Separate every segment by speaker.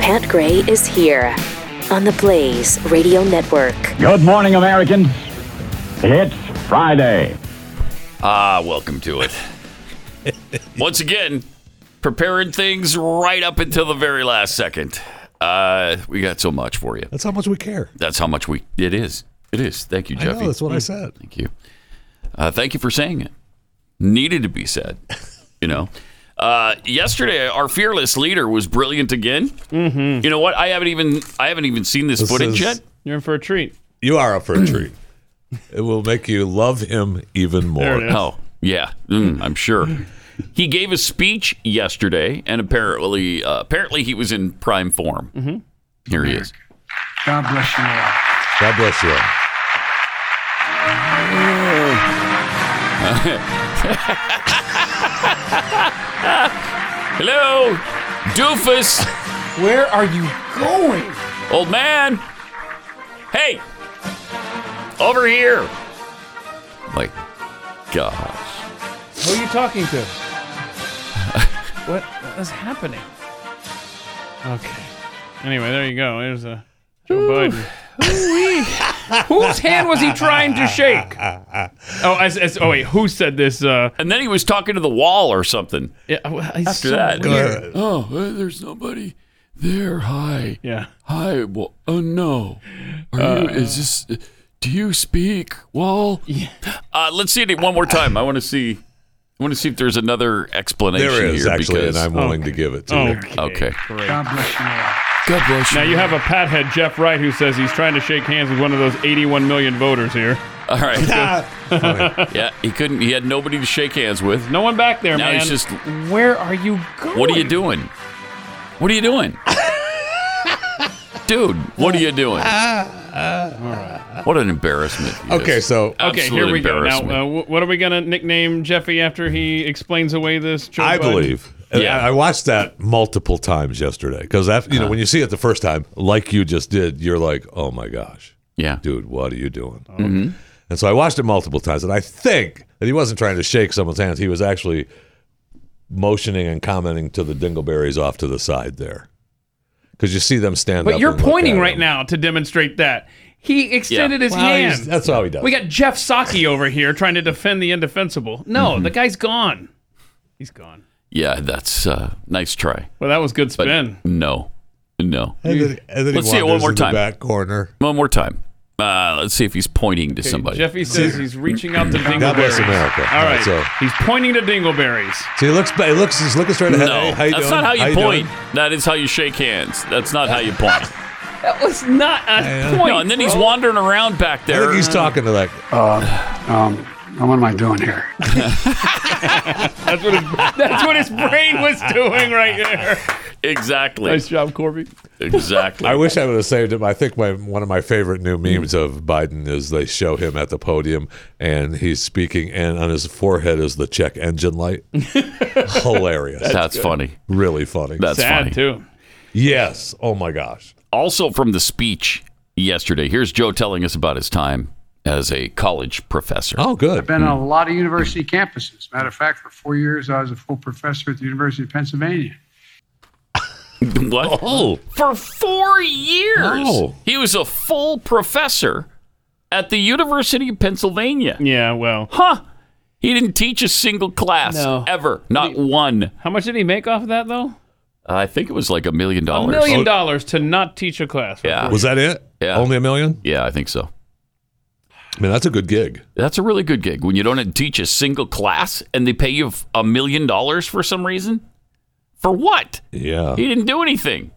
Speaker 1: Pat Gray is here on the Blaze Radio Network.
Speaker 2: Good morning, Americans. It's Friday.
Speaker 3: Ah, welcome to it. Once again, preparing things right up until the very last second. Uh, we got so much for you.
Speaker 4: That's how much we care.
Speaker 3: That's how much we. It is. It is. Thank you,
Speaker 4: I know,
Speaker 3: Jeffy. Hmm.
Speaker 4: that's what I said.
Speaker 3: Thank you. Uh, thank you for saying it. Needed to be said. You know. Uh, yesterday, our fearless leader was brilliant again. Mm-hmm. You know what? I haven't even I haven't even seen this,
Speaker 4: This
Speaker 3: footage
Speaker 4: is-
Speaker 3: yet.
Speaker 5: You're in for a treat.
Speaker 4: You are up for a treat. it will make you love him even
Speaker 5: There it
Speaker 4: more.
Speaker 5: is.
Speaker 3: Oh, yeah, mm, I'm sure. he gave a speech yesterday, and apparently, uh, apparently, he was in prime form. Mm-hmm. Here he is.
Speaker 6: God bless you all.
Speaker 4: God bless you.
Speaker 3: Hello, doofus,
Speaker 6: Where are you going?
Speaker 3: old man. Hey, over here. My gosh,
Speaker 5: Who are you talking to? what is happening? Okay. Anyway, there you go. There's a Joe Biden. Whose hand was he trying to shake? Oh, I, I, oh wait, who said this? Uh,
Speaker 3: and then he was talking to the wall or something.
Speaker 5: yeah, well, he's
Speaker 3: After
Speaker 5: so
Speaker 3: that,
Speaker 5: weird.
Speaker 3: oh, uh, there's nobody there. Hi.
Speaker 5: yeah. Uh,
Speaker 3: Hi, well, oh no. Are you, is this, do you speak, Wall? Uh, let's see it one more time. I want to see, I want to see if there's another explanation
Speaker 4: There is
Speaker 3: here.
Speaker 4: actually,
Speaker 3: because,
Speaker 4: and I'm willing to give it to you.
Speaker 5: Okay.
Speaker 3: Okay.
Speaker 5: Great.
Speaker 6: God bless you all.
Speaker 3: God bless
Speaker 5: Now you have a pathead Jeff Wright who says he's trying to shake hands with one of those 81 million voters here.
Speaker 3: All right. yeah, he couldn't, he had nobody to shake hands with.
Speaker 5: No one back there,
Speaker 3: Now
Speaker 5: man.
Speaker 3: he's just,
Speaker 5: Where are you going?
Speaker 3: what are you doing? What are you doing? Dude, what are you doing? What an embarrassment. he is.
Speaker 4: Okay, so
Speaker 5: Okay,
Speaker 3: Absolute
Speaker 5: here we go. Now,
Speaker 3: embarrassment.
Speaker 5: uh, wh- what are we gonna nickname Jeffy after he explains away this? Joe
Speaker 4: I
Speaker 5: Biden?
Speaker 4: believe. and
Speaker 3: Yeah.
Speaker 4: I I watched that multiple times yesterday because after you know when you see it the first time, like you just did, you're like, "Oh my gosh,
Speaker 3: yeah.
Speaker 4: dude, what are you doing?"
Speaker 3: Mm-hmm.
Speaker 4: And so I watched it multiple times, and I think that he wasn't trying to shake someone's hands; he was actually motioning and commenting to the dingleberries off to the side there, because you see them stand up.
Speaker 5: But you're
Speaker 4: and look at
Speaker 5: pointing right
Speaker 4: him.
Speaker 5: now to demonstrate that he extended his
Speaker 4: Well, he's-
Speaker 5: hand.
Speaker 4: that's how he does.
Speaker 5: we got Jeff Saki over here trying to defend the indefensible. No,
Speaker 4: Mm-hmm.
Speaker 5: the guy's gone. He's gone.
Speaker 3: Yeah, that's uh, nice try.
Speaker 5: Well, that was good
Speaker 3: But
Speaker 5: spin.
Speaker 3: no, no.
Speaker 4: And then, and then
Speaker 3: Let's
Speaker 4: he
Speaker 3: see it one
Speaker 4: wanders
Speaker 3: more
Speaker 4: in the
Speaker 3: time.
Speaker 4: back corner.
Speaker 3: One more time. Uh, let's see if he's pointing to somebody.
Speaker 5: Jeffy says he's reaching out to dingleberries.
Speaker 4: God bless America.
Speaker 5: All right,
Speaker 4: So
Speaker 5: he's pointing to dingleberries.
Speaker 4: see, he looks. He looks. He's looking straight ahead.
Speaker 3: no,
Speaker 4: Hey, how you
Speaker 3: that's
Speaker 4: doing?
Speaker 3: not how you
Speaker 4: doing?
Speaker 3: point. That is how you shake hands. That's not how you point.
Speaker 5: That was not a point.
Speaker 3: no, and then he's wandering around back
Speaker 4: I
Speaker 3: there.
Speaker 4: think he's talking to that.
Speaker 6: Um, what am I doing here?
Speaker 5: That's what his, that's what his brain was doing right there.
Speaker 3: exactly.
Speaker 5: Nice job, Corby.
Speaker 3: Exactly.
Speaker 4: I wish I would have saved him. I think my one of my favorite new memes of Biden is they show him at the podium and he's speaking, and on his forehead is the check engine light. Hilarious.
Speaker 3: that's funny.
Speaker 4: really funny.
Speaker 3: That's
Speaker 5: Sad
Speaker 3: funny.
Speaker 5: too.
Speaker 4: yes. Oh my gosh.
Speaker 3: Also from the speech yesterday, here's Joe telling us about his time as a college professor.
Speaker 4: Oh, good.
Speaker 6: Been on a lot of university campuses. Matter of fact, for four years, I was a full professor at the University of Pennsylvania.
Speaker 3: What? For four years.
Speaker 4: Oh.
Speaker 3: He was a full professor at the University of Pennsylvania.
Speaker 5: Yeah, well,
Speaker 3: Huh. He didn't teach a single class
Speaker 5: No.
Speaker 3: ever. Not one. Uh,
Speaker 5: how much did he make off of that though?
Speaker 3: I think it was like a million
Speaker 5: A
Speaker 3: dollars.
Speaker 5: million dollars to not teach a class.
Speaker 3: Yeah.
Speaker 4: Oh. Was that it?
Speaker 3: Yeah.
Speaker 4: Only a million?
Speaker 3: Yeah, I think so.
Speaker 4: I mean, that's a good gig.
Speaker 3: That's a really good gig when you don't teach a single class and they pay you f- a million dollars for some reason. For what?
Speaker 4: Yeah.
Speaker 3: He didn't do anything.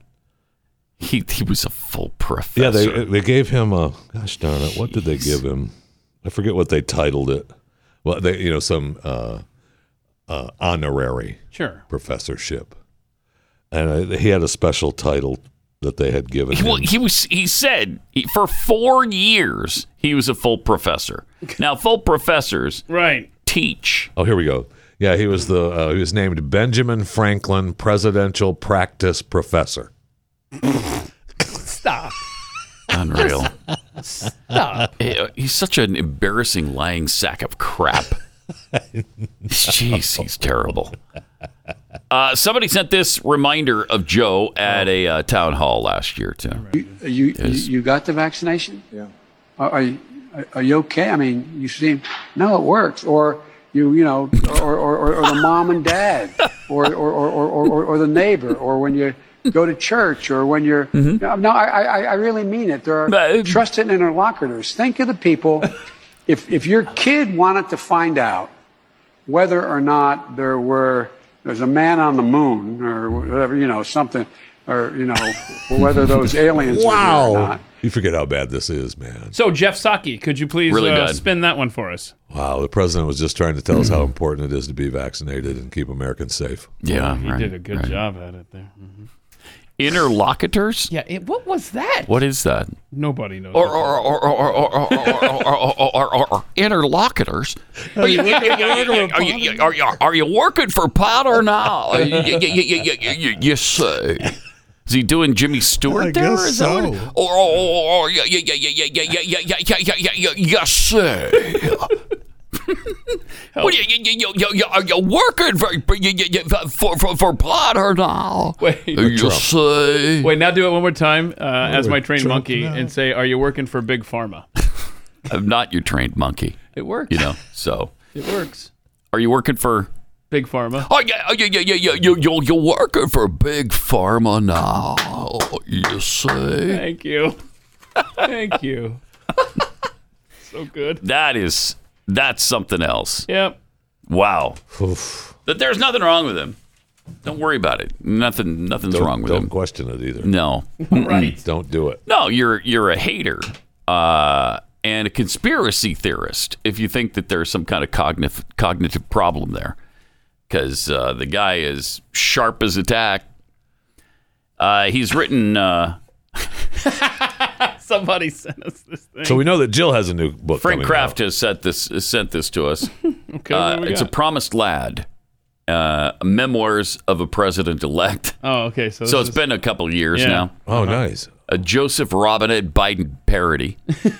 Speaker 3: He, he was a full professor.
Speaker 4: Yeah, they they gave him a gosh darn it. What did they give him? I forget what they titled it. well, they, you know, some uh, uh, honorary
Speaker 5: Sure.
Speaker 4: professorship, and uh, he had a special title that they had given him.
Speaker 3: Well, he was. He said he, for four years he was a full professor. Now, full professors
Speaker 5: Right.
Speaker 3: teach.
Speaker 4: Oh, here we go. Yeah, he was the uh, he was named Benjamin Franklin Presidential Practice Professor.
Speaker 3: Unreal. Stop. He's such an embarrassing lying sack of crap. Jeez, he's terrible. Uh, somebody sent this reminder of Joe at a uh, town hall last year too.
Speaker 6: You, you, you got the vaccination? Yeah. Are, are, you, are- are you okay? I mean, you seem, no, it works. Or you, you know, or, or, or, or the mom and dad, or, or, or, or, or, or, or the neighbor, or when you go to church, or when you're, no, no I, I, I really mean it. There
Speaker 3: But-
Speaker 6: are trusted interlocutors. Think of the people. If, if your kid wanted to find out whether or not there were there's a man on the moon or whatever you know something or you know whether those aliens were there or not.
Speaker 4: you forget how bad this is, man.
Speaker 5: So Jeff Saki, could you please
Speaker 3: Really
Speaker 5: uh,
Speaker 3: done.
Speaker 5: spin that one for us?
Speaker 4: Wow, the president was just trying to tell us
Speaker 6: Mm-hmm.
Speaker 4: how important it is to be vaccinated and keep Americans safe.
Speaker 3: Yeah,
Speaker 5: He
Speaker 3: right,
Speaker 5: did a good
Speaker 3: right.
Speaker 5: job at it there. Mm-hmm.
Speaker 3: Interlocutors.
Speaker 5: Yeah. It, what was that?
Speaker 3: What is that?
Speaker 5: Nobody knows.
Speaker 3: Or or or or or or or or- or- or- or- or- or interlocutors.
Speaker 5: Oh,
Speaker 3: Are you are you are you are you working for pot or not? You- you- you- you- you- you- you- You say. Is he doing Jimmy Stewart
Speaker 4: I
Speaker 3: there?
Speaker 4: guess
Speaker 3: or is that what- Oh,
Speaker 4: so.
Speaker 3: Or or- or or- yeah yeah yeah yeah yeah yeah yeah yeah yeah yeah yeah yeah yes sir. What you you you you you are you working for you, you, you, for for for pot or not?
Speaker 5: Wait.
Speaker 3: you say.
Speaker 5: Wait, now do it one more time uh, as my trained
Speaker 4: Trump
Speaker 5: monkey
Speaker 4: now.
Speaker 5: and say, Are you working for Big Pharma?
Speaker 3: I'm not your trained monkey.
Speaker 5: It works.
Speaker 3: You know so.
Speaker 5: It works.
Speaker 3: Are you working for?
Speaker 5: Big Pharma.
Speaker 3: Oh yeah, oh, yeah, yeah, yeah, yeah. You you you're working for big pharma now. You see,
Speaker 5: Thank you. Thank you. so good.
Speaker 3: that is that's something else.
Speaker 5: Yep.
Speaker 3: Wow,
Speaker 4: Oof.
Speaker 3: that there's nothing wrong with him. Don't worry about it. Nothing, nothing's
Speaker 4: Don't,
Speaker 3: wrong with
Speaker 4: don't
Speaker 3: him.
Speaker 4: question it either.
Speaker 3: No,
Speaker 4: Don't do it.
Speaker 3: no, you're you're a hater uh, and a conspiracy theorist if you think that there's some kind of cognitive cognitive problem there, because uh, the guy is sharp as a tack. Uh, he's written. Uh,
Speaker 5: Somebody sent us this thing.
Speaker 4: So we know that Jill has a new book.
Speaker 3: Frank
Speaker 4: coming
Speaker 3: Kraft
Speaker 4: out.
Speaker 3: has sent this has sent this to us.
Speaker 5: Okay,
Speaker 3: Uh,
Speaker 5: what do we
Speaker 3: it's a
Speaker 5: got?
Speaker 3: promised lad, uh, memoirs of a president elect.
Speaker 5: oh, okay. So,
Speaker 3: So
Speaker 5: this
Speaker 3: it's been a couple years
Speaker 5: Yeah. Uh-huh.
Speaker 3: now.
Speaker 4: Oh, nice.
Speaker 3: A Joseph Robinette Biden parody,
Speaker 5: is
Speaker 3: uh,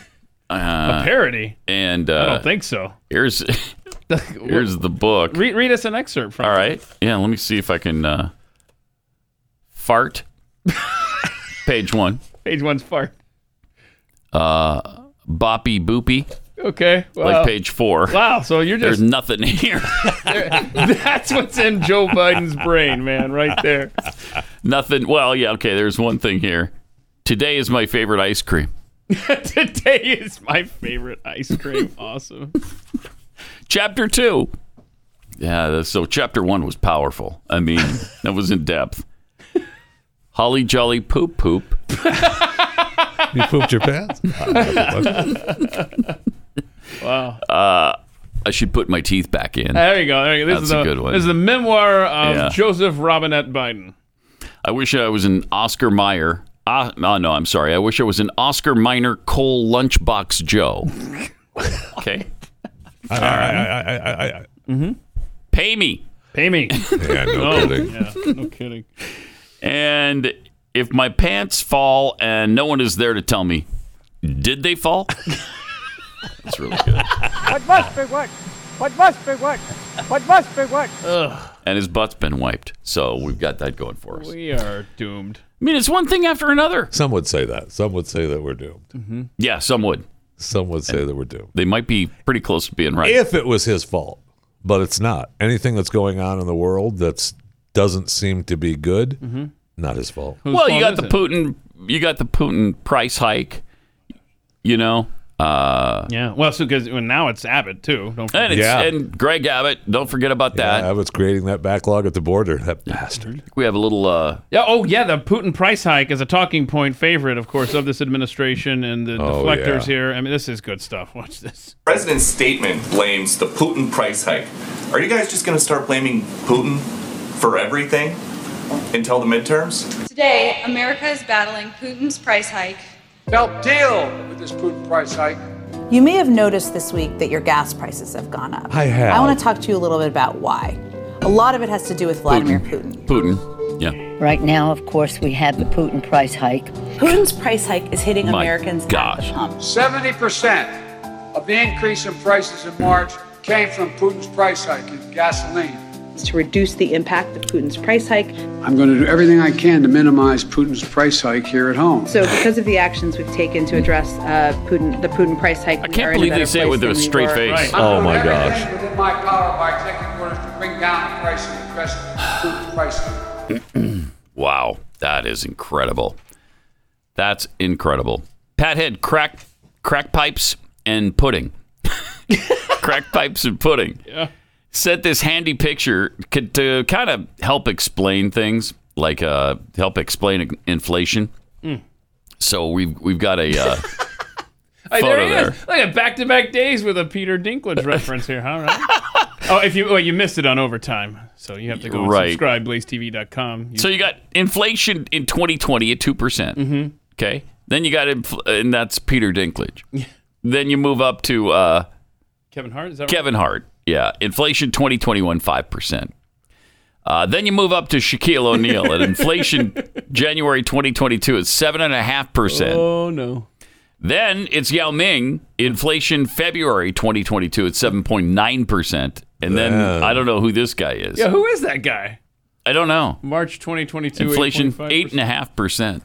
Speaker 5: a parody.
Speaker 3: and
Speaker 5: I
Speaker 3: uh,
Speaker 5: don't think so.
Speaker 3: here's here's the book.
Speaker 5: Read, read us an excerpt from
Speaker 3: All
Speaker 5: it.
Speaker 3: right, yeah. Let me see if I can uh, fart. Page one, Uh,
Speaker 5: Page one's far.
Speaker 3: boppy boopy,
Speaker 5: Okay. Wow.
Speaker 3: like page four.
Speaker 5: wow. So you're
Speaker 3: There's
Speaker 5: just.
Speaker 3: nothing here.
Speaker 5: That's what's in Joe Biden's brain, man, right there.
Speaker 3: nothing. Well, yeah, okay. There's one thing here. Today is my favorite ice cream.
Speaker 5: Today is my favorite ice cream. Awesome.
Speaker 3: chapter two. Yeah, that's- so chapter one was powerful. I mean, that was in depth. Holly jolly poop poop.
Speaker 4: You pooped your pants.
Speaker 3: Uh, I should put my teeth back in.
Speaker 5: There you go. There you go. This
Speaker 3: That's
Speaker 5: is
Speaker 3: a
Speaker 5: the,
Speaker 3: good one.
Speaker 5: This is the memoir of
Speaker 3: Yeah.
Speaker 5: Joseph Robinette Biden.
Speaker 3: I wish I was an Oscar Meyer. Uh, oh no, I'm sorry. I wish I was an Oscar Minor Cole Lunchbox Joe. okay,
Speaker 4: I, I, I, I, I, I.
Speaker 5: Mm-hmm.
Speaker 3: pay me. Oh,
Speaker 5: Pay me. Oh,
Speaker 4: Yeah, no kidding.
Speaker 5: yeah, no kidding.
Speaker 3: And if my pants fall and no one is there to tell me, did they fall? that's really good. And his butt's been wiped, so we've got that going for us.
Speaker 5: We are doomed.
Speaker 3: I mean, it's one thing after another.
Speaker 4: Some would say that. Some would say that we're doomed.
Speaker 6: Mm-hmm.
Speaker 3: Yeah, some would.
Speaker 4: Some would say that we're doomed.
Speaker 3: They might be pretty close to being right.
Speaker 4: if it was his fault, but it's not. Anything that's going on in the world that's doesn't seem to be good,
Speaker 6: Mm-hmm.
Speaker 4: not his fault.
Speaker 5: Whose
Speaker 3: well, you
Speaker 5: fault
Speaker 3: got
Speaker 5: is
Speaker 3: the
Speaker 5: it?
Speaker 3: Putin, you got the Putin price hike. You know, uh, Uh,
Speaker 5: Yeah. Well, so because now it's Abbott too. Don't forget.
Speaker 3: and, it's,
Speaker 4: Yeah.
Speaker 3: and Greg Abbott, don't forget about that.
Speaker 4: I was creating that backlog at the border. That bastard.
Speaker 3: we have a little. Uh,
Speaker 5: Yeah. Oh, yeah. The Putin price hike is a talking point favorite, of course, of this administration and the
Speaker 4: Oh,
Speaker 5: deflectors
Speaker 4: yeah.
Speaker 5: here. I mean, this is good stuff. Watch this.
Speaker 7: president's statement blames the Putin price hike. Are you guys just going to start blaming Putin for everything until the midterms?
Speaker 8: Today, America is battling Putin's price hike.
Speaker 6: Help deal with this Putin price hike.
Speaker 9: You may have noticed this week that your gas prices have gone up.
Speaker 4: I have.
Speaker 9: I want to talk to you a little bit about why. A lot of it has to do with Vladimir Putin.
Speaker 3: Putin. Yeah.
Speaker 10: Right now, of course, we have the Putin price hike.
Speaker 9: Putin's price hike is hitting
Speaker 3: My
Speaker 9: Americans at
Speaker 3: gosh.
Speaker 9: the pump.
Speaker 6: 70% of the increase in prices in March came from Putin's price hike in gasoline.
Speaker 9: To reduce the impact of Putin's price hike.
Speaker 6: I'm going to do everything I can to minimize Putin's price hike here at home.
Speaker 9: So, because of the actions we've taken to address uh, Putin, the Putin price hike,
Speaker 3: I can't believe they say it with a straight face.
Speaker 5: Right.
Speaker 4: Oh, my
Speaker 6: Everything
Speaker 4: gosh.
Speaker 6: within my power by taking orders to bring down the price of the aggressive Putin price hike.
Speaker 3: Wow. That is incredible. That's incredible. Pat Head, crack, crack pipes and pudding. crack pipes and pudding. Yeah. Sent this handy picture c- to kind of help explain things, like uh, help explain inflation.
Speaker 5: Mm.
Speaker 3: So we've we've got a uh,
Speaker 5: Hey, there
Speaker 3: Photo
Speaker 5: he
Speaker 3: there.
Speaker 5: is. Look at back-to-back days with a Peter Dinklage reference here. All right. oh, if you well, you missed it on overtime, so you have to go
Speaker 3: Right.
Speaker 5: and subscribe blazetv.com. You-
Speaker 3: So you got inflation in 2020 at 2%. Mm-hmm. Okay. Then you got, infl- and that's Peter Dinklage. then you move up to uh,
Speaker 5: Kevin Hart is that right?
Speaker 3: Kevin Hart. Yeah. Inflation 2021, 5%. Uh, then you move up to Shaquille O'Neal at inflation January 2022 is 7.5%.
Speaker 5: Oh no.
Speaker 3: Then it's Yao Ming, inflation February 2022 at 7.9%. And then I don't know who this guy is.
Speaker 5: Yeah, who is that guy?
Speaker 3: I don't know.
Speaker 5: March 2022.
Speaker 3: Inflation,
Speaker 5: 8.5%.
Speaker 3: eight and a half percent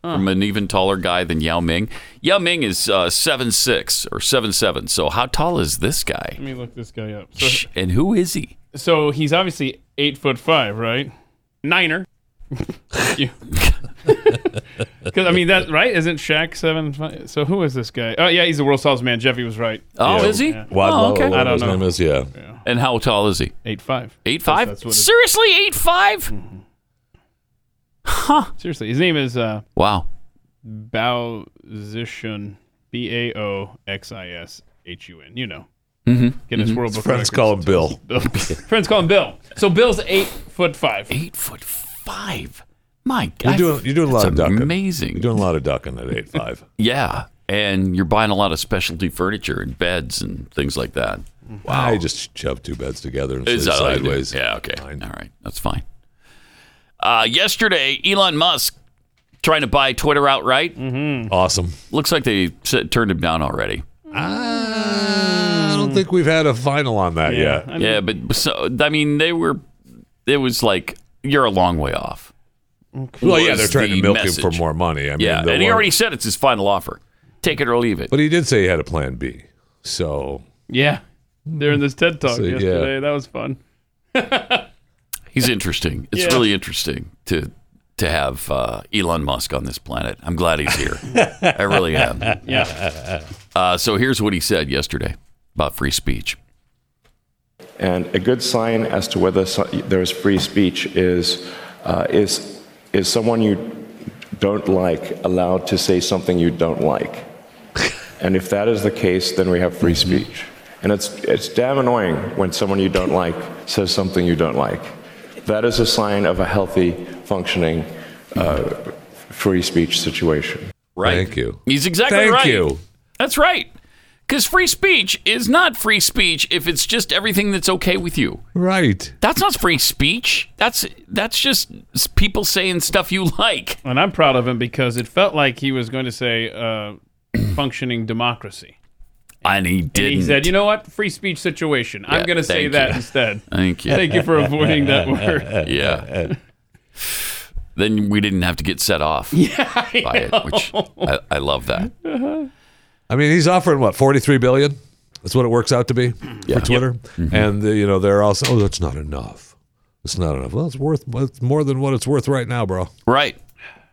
Speaker 3: from an even taller guy than Yao Ming. Yao Ming is uh, seven six or seven seven. So how tall is this guy?
Speaker 5: Let me look this guy up. So,
Speaker 3: Shh, And who is he?
Speaker 5: so he's obviously eight foot five, right? Niner. Because I mean that right? Isn't Shaq seven? Five? So who is this guy? Oh yeah, he's the world's tallest man. Jeffy was right.
Speaker 3: Oh, is he?
Speaker 4: Wadlow,
Speaker 3: Oh, okay.
Speaker 4: whatever
Speaker 5: I don't
Speaker 4: his
Speaker 5: know.
Speaker 4: name is. Yeah.
Speaker 3: And how tall is he?
Speaker 5: Eight five.
Speaker 3: Eight five.
Speaker 5: That's what it-
Speaker 3: Seriously, eight five?
Speaker 5: Seriously, his name is uh,
Speaker 3: Wow.
Speaker 5: Baoxishun. B A O X I S H U N. You know. Mm-hmm. Guinness World Book. Records.
Speaker 4: Friends call him Bill.
Speaker 5: Bill. Friends call him Bill. So Bill's eight foot five.
Speaker 3: Eight foot five. My
Speaker 4: You're
Speaker 3: God.
Speaker 4: doing, you're doing a lot
Speaker 3: that's
Speaker 4: of ducking.
Speaker 3: Amazing.
Speaker 4: You're doing a lot of ducking at eight five.
Speaker 3: yeah. And you're buying a lot of specialty furniture and beds and things like that.
Speaker 4: Wow. I just shoved two beds together and slid
Speaker 3: Is that all you do?
Speaker 4: sideways.
Speaker 3: Yeah, okay.
Speaker 4: Fine.
Speaker 3: All right. That's fine. Uh, yesterday, Elon Musk trying to buy Twitter outright.
Speaker 4: Awesome.
Speaker 3: Looks like they s- turned him down already.
Speaker 4: I don't think we've had a final on that yet.
Speaker 3: yeah, but so I mean, they were. It was like you're a long way off.
Speaker 4: Well, yeah,
Speaker 3: Was
Speaker 4: they're trying
Speaker 3: the
Speaker 4: to milk
Speaker 3: message.
Speaker 4: him for more money. I mean,
Speaker 3: yeah,
Speaker 4: the
Speaker 3: and he
Speaker 4: one-
Speaker 3: already said it's his final offer. Take it or leave it.
Speaker 4: But he did say he had a plan B. So
Speaker 5: Yeah. During this TED talk
Speaker 4: So, yeah.
Speaker 5: yesterday. That was fun.
Speaker 3: He's interesting. It's
Speaker 5: Yeah.
Speaker 3: really interesting to to have uh, Elon Musk on this planet. I'm glad he's here. I really am.
Speaker 5: Yeah.
Speaker 3: Uh, so here's what he said yesterday about free speech.
Speaker 7: And a good sign as to whether so- there's free speech is, uh, is, is someone you don't like allowed to say something you don't like. And if that is the case, then we have free
Speaker 4: Mm-hmm.
Speaker 7: speech. And it's, it's damn annoying when someone you don't like says something you don't like. That is a sign of a healthy, functioning uh, free speech situation.
Speaker 3: Right.
Speaker 4: Thank you.
Speaker 3: He's exactly
Speaker 4: Thank
Speaker 3: right.
Speaker 4: you.
Speaker 3: That's right. Because free speech is not free speech if it's just everything that's okay with you.
Speaker 4: right.
Speaker 3: That's not free speech. That's that's just s- people saying stuff you like.
Speaker 5: And I'm proud of him because it felt like he was going to say uh, functioning democracy.
Speaker 3: And he
Speaker 5: And
Speaker 3: didn't.
Speaker 5: he said, you know what? Free speech situation. I'm
Speaker 3: Yeah,
Speaker 5: going to say
Speaker 3: thank
Speaker 5: that
Speaker 3: you.
Speaker 5: instead.
Speaker 3: Thank you.
Speaker 5: Thank you for avoiding that word.
Speaker 3: yeah. then we didn't have to get set off by it, which I, I love that.
Speaker 5: Uh-huh.
Speaker 4: I mean, he's offering what forty three billion. That's what it works out to be for Twitter.
Speaker 3: Mm-hmm.
Speaker 4: And the, you know, they're also oh, that's not enough. It's not enough. Well, it's worth it's more than what it's worth right now, bro.
Speaker 3: Right.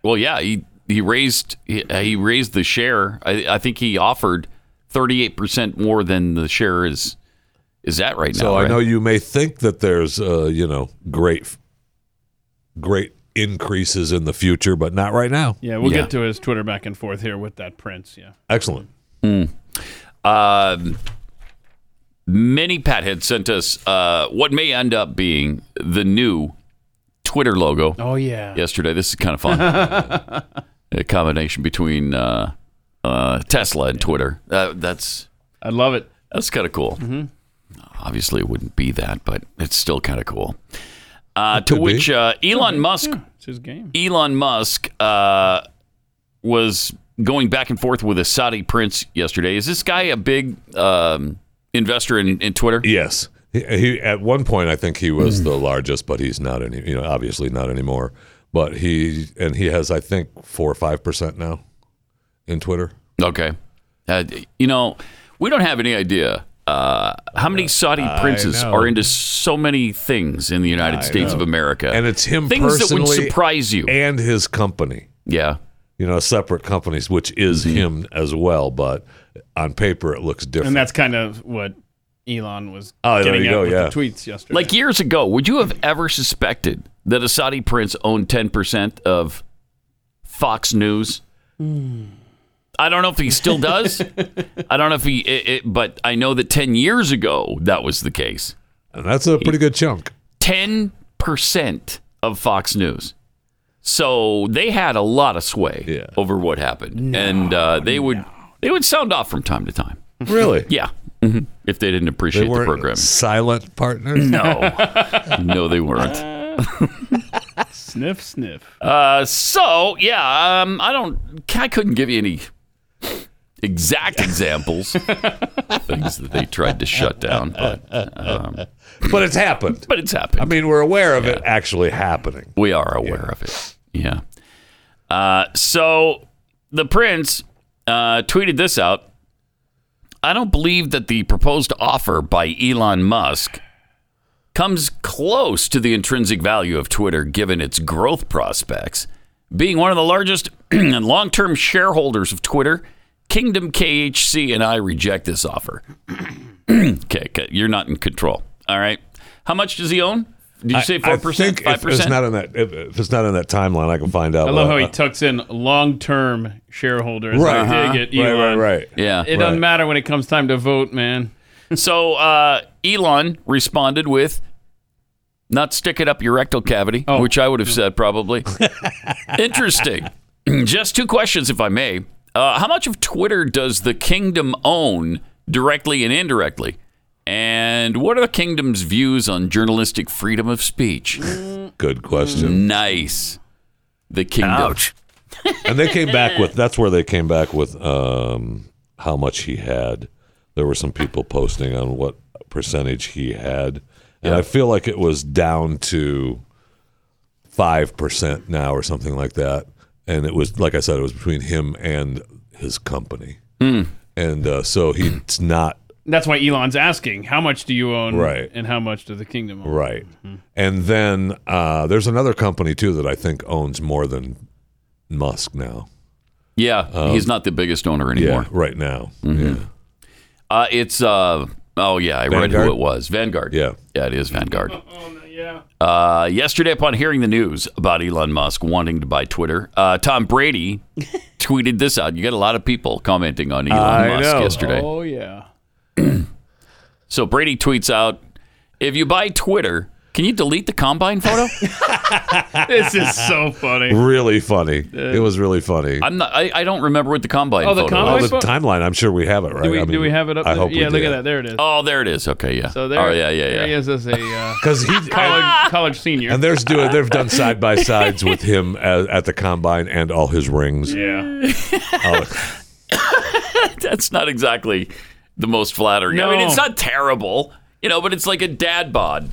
Speaker 3: Well, yeah. He he raised he, uh, he raised the share. I, I think he offered 38 percent more than the share is is at right now.
Speaker 4: So I
Speaker 3: right?
Speaker 4: know you may think that there's, uh, you know, great, great increases in the future, but not right now.
Speaker 5: Yeah, we'll get to his Twitter back and forth here with that prince. Yeah.
Speaker 4: Excellent.
Speaker 3: Hmm. Um, many Pat had sent us uh, what may end up being the new Twitter logo.
Speaker 5: Oh, yeah.
Speaker 3: Yesterday, this is kind of fun. A combination between uh, uh, Tesla and Twitter. Uh, that's
Speaker 5: I love it.
Speaker 3: That's kind of cool.
Speaker 5: Mhm.
Speaker 3: Obviously, it wouldn't be that, but it's still kind of cool. Uh, to which uh, Elon Musk
Speaker 5: It's his game.
Speaker 3: Elon Musk uh, was going back and forth with a Saudi prince yesterday. Is this guy a big um, investor in, in Twitter?
Speaker 4: Yes. He, he at one point I think he was the largest, but he's not any. You know, obviously not anymore. But he and he has I think four or five percent now in Twitter.
Speaker 3: Okay. Uh, you know, we don't have any idea uh, how many Saudi
Speaker 4: I
Speaker 3: princes
Speaker 4: know.
Speaker 3: are into so many things in the United
Speaker 4: I
Speaker 3: States
Speaker 4: know.
Speaker 3: of America.
Speaker 4: And it's him
Speaker 3: Things that would
Speaker 4: personally
Speaker 3: surprise you.
Speaker 4: and his company.
Speaker 3: Yeah. Mm-hmm.
Speaker 4: You know, separate companies, which is him as well, but on paper it looks different.
Speaker 5: And that's kind of what Elon was
Speaker 4: Oh, there
Speaker 5: getting
Speaker 4: you
Speaker 5: at
Speaker 4: go,
Speaker 5: with the
Speaker 4: yeah.
Speaker 5: tweets yesterday.
Speaker 3: Like years ago, would you have ever suspected that a Saudi prince owned 10% of Fox News? I don't know if he still does. I don't know if he, it, it, but I know that 10 years ago that was the case.
Speaker 4: And that's a pretty good chunk.
Speaker 3: 10% of Fox News. So they had a lot of sway over what happened. and uh, they would they would sound off from time to time.
Speaker 4: Really?
Speaker 3: Yeah. Mhm. If they didn't appreciate
Speaker 4: They
Speaker 3: the
Speaker 4: weren't
Speaker 3: program.
Speaker 4: Silent partners?
Speaker 3: No. no, they weren't.
Speaker 5: sniff, sniff.
Speaker 3: Uh, so yeah, um, I don't, I couldn't give you any exact examples, of things that they tried to shut down, but um,
Speaker 4: but it's happened.
Speaker 3: But it's happened.
Speaker 4: I mean, we're aware of it actually happening.
Speaker 3: we are aware of it. Yeah. Uh, so the prince uh, tweeted this out. I don't believe that the proposed offer by Elon Musk comes close to the intrinsic value of Twitter given its growth prospects. Being one of the largest and long term shareholders of Twitter, Kingdom KHC and I reject this offer. okay, okay, you're not in control. All right. How much does he own? Did you
Speaker 4: I-
Speaker 3: say
Speaker 4: I
Speaker 3: 4%?
Speaker 4: think if
Speaker 3: 5%?
Speaker 4: it's not in that if, if it's not in that timeline, I can find out.
Speaker 5: I love
Speaker 4: but
Speaker 5: how he
Speaker 4: I-
Speaker 5: tucks in long-term shareholders.
Speaker 4: Uh, Right.
Speaker 5: I
Speaker 4: Uh-huh.
Speaker 5: dig it,
Speaker 4: Right, right,
Speaker 5: Elon.
Speaker 4: right. Yeah.
Speaker 5: It doesn't
Speaker 4: Right.
Speaker 5: matter when it comes time to vote, man.
Speaker 3: So uh, Elon responded with, "Not stick it up your rectal cavity,"
Speaker 5: Oh.
Speaker 3: which I would have said probably. Interesting. Just two questions, if I may. Uh, how much of Twitter does the kingdom own directly and indirectly? And what are the kingdom's views on journalistic freedom of speech?
Speaker 4: Good question.
Speaker 3: Nice. The kingdom.
Speaker 4: and they came back with that's where they came back with um, how much he had. There were some people posting on what percentage he had, and I feel like it was down to five percent now or something like that. And it was like I said, it was between him and his company,
Speaker 5: Hmm.
Speaker 4: and uh, so he's not
Speaker 5: That's why Elon's asking, how much do you own,
Speaker 4: Right.
Speaker 5: and how much does the kingdom own?
Speaker 4: Right.
Speaker 5: Mm-hmm.
Speaker 4: And then uh, there's another company too that I think owns more than Musk now.
Speaker 3: Yeah,
Speaker 4: Um,
Speaker 3: he's not the biggest owner anymore.
Speaker 4: Yeah, right now.
Speaker 3: Mm-hmm.
Speaker 4: Yeah.
Speaker 3: Uh, it's uh oh yeah, I read
Speaker 4: Vanguard?
Speaker 3: who it was. Vanguard.
Speaker 4: Yeah.
Speaker 3: Yeah, it is Vanguard.
Speaker 5: Oh,
Speaker 3: Uh, yesterday, upon hearing the news about Elon Musk wanting to buy Twitter, uh, Tom Brady tweeted this out. You got a lot of people commenting on Elon
Speaker 5: I
Speaker 3: Musk
Speaker 5: know.
Speaker 3: yesterday.
Speaker 5: Oh yeah.
Speaker 3: So Brady tweets out, "If you buy Twitter, can you delete the combine photo?"
Speaker 5: This is so funny.
Speaker 4: Really funny. it was really funny.
Speaker 3: I'm not. I, I don't remember what the combine.
Speaker 5: Uh, Oh, the
Speaker 3: photo
Speaker 5: combine
Speaker 4: Well,
Speaker 3: was.
Speaker 4: the
Speaker 5: photo-
Speaker 4: timeline, I'm sure we have it, right?
Speaker 5: Do we, do we have it up?
Speaker 4: I
Speaker 5: there?
Speaker 4: hope
Speaker 5: yeah, look at that. There it is.
Speaker 3: Oh, there it is. Okay, yeah.
Speaker 5: So there,
Speaker 3: oh, yeah, yeah,
Speaker 5: there
Speaker 3: yeah.
Speaker 5: he is as a uh,
Speaker 4: Because he
Speaker 5: college, college senior.
Speaker 4: and there's doing they've done side by sides with him at, at the combine and all his rings.
Speaker 5: yeah.
Speaker 4: All-
Speaker 3: That's not exactly the most flattering. I mean,
Speaker 5: No.
Speaker 3: it's not terrible, you know, but it's like a dad bod.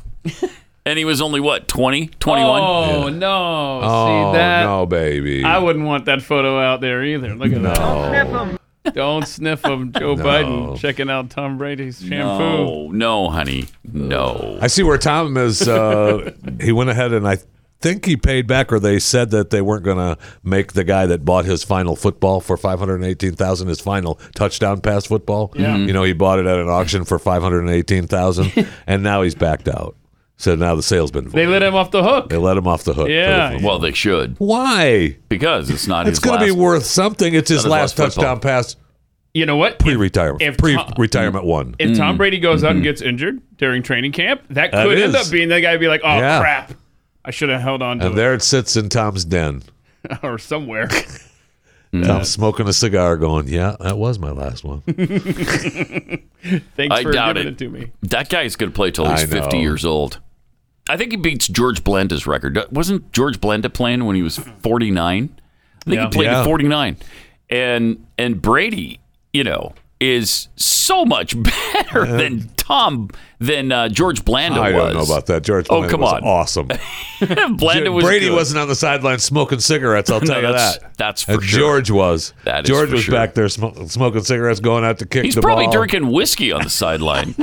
Speaker 3: and he was only what 20, 21?
Speaker 5: Oh no!
Speaker 4: oh
Speaker 5: See that?
Speaker 4: no, baby.
Speaker 5: I wouldn't want that photo out there either. Look at
Speaker 4: no.
Speaker 5: that. Don't sniff him, Joe
Speaker 4: No.
Speaker 5: Biden checking out Tom Brady's
Speaker 3: No,
Speaker 5: shampoo.
Speaker 3: no, honey, no.
Speaker 4: I see where Tom is. Uh, he went ahead and I think he paid back, or they said that they weren't going to make the guy that bought his final football for five hundred eighteen thousand his final touchdown pass football.
Speaker 11: Yeah. Mhm.
Speaker 4: You know, he bought it at an auction for five hundred eighteen thousand, and now he's backed out. So now the sale's been.
Speaker 5: They let him off the hook.
Speaker 4: They let him off the hook. for the
Speaker 5: Yeah.
Speaker 4: football.
Speaker 3: Well, they should.
Speaker 4: Why?
Speaker 3: Because it's not.
Speaker 4: It's
Speaker 3: his
Speaker 4: going to be
Speaker 3: last-
Speaker 4: worth something. It's his
Speaker 3: not
Speaker 4: last, touchdown
Speaker 3: football.
Speaker 4: pass
Speaker 5: You know what?
Speaker 4: pre-retirement.
Speaker 5: If Tom-
Speaker 4: pre-retirement one.
Speaker 5: If
Speaker 3: Mm.
Speaker 5: Tom Brady goes out and gets injured during training camp, that
Speaker 4: Mm-hmm. That
Speaker 5: could end
Speaker 4: is.
Speaker 5: up being that guy be like, oh,
Speaker 4: Yeah.
Speaker 5: crap. I should have held on to
Speaker 4: and there it sits in Tom's den.
Speaker 5: it or somewhere.
Speaker 4: Tom's smoking a cigar, going, "Yeah, that was my last one."
Speaker 5: Thanks
Speaker 3: I
Speaker 5: for
Speaker 3: doubt
Speaker 5: giving
Speaker 3: it.
Speaker 5: it to me.
Speaker 3: That guy's going to play till he's
Speaker 4: I know.
Speaker 3: 50 years old. I think he beats George Blanda's record. Wasn't George Blanda playing when he was 49? I think
Speaker 5: Yeah.
Speaker 3: he played
Speaker 5: Yeah.
Speaker 3: at 49. And and Brady, you know, is so much better than Tom than uh, George Blanda
Speaker 4: I
Speaker 3: was.
Speaker 4: don't know about that. George
Speaker 3: Oh,
Speaker 4: Blanda
Speaker 3: come
Speaker 4: was
Speaker 3: on.
Speaker 4: awesome.
Speaker 3: Blanda was
Speaker 4: Brady
Speaker 3: good.
Speaker 4: wasn't on the sideline smoking cigarettes. I'll
Speaker 3: No,
Speaker 4: tell you
Speaker 3: that's-
Speaker 4: that.
Speaker 3: that's for
Speaker 4: and
Speaker 3: sure.
Speaker 4: George was.
Speaker 3: That is
Speaker 4: George
Speaker 3: for
Speaker 4: was
Speaker 3: sure.
Speaker 4: back there sm- smoking cigarettes, going out to kick
Speaker 3: He's
Speaker 4: the
Speaker 3: probably
Speaker 4: ball.
Speaker 3: drinking whiskey on the sideline.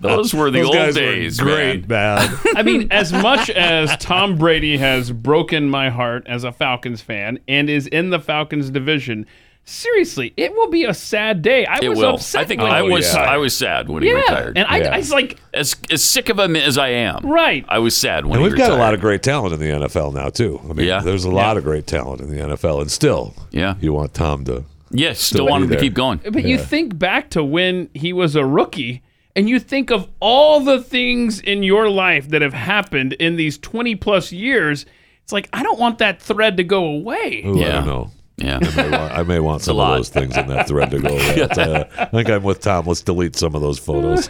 Speaker 3: Those were the
Speaker 4: Those
Speaker 3: old
Speaker 4: guys were
Speaker 3: days,
Speaker 4: great, man.
Speaker 5: I mean, as much as Tom Brady has broken my heart as a Falcons fan and is in the Falcons division, seriously, it will be a sad day. I
Speaker 3: it
Speaker 5: was
Speaker 3: will.
Speaker 5: upset.
Speaker 3: I think
Speaker 5: when
Speaker 3: I
Speaker 5: he
Speaker 3: was
Speaker 5: retired.
Speaker 3: I was sad when
Speaker 5: Yeah,
Speaker 3: he retired.
Speaker 5: and I- I was like-
Speaker 3: as as sick of him as I am.
Speaker 5: Right.
Speaker 3: I was sad when
Speaker 4: And
Speaker 3: he
Speaker 4: we've
Speaker 3: retired.
Speaker 4: got a lot of great talent in the NFL now too. I mean,
Speaker 3: Yeah.
Speaker 4: there's a lot of great talent in the NFL, and still,
Speaker 3: yeah,
Speaker 4: you want Tom to.
Speaker 3: Yes, still
Speaker 4: be
Speaker 3: want him to
Speaker 4: there.
Speaker 3: keep going.
Speaker 5: But you think back to when he was a rookie, and you think of all the things in your life that have happened in these 20 plus years. It's like, I don't want that thread to go away.
Speaker 4: Ooh, I
Speaker 3: Yeah.
Speaker 4: don't know.
Speaker 3: Yeah.
Speaker 4: I may want, I may want some of
Speaker 3: lot.
Speaker 4: those things in that thread to go away. I'll tell you. I think I'm with Tom. Let's delete some of those photos.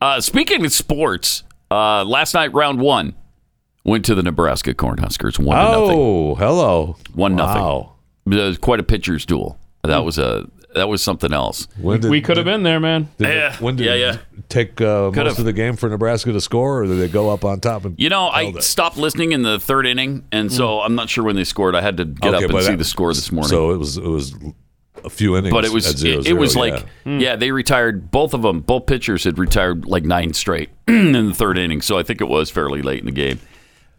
Speaker 3: Uh, speaking of sports, uh, last night round one went to the Nebraska Cornhuskers. One to nothing.
Speaker 4: Oh, hello.
Speaker 3: One
Speaker 4: Wow. Hmm.
Speaker 3: nothing. It was quite a pitcher's duel. That was a that was something else.
Speaker 4: When did,
Speaker 5: We could have been there, man.
Speaker 4: did it-
Speaker 3: Yeah.
Speaker 4: when did
Speaker 3: Yeah,
Speaker 4: it
Speaker 3: yeah.
Speaker 4: take uh, most
Speaker 3: Could've.
Speaker 4: of the game for Nebraska to score, or did they go up on top? And
Speaker 3: You know, I stopped listening in the third inning, and so I'm not sure when they scored. I had to get up and
Speaker 4: but
Speaker 3: see
Speaker 4: that-
Speaker 3: the score this morning.
Speaker 4: So it was it was a few innings,
Speaker 3: but it was
Speaker 4: at zero,
Speaker 3: it, it was
Speaker 4: zero,
Speaker 3: like
Speaker 5: Hmm.
Speaker 3: yeah. they retired both of them both pitchers had retired like nine straight in the third inning so i think it was fairly late in the game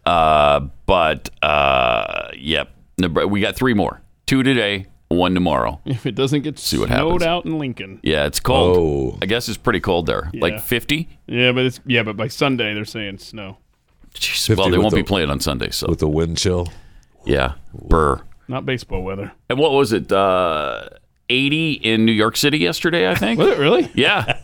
Speaker 3: uh, but uh, yep Nebra- we got three more two today one tomorrow
Speaker 5: If it doesn't get
Speaker 3: See what
Speaker 5: snowed
Speaker 3: happens.
Speaker 5: out in Lincoln.
Speaker 3: yeah it's cold
Speaker 4: Oh.
Speaker 3: i guess it's pretty cold there
Speaker 5: Yeah.
Speaker 3: like 50
Speaker 5: Yeah, but it's yeah, but by Sunday they're saying snow.
Speaker 3: Jeez, well
Speaker 4: 50
Speaker 3: they
Speaker 4: with
Speaker 3: won't be
Speaker 4: the-
Speaker 3: playing on sunday so
Speaker 4: with the wind chill.
Speaker 3: yeah burr
Speaker 5: Not baseball weather.
Speaker 3: and what was it uh, 80 in new york city yesterday i think
Speaker 5: Was it really?
Speaker 3: yeah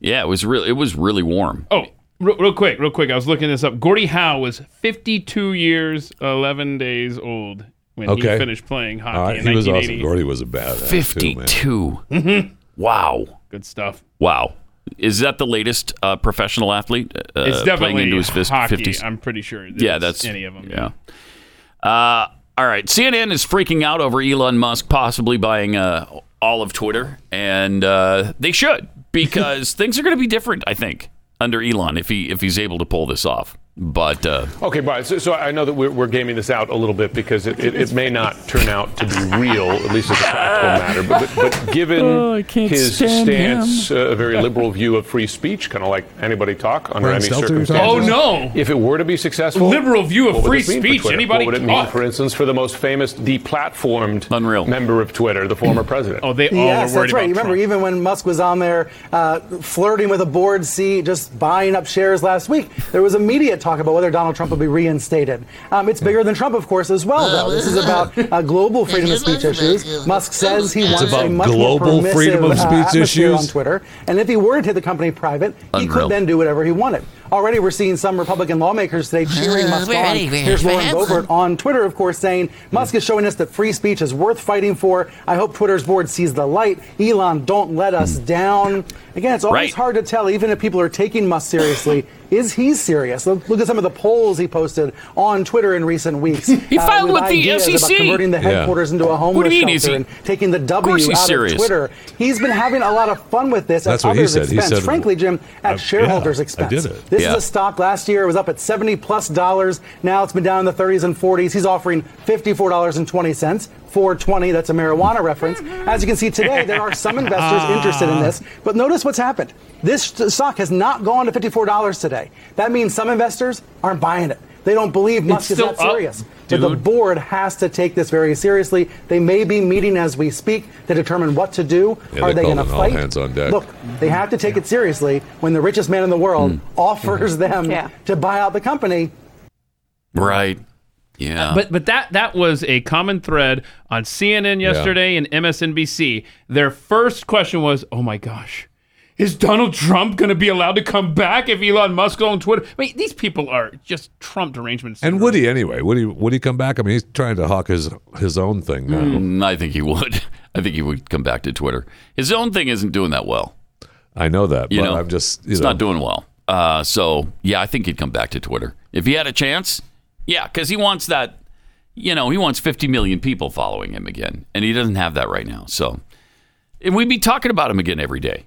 Speaker 3: yeah it was really it was really warm
Speaker 5: Oh, real, real quick, real quick. I was looking this up. Gordie Howe was 52 years, 11 days old when
Speaker 4: Okay.
Speaker 5: he finished playing hockey
Speaker 4: All right,
Speaker 5: in
Speaker 4: he was awesome.
Speaker 5: 1980.
Speaker 4: Gordy was a badass. Too, man.
Speaker 3: 52
Speaker 5: Mm-hmm.
Speaker 3: wow
Speaker 5: Good stuff.
Speaker 3: Wow. Is that the latest uh, professional athlete? Uh,
Speaker 5: It's
Speaker 3: playing
Speaker 5: definitely
Speaker 3: into his fist-
Speaker 5: hockey.
Speaker 3: 50s.
Speaker 5: I'm pretty sure. that
Speaker 3: yeah,
Speaker 5: it's
Speaker 3: that's
Speaker 5: any of them.
Speaker 3: Yeah. Uh, all right. CNN is freaking out over Elon Musk possibly buying uh, all of Twitter, and uh, they should because things are going to be different. I think under Elon if he if he's able to pull this off. But uh,
Speaker 12: Okay, Brian. So, so I know that we're, we're gaming this out a little bit because it, it, it may not turn out to be real, at least as a practical matter. But, but, but given
Speaker 5: Oh, I can't
Speaker 12: his
Speaker 5: stand
Speaker 12: stance, uh, a very liberal view of free speech, kind of like anybody talk under
Speaker 4: Brian
Speaker 12: any
Speaker 4: Stelter, you're talking
Speaker 12: circumstances.
Speaker 5: Oh no.
Speaker 12: If it were to be successful,
Speaker 5: Liberal view of
Speaker 12: what would
Speaker 5: free
Speaker 12: this mean for
Speaker 5: speech,
Speaker 12: Twitter?
Speaker 5: anybody
Speaker 12: What would it mean,
Speaker 5: talk.
Speaker 12: for instance, for the most famous deplatformed
Speaker 3: Unreal.
Speaker 12: member of Twitter, the former president?
Speaker 5: Oh, they all
Speaker 13: yes,
Speaker 5: were worried
Speaker 13: that's right.
Speaker 5: about
Speaker 13: You remember,
Speaker 5: Trump.
Speaker 13: even when Musk was on there uh, flirting with a board seat, just buying up shares last week, there was immediate talk about whether Donald Trump would be reinstated. Um, it's bigger than Trump, of course, as well. Though this is about uh, global freedom of speech issues. Musk says he wants
Speaker 4: about
Speaker 13: a much
Speaker 4: global
Speaker 13: more permissive,
Speaker 4: freedom of
Speaker 13: uh,
Speaker 4: speech
Speaker 13: atmosphere
Speaker 4: issues?
Speaker 13: on Twitter, and if he were to take the company private, he
Speaker 3: Unreal.
Speaker 13: could then do whatever he wanted. Already, we're seeing some Republican lawmakers today cheering
Speaker 14: Uh,
Speaker 13: Musk
Speaker 14: we're
Speaker 13: on.
Speaker 14: ready, we're
Speaker 13: Here's Lauren
Speaker 14: handsome.
Speaker 13: Boebert on Twitter, of course, saying Musk is showing us that free speech is worth fighting for. I hope Twitter's board sees the light. Elon, don't let us down. Again, it's always
Speaker 3: Right.
Speaker 13: hard to tell, even if people are taking Musk seriously. Is he serious? Look, look at some of the polls he posted on Twitter in recent weeks. He
Speaker 3: filed with the SEC.
Speaker 13: about converting the
Speaker 4: Yeah.
Speaker 13: headquarters into a homeless
Speaker 3: What do you mean, is
Speaker 13: shelter
Speaker 3: he-
Speaker 13: and taking the W
Speaker 3: course he's
Speaker 13: out
Speaker 3: serious.
Speaker 13: of Twitter. He's been having a lot of fun with this
Speaker 4: That's
Speaker 13: at
Speaker 4: what he
Speaker 13: others'
Speaker 4: said. He
Speaker 13: expense.
Speaker 4: said-
Speaker 13: Frankly, Jim, at
Speaker 4: I-
Speaker 13: shareholders'
Speaker 4: yeah, I
Speaker 13: expense.
Speaker 4: did it.
Speaker 13: This
Speaker 3: Yeah.
Speaker 13: is a stock. Last year it was up at 70 plus dollars. Now it's been down in the 30s and 40s. He's offering $54.20. 420, that's a marijuana reference. As you can see today, there are some investors interested
Speaker 4: Ah.
Speaker 13: in this. But notice what's happened. This st- stock has not gone to $54 today. That means some investors aren't buying it. They don't believe Musk is
Speaker 5: still
Speaker 13: that
Speaker 5: up,
Speaker 13: serious. but the
Speaker 5: dude.
Speaker 13: board has to take this very seriously. They may be meeting as we speak to determine what to do.
Speaker 4: Yeah,
Speaker 13: Are
Speaker 4: they
Speaker 13: they going
Speaker 4: called
Speaker 13: to
Speaker 4: an all
Speaker 13: fight?
Speaker 4: hands on deck.
Speaker 13: Look, they have to take it seriously when the richest man in the world offers them to buy out the company.
Speaker 3: Right. Yeah.
Speaker 5: But but that that was a common thread on CNN yesterday and MSNBC. Their first question was, "Oh my gosh, is Donald Trump going to be allowed to come back if Elon Musk on Twitter?" I mean, these people are just Trump derangements.
Speaker 4: And would he anyway? Would he? Would he come back? I mean, he's trying to hawk his his own thing now.
Speaker 3: Mm, I think he would. I think he would come back to Twitter. His own thing isn't doing that well.
Speaker 4: I know that,
Speaker 3: You
Speaker 4: but
Speaker 3: know,
Speaker 4: I'm just you
Speaker 3: it's
Speaker 4: know,
Speaker 3: not doing well. Uh, so yeah, I think he'd come back to Twitter if he had a chance. Yeah, because he wants that. You know, he wants 50 million people following him again, and he doesn't have that right now. So, and we'd be talking about him again every day,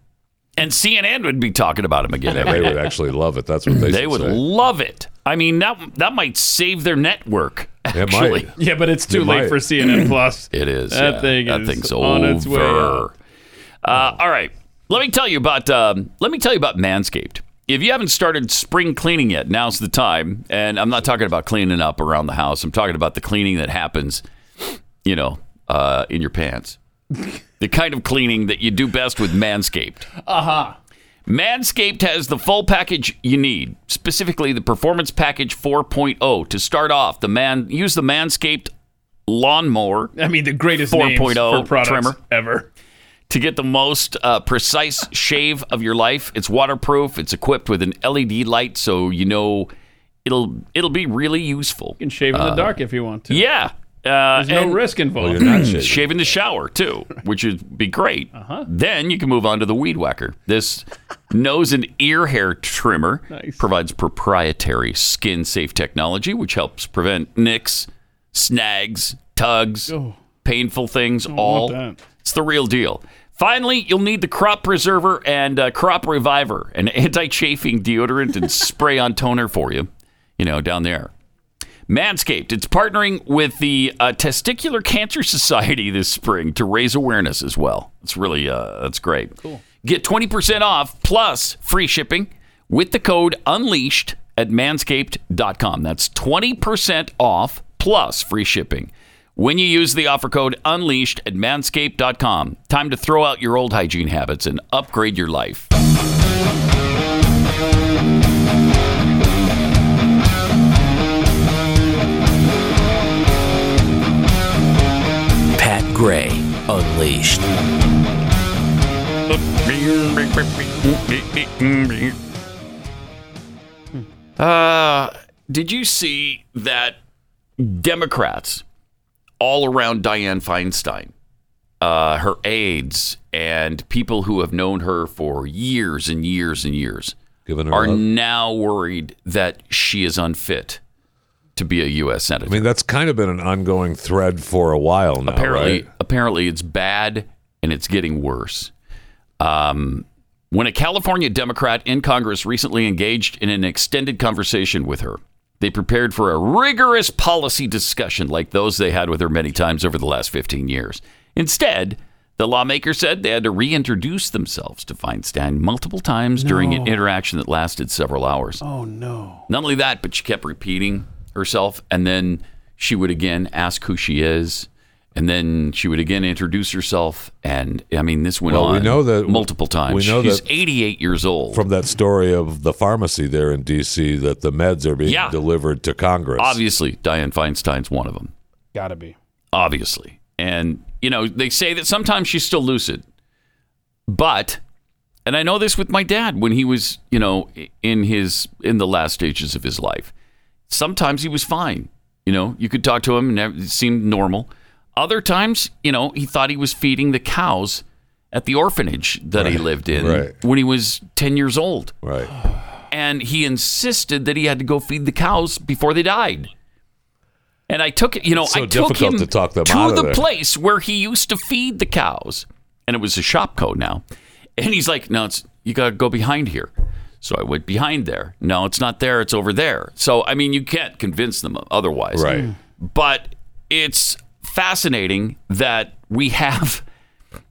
Speaker 3: and CNN would be talking about him again.
Speaker 4: Yeah,
Speaker 3: every
Speaker 4: they
Speaker 3: day.
Speaker 4: would actually love it. That's what they.
Speaker 3: They
Speaker 4: should
Speaker 3: would
Speaker 4: say.
Speaker 3: love it. I mean, that that might save their network.
Speaker 4: It might.
Speaker 3: Actually,
Speaker 5: Yeah, but it's too
Speaker 3: It
Speaker 5: late
Speaker 3: might.
Speaker 5: for CNN Plus.
Speaker 3: It is.
Speaker 5: That
Speaker 3: yeah.
Speaker 5: thing
Speaker 3: That
Speaker 5: is
Speaker 3: thing's
Speaker 5: on
Speaker 3: over.
Speaker 5: its way out.
Speaker 3: Uh, all right. Let me tell you about. Um, let me tell you about Manscaped. If you haven't started spring cleaning yet, now's the time. And I'm not talking about cleaning up around the house. I'm talking about the cleaning that happens, you know, uh, in your pants. the kind of cleaning that you do best with Manscaped.
Speaker 5: Uh-huh.
Speaker 3: Manscaped has the full package you need, specifically the Performance Package 4.0. To start off, the man use the Manscaped lawnmower.
Speaker 5: I mean, the greatest names
Speaker 3: 4.0
Speaker 5: for products
Speaker 3: trimmer
Speaker 5: ever.
Speaker 3: To get the most uh, precise shave of your life, it's waterproof. It's equipped with an LED light, so you know it'll it'll be really useful. Uh, You can
Speaker 5: shave in the dark if you want to.
Speaker 3: Yeah, uh,
Speaker 5: There's no risk involved. Well, you're not shaving.
Speaker 3: shaving the shower too, which would be great. Uh-huh. Then you can move on to the weed whacker. This nose and ear hair trimmer provides proprietary skin safe technology, which helps prevent nicks, snags, tugs, painful things. all
Speaker 5: Oh. want
Speaker 3: it's the real deal. Finally, you'll need the crop preserver and uh, crop reviver, an anti chafing deodorant and spray on toner for you. You know, down there. Manscaped, it's partnering with the uh, Testicular Cancer Society this spring to raise awareness as well. It's really, uh, that's great. Cool. Get 20% off plus free shipping with the code unleashed at manscaped.com. That's 20% off plus free shipping when you use the offer code unleashed at manscaped.com. Time to throw out your old hygiene habits and upgrade your life.
Speaker 11: Pat Gray Unleashed.
Speaker 3: Uh, did you see that Democrats all around Dianne Feinstein, uh, her aides, and people who have known her for years and years and years are
Speaker 4: love?
Speaker 3: now worried that she is unfit to be a U.S. senator?
Speaker 4: I mean, that's kind of been an ongoing thread for a while now.
Speaker 3: apparently,
Speaker 4: right?
Speaker 3: apparently, it's bad and it's getting worse. Um, when a California Democrat in Congress recently engaged in an extended conversation with her, they prepared for a rigorous policy discussion like those they had with her many times over the last 15 years. Instead, the lawmaker said they had to reintroduce themselves to Feinstein multiple times during an
Speaker 5: No.
Speaker 3: interaction that lasted several hours.
Speaker 5: Oh no.
Speaker 3: Not only that, but she kept repeating herself, and then she would again ask who she is, and then she would again introduce herself, and I mean, this went
Speaker 4: Well,
Speaker 3: on
Speaker 4: we know that
Speaker 3: multiple times.
Speaker 4: We know
Speaker 3: She's
Speaker 4: that
Speaker 3: 88 years old.
Speaker 4: from that story of the pharmacy there in D.C. that the meds are being
Speaker 3: Yeah.
Speaker 4: delivered to Congress.
Speaker 3: Obviously, Dianne Feinstein's one of them.
Speaker 5: Gotta be.
Speaker 3: obviously. And, you know, they say that sometimes she's still lucid. But, and I know this with my dad when he was, you know, in his, in the last stages of his life, sometimes he was fine. You know, you could talk to him and it seemed normal. Other times, you know, he thought he was feeding the cows at the orphanage that he lived in
Speaker 4: right.
Speaker 3: when he was 10 years old.
Speaker 4: Right.
Speaker 3: And he insisted that he had to go feed the cows before they died. And I took it, you know,
Speaker 4: It's so
Speaker 3: I took
Speaker 4: difficult
Speaker 3: him
Speaker 4: to talk them
Speaker 3: to
Speaker 4: out of
Speaker 3: the
Speaker 4: there.
Speaker 3: place where he used to feed the cows, and it was a shop coat now. And he's like, "No, it's you got to go behind here." So I went behind there. No, it's not there. It's over there. So, I mean, you can't convince them otherwise.
Speaker 4: Right. Mm.
Speaker 3: But it's fascinating that we have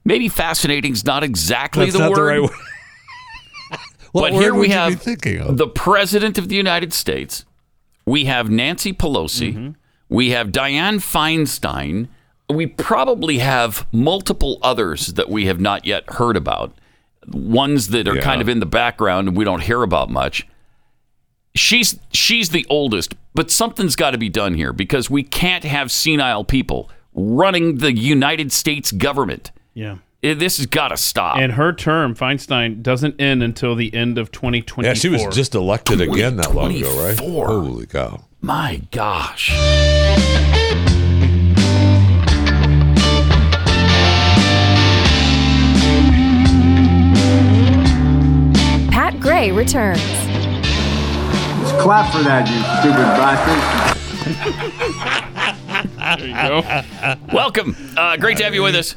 Speaker 3: maybe fascinating's not exactly
Speaker 4: That's
Speaker 3: the
Speaker 4: not the
Speaker 3: word.
Speaker 4: right word. What
Speaker 3: but here
Speaker 4: word
Speaker 3: we
Speaker 4: would you be
Speaker 3: have
Speaker 4: thinking of?
Speaker 3: the president of the United States. We have Nancy Pelosi.
Speaker 4: Mm-hmm.
Speaker 3: We have Dianne Feinstein. We probably have multiple others that we have not yet heard about. Ones that are kind of in the background and we don't hear about much. She's she's the oldest, but something's got to be done here because we can't have senile people running the United States government.
Speaker 5: Yeah.
Speaker 3: Eh, This has got to stop.
Speaker 5: And her term, Feinstein, doesn't end until the end of 2024.
Speaker 4: Ah. Yeah, she was just elected again not long ago, right?
Speaker 5: 2024.
Speaker 4: Holy cow.
Speaker 3: My gosh.
Speaker 14: Pat Gray returns.
Speaker 2: Let's clap for that, you stupid bastard.
Speaker 3: there you go. Welcome. Uh, great to have you with us.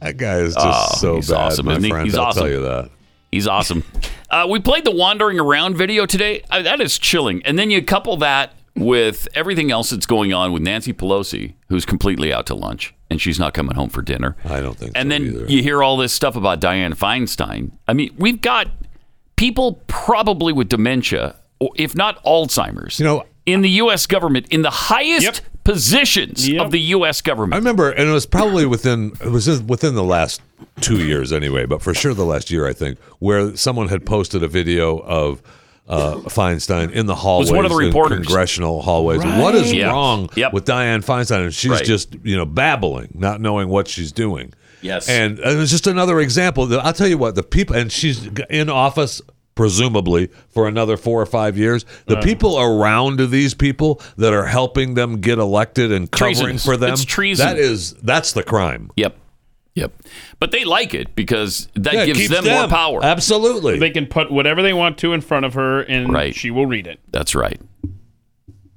Speaker 4: That guy is just so
Speaker 3: Oh, he's
Speaker 4: bad,
Speaker 3: awesome,
Speaker 4: my
Speaker 3: isn't he?
Speaker 4: friend.
Speaker 3: He's
Speaker 4: I'll
Speaker 3: awesome.
Speaker 4: tell you that.
Speaker 3: He's awesome. Uh, we played the wandering around video today. Uh, that is chilling. And then you couple that with everything else that's going on with Nancy Pelosi, who's completely out to lunch and she's not coming home for dinner.
Speaker 4: I don't think.
Speaker 3: And then you hear all this stuff about Diane Feinstein. I mean, we've got people probably with dementia, or if not Alzheimer's, you know, in the U.S. government, in the highest positions of the U.S. government.
Speaker 4: I remember, and it was probably within it was in- within the last two years anyway, but for sure the last year I think, where someone had posted a video of uh, Feinstein in the hallways,
Speaker 3: one of the
Speaker 4: in
Speaker 3: reporters.
Speaker 4: congressional hallways. What is
Speaker 3: Right. Yeah.
Speaker 4: wrong with Diane Feinstein? And she's
Speaker 3: Right.
Speaker 4: just you know babbling, not knowing what she's doing.
Speaker 3: Yes.
Speaker 4: and it was just another example. The- I'll tell you what, the people, and she's in office. Presumably for another four or five years, the
Speaker 3: Uh.
Speaker 4: people around these people that are helping them get elected and covering
Speaker 3: Treasonous.
Speaker 4: for them.
Speaker 3: It's treason.
Speaker 4: That is that's the crime.
Speaker 3: Yep. Yep. But they like it because that
Speaker 4: Yeah, it
Speaker 3: gives
Speaker 4: keeps
Speaker 3: them, more
Speaker 4: them.
Speaker 3: power.
Speaker 4: Absolutely.
Speaker 5: They can put whatever they want to in front of her and
Speaker 3: Right.
Speaker 5: she will read it.
Speaker 3: That's right.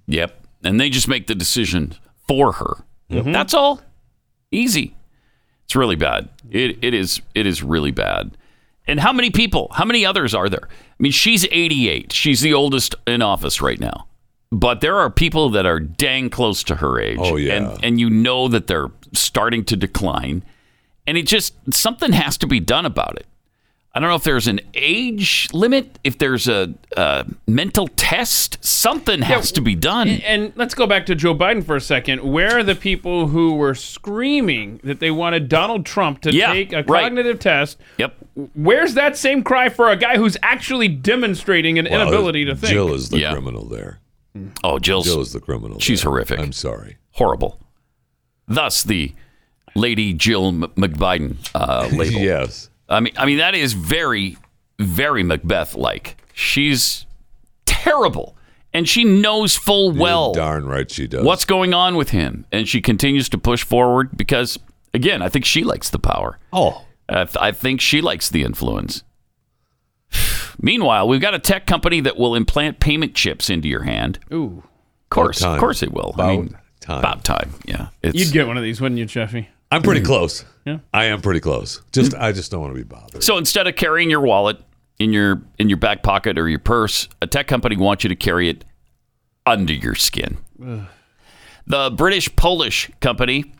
Speaker 3: Yep. And they just make the decision for her.
Speaker 5: Mhm.
Speaker 3: That's all. Easy. It's really bad. It it is it is really bad. And how many people? How many others are there? I mean, she's 88. She's the oldest in office right now. But there are people that are dang close to her age. Oh yeah. And and you know that they're starting to decline. And it just something has to be done about it. I don't know if there's an age limit, if there's a, uh mental test, something has to be done.
Speaker 5: And let's go back to Joe Biden for a second. Where are the people who were screaming that they wanted Donald Trump to
Speaker 3: Yeah,
Speaker 5: take a
Speaker 3: right.
Speaker 5: cognitive test?
Speaker 3: Yep.
Speaker 5: Where's that same cry for a guy who's actually demonstrating an
Speaker 4: Well,
Speaker 5: inability to think?
Speaker 4: Jill is the criminal there.
Speaker 3: Oh, Jill's
Speaker 4: Jill is the criminal.
Speaker 3: She's horrific. I'm
Speaker 4: sorry.
Speaker 3: Horrible. Thus the Lady Jill M- McBiden uh, label.
Speaker 4: yes.
Speaker 3: I mean, I mean that is very, very Macbeth like. She's terrible, and she knows full well.
Speaker 4: darn right, she does.
Speaker 3: What's going on with him? And she continues to push forward because, again, I think she likes the power.
Speaker 4: Oh,
Speaker 3: I, th- I think she likes the influence. Meanwhile, we've got a tech company that will implant payment chips into your hand.
Speaker 5: Ooh.
Speaker 3: Of course,
Speaker 5: About
Speaker 3: of
Speaker 5: time.
Speaker 3: course it will. I
Speaker 5: About
Speaker 3: mean, time. About time. Yeah. It's,
Speaker 5: You'd get one of these, wouldn't you, Jeffy? Hmm.
Speaker 4: I'm pretty close.
Speaker 5: Yeah.
Speaker 4: I am pretty close. Just I just don't want to be bothered.
Speaker 3: So instead of carrying your wallet in your in your back pocket or your purse, a tech company wants you to carry it under your skin.
Speaker 5: Ugh.
Speaker 3: The British Polish company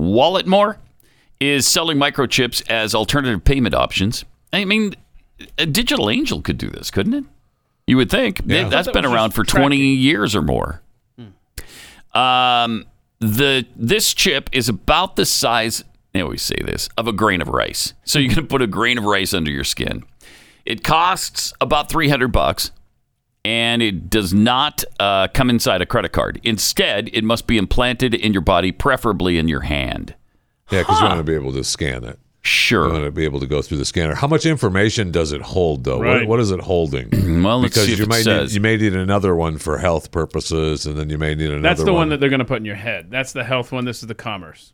Speaker 3: Walletmore is selling microchips as alternative payment options. I mean, a digital angel could do this, couldn't it? You would think.
Speaker 5: Yeah.
Speaker 3: Th- That's
Speaker 5: I thought that
Speaker 3: been
Speaker 5: was
Speaker 3: around
Speaker 5: just
Speaker 3: for 20 years or more. Um, the this chip is about the size. They always say this of a grain of rice. So you're going to put a grain of rice under your skin. It costs about 300 bucks, and it does not uh, come inside a credit card. Instead, it must be implanted in your body, preferably in your hand.
Speaker 4: Yeah, because you want to be able to scan it.
Speaker 3: Sure.
Speaker 4: You want to be able to go through the scanner. How much information does it hold, though? What-
Speaker 3: Right.
Speaker 4: what is it holding?
Speaker 3: Well, let's
Speaker 4: because
Speaker 3: see if
Speaker 4: you
Speaker 3: it
Speaker 4: may
Speaker 3: says.
Speaker 4: Need, you may need another one for health purposes, and then you may need another
Speaker 5: That's the one.
Speaker 4: one
Speaker 5: that they're going to put in your head. That's the health one. This is the commerce.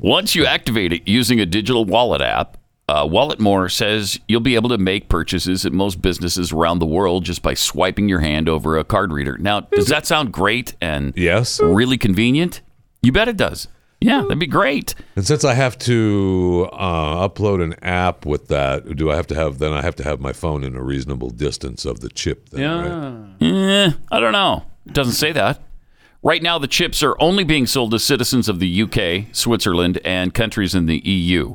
Speaker 3: Once you activate it using a digital wallet app, uh, Walletmore says you'll be able to make purchases at most businesses around the world just by swiping your hand over a card reader. Now, does that sound great and
Speaker 4: yes,
Speaker 3: really convenient? You bet it does. Yeah, that'd be great.
Speaker 4: And since I have to uh, upload an app with that, do I have to have then? I have to have my phone in a reasonable distance of the chip. Then, right?
Speaker 3: Yeah. Eh, I don't know. It doesn't say that. Right now, the chips are only being sold to citizens of the UK, Switzerland, and countries in the EU.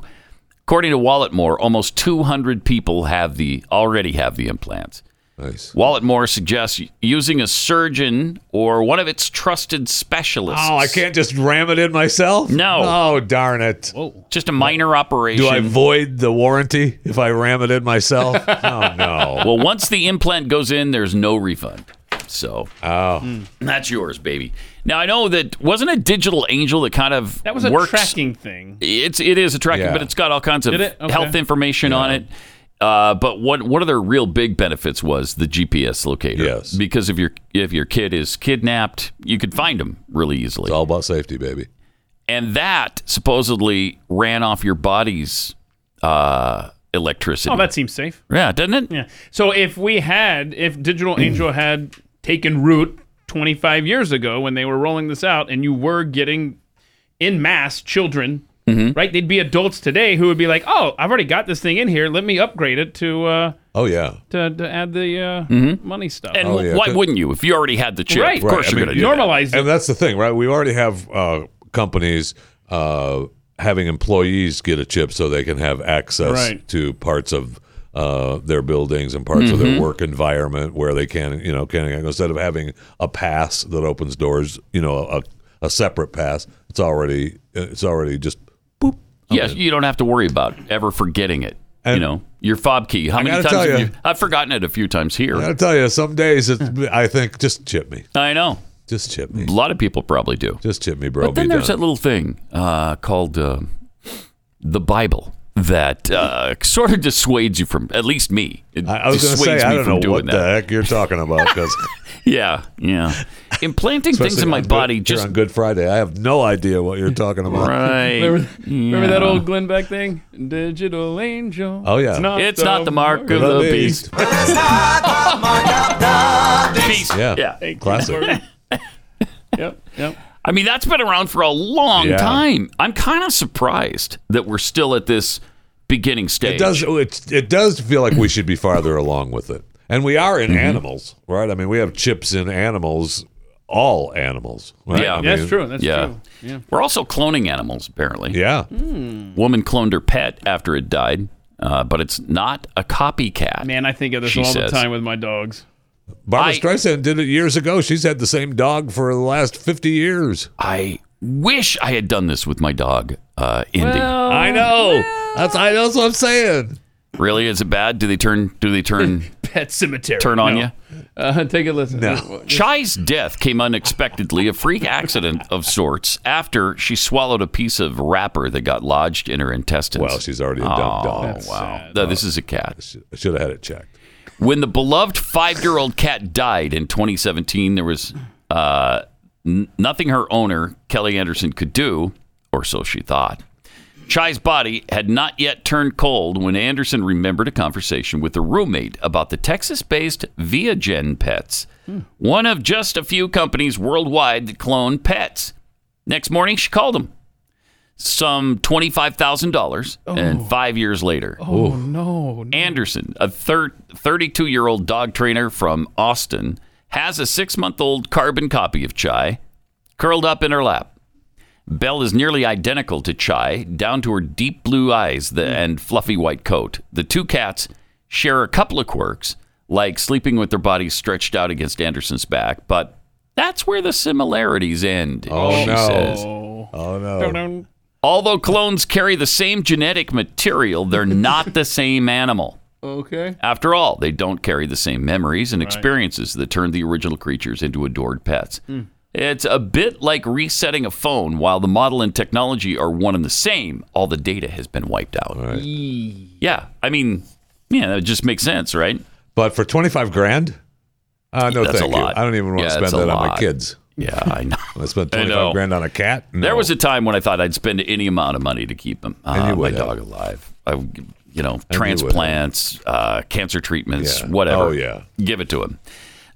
Speaker 3: According to Walletmore, almost 200 people have the already have the implants.
Speaker 4: Nice.
Speaker 3: Walletmore suggests using a surgeon or one of its trusted specialists.
Speaker 4: Oh, I can't just ram it in myself.
Speaker 3: No.
Speaker 4: Oh, darn it.
Speaker 3: Just a minor operation.
Speaker 4: Do I void the warranty if I ram it in myself? oh no.
Speaker 3: well, once the implant goes in, there's no refund. So, oh, that's yours, baby. Now I know that wasn't a digital angel that kind of
Speaker 5: That was a
Speaker 3: works-
Speaker 5: tracking thing.
Speaker 3: It's it is a tracking,
Speaker 5: Yeah.
Speaker 3: but it's got all kinds of
Speaker 5: Did it? Okay.
Speaker 3: health information on it. Uh, but what one of their real big benefits was the GPS locator. Yes, because if your if your kid is kidnapped, you could find them really easily. It's
Speaker 4: all about safety, baby.
Speaker 3: And that supposedly ran off your body's uh, electricity.
Speaker 5: Oh, that seems safe.
Speaker 3: yeah, doesn't it?
Speaker 5: Yeah. So if we had, if Digital Angel had taken root 25 years ago when they were rolling this out, and you were getting in mass children, right? They'd be adults today who would be like, "Oh, I've already got this thing in here. Let me upgrade it to uh,
Speaker 4: Oh yeah.
Speaker 5: to, to add the uh, money stuff."
Speaker 3: Mm-hmm. And Oh,
Speaker 4: Oh,
Speaker 3: why wouldn't you if you already had the chip?
Speaker 5: Right.
Speaker 3: Of course,
Speaker 4: I
Speaker 3: you're
Speaker 4: mean,
Speaker 3: going to do that.
Speaker 4: And that's the thing, right? We already have uh, companies uh, having employees get a chip so they can have access
Speaker 3: Right.
Speaker 4: to parts of uh, their buildings and parts of
Speaker 3: Mhm.
Speaker 4: their work environment where they can, you know, can instead of having a pass that opens doors, you know, a, a separate pass, it's already it's already just
Speaker 3: Yes, you don't have to worry about ever forgetting it. you know, your fob key. How
Speaker 4: I
Speaker 3: many
Speaker 4: gotta
Speaker 3: times
Speaker 4: tell
Speaker 3: have
Speaker 4: ya.
Speaker 3: you? I've forgotten it a few times here.
Speaker 4: I gotta tell you, some days it's, I think just chip me,
Speaker 3: I know.
Speaker 4: just chip me.
Speaker 3: A lot of people probably do.
Speaker 4: Just chip me, bro.
Speaker 3: But then
Speaker 4: Be
Speaker 3: there's
Speaker 4: done.
Speaker 3: that little thing uh, called uh, the Bible that uh, sort of dissuades you from, at least me. It
Speaker 4: I was gonna
Speaker 3: dissuades
Speaker 4: say I
Speaker 3: me
Speaker 4: don't
Speaker 3: from
Speaker 4: know
Speaker 3: doing
Speaker 4: what
Speaker 3: that.
Speaker 4: the heck you're talking about because.
Speaker 3: Yeah, yeah. Implanting things
Speaker 4: Especially
Speaker 3: in my
Speaker 4: on Good-
Speaker 3: body
Speaker 4: here
Speaker 3: just
Speaker 4: on Good Friday. I have no idea what you're talking about.
Speaker 3: Right.
Speaker 5: Remember,
Speaker 3: Mm,
Speaker 5: remember that old Glenn Beck thing? Digital Angel.
Speaker 4: Oh, yeah.
Speaker 5: It's not,
Speaker 3: It's
Speaker 5: the,
Speaker 3: not the mark of the beast. Peace.
Speaker 4: Yeah.
Speaker 3: yeah.
Speaker 4: Thank you, Classic. Gordon.
Speaker 5: yep. Yep.
Speaker 3: I mean, that's been around for a long
Speaker 4: Yeah.
Speaker 3: time. I'm kind of surprised that we're still at this beginning stage.
Speaker 4: It does. It, it does feel like we should be farther along with it, and we are in
Speaker 3: Mhm.
Speaker 4: animals, right? I mean, we have chips in animals, all animals. Right?
Speaker 3: Yeah,
Speaker 4: I mean-
Speaker 3: yeah.
Speaker 5: Yeah. Hmm.
Speaker 3: We're also cloning animals, apparently.
Speaker 4: Yeah.
Speaker 3: Woman cloned her pet after it died, uh, but it's not a copycat.
Speaker 5: Man, I think of this
Speaker 3: She
Speaker 5: all
Speaker 3: says.
Speaker 5: the time with my dogs.
Speaker 4: Barbara Streisand did it years ago. She's had the same dog for the last fifty years.
Speaker 3: I wish I had done this with my dog, uh, Indy.
Speaker 5: Well,
Speaker 4: I know. That's I know what I'm saying.
Speaker 3: Really, is it bad? Do they turn? Do they turn?
Speaker 5: Pet cemetery.
Speaker 3: Turn on
Speaker 5: No.
Speaker 3: ya?
Speaker 5: Uh, take a listen.
Speaker 3: Chai's death came unexpectedly, a freak accident of sorts, after she swallowed a piece of wrapper that got lodged in her intestines. Well,
Speaker 4: she's already
Speaker 3: a
Speaker 4: dumb dog.
Speaker 3: Oh,
Speaker 4: That's
Speaker 3: wow.
Speaker 4: sad.
Speaker 3: No, this is a cat.
Speaker 4: I should have had it checked.
Speaker 3: When the beloved five year old cat died in 2017, there was uh, n- nothing her owner, Kelly Anderson, could do, or so she thought. Chai's body had not yet turned cold when Anderson remembered a conversation with a roommate about the Texas based Viagen Pets,
Speaker 4: Hmm.
Speaker 3: one of just a few companies worldwide that clone pets. Next morning, she called him. Some $25,000, and five years later.
Speaker 5: Oh, no.
Speaker 3: Anderson, a thir- 32 year old dog trainer from Austin, has a six month old carbon copy of Chai curled up in her lap. Belle is nearly identical to Chai, down to her deep blue eyes the, and fluffy white coat. The two cats share a couple of quirks, like sleeping with their bodies stretched out against Anderson's back, but that's where the similarities end,
Speaker 4: Oh,
Speaker 3: she
Speaker 4: no.
Speaker 3: says.
Speaker 4: Oh no.
Speaker 3: Although clones carry the same genetic material, they're not the same animal.
Speaker 5: Okay.
Speaker 3: After all, they don't carry the same memories and experiences that turned the original creatures into adored pets.
Speaker 5: Mm.
Speaker 3: It's a bit like resetting a phone while the model and technology are one and the same, all the data has been wiped out. Yeah, I mean, yeah, that just makes sense, right?
Speaker 4: But for twenty five grand, uh, no,
Speaker 3: That's
Speaker 4: thank
Speaker 3: a
Speaker 4: you.
Speaker 3: lot.
Speaker 4: I don't even want
Speaker 3: Yeah,
Speaker 4: to spend
Speaker 3: that's a
Speaker 4: that on my
Speaker 3: lot.
Speaker 4: kids.
Speaker 3: Yeah, I know.
Speaker 4: I spent
Speaker 3: I
Speaker 4: twenty
Speaker 3: know.
Speaker 4: five grand on a cat. No.
Speaker 3: There was a time when I thought I'd spend any amount of money to keep him, uh,
Speaker 4: And you
Speaker 3: my
Speaker 4: would
Speaker 3: dog alive. I, would, you know,
Speaker 4: you would have.
Speaker 3: transplants, uh, cancer treatments,
Speaker 4: Yeah.
Speaker 3: whatever.
Speaker 4: Oh, yeah.
Speaker 3: give it to him.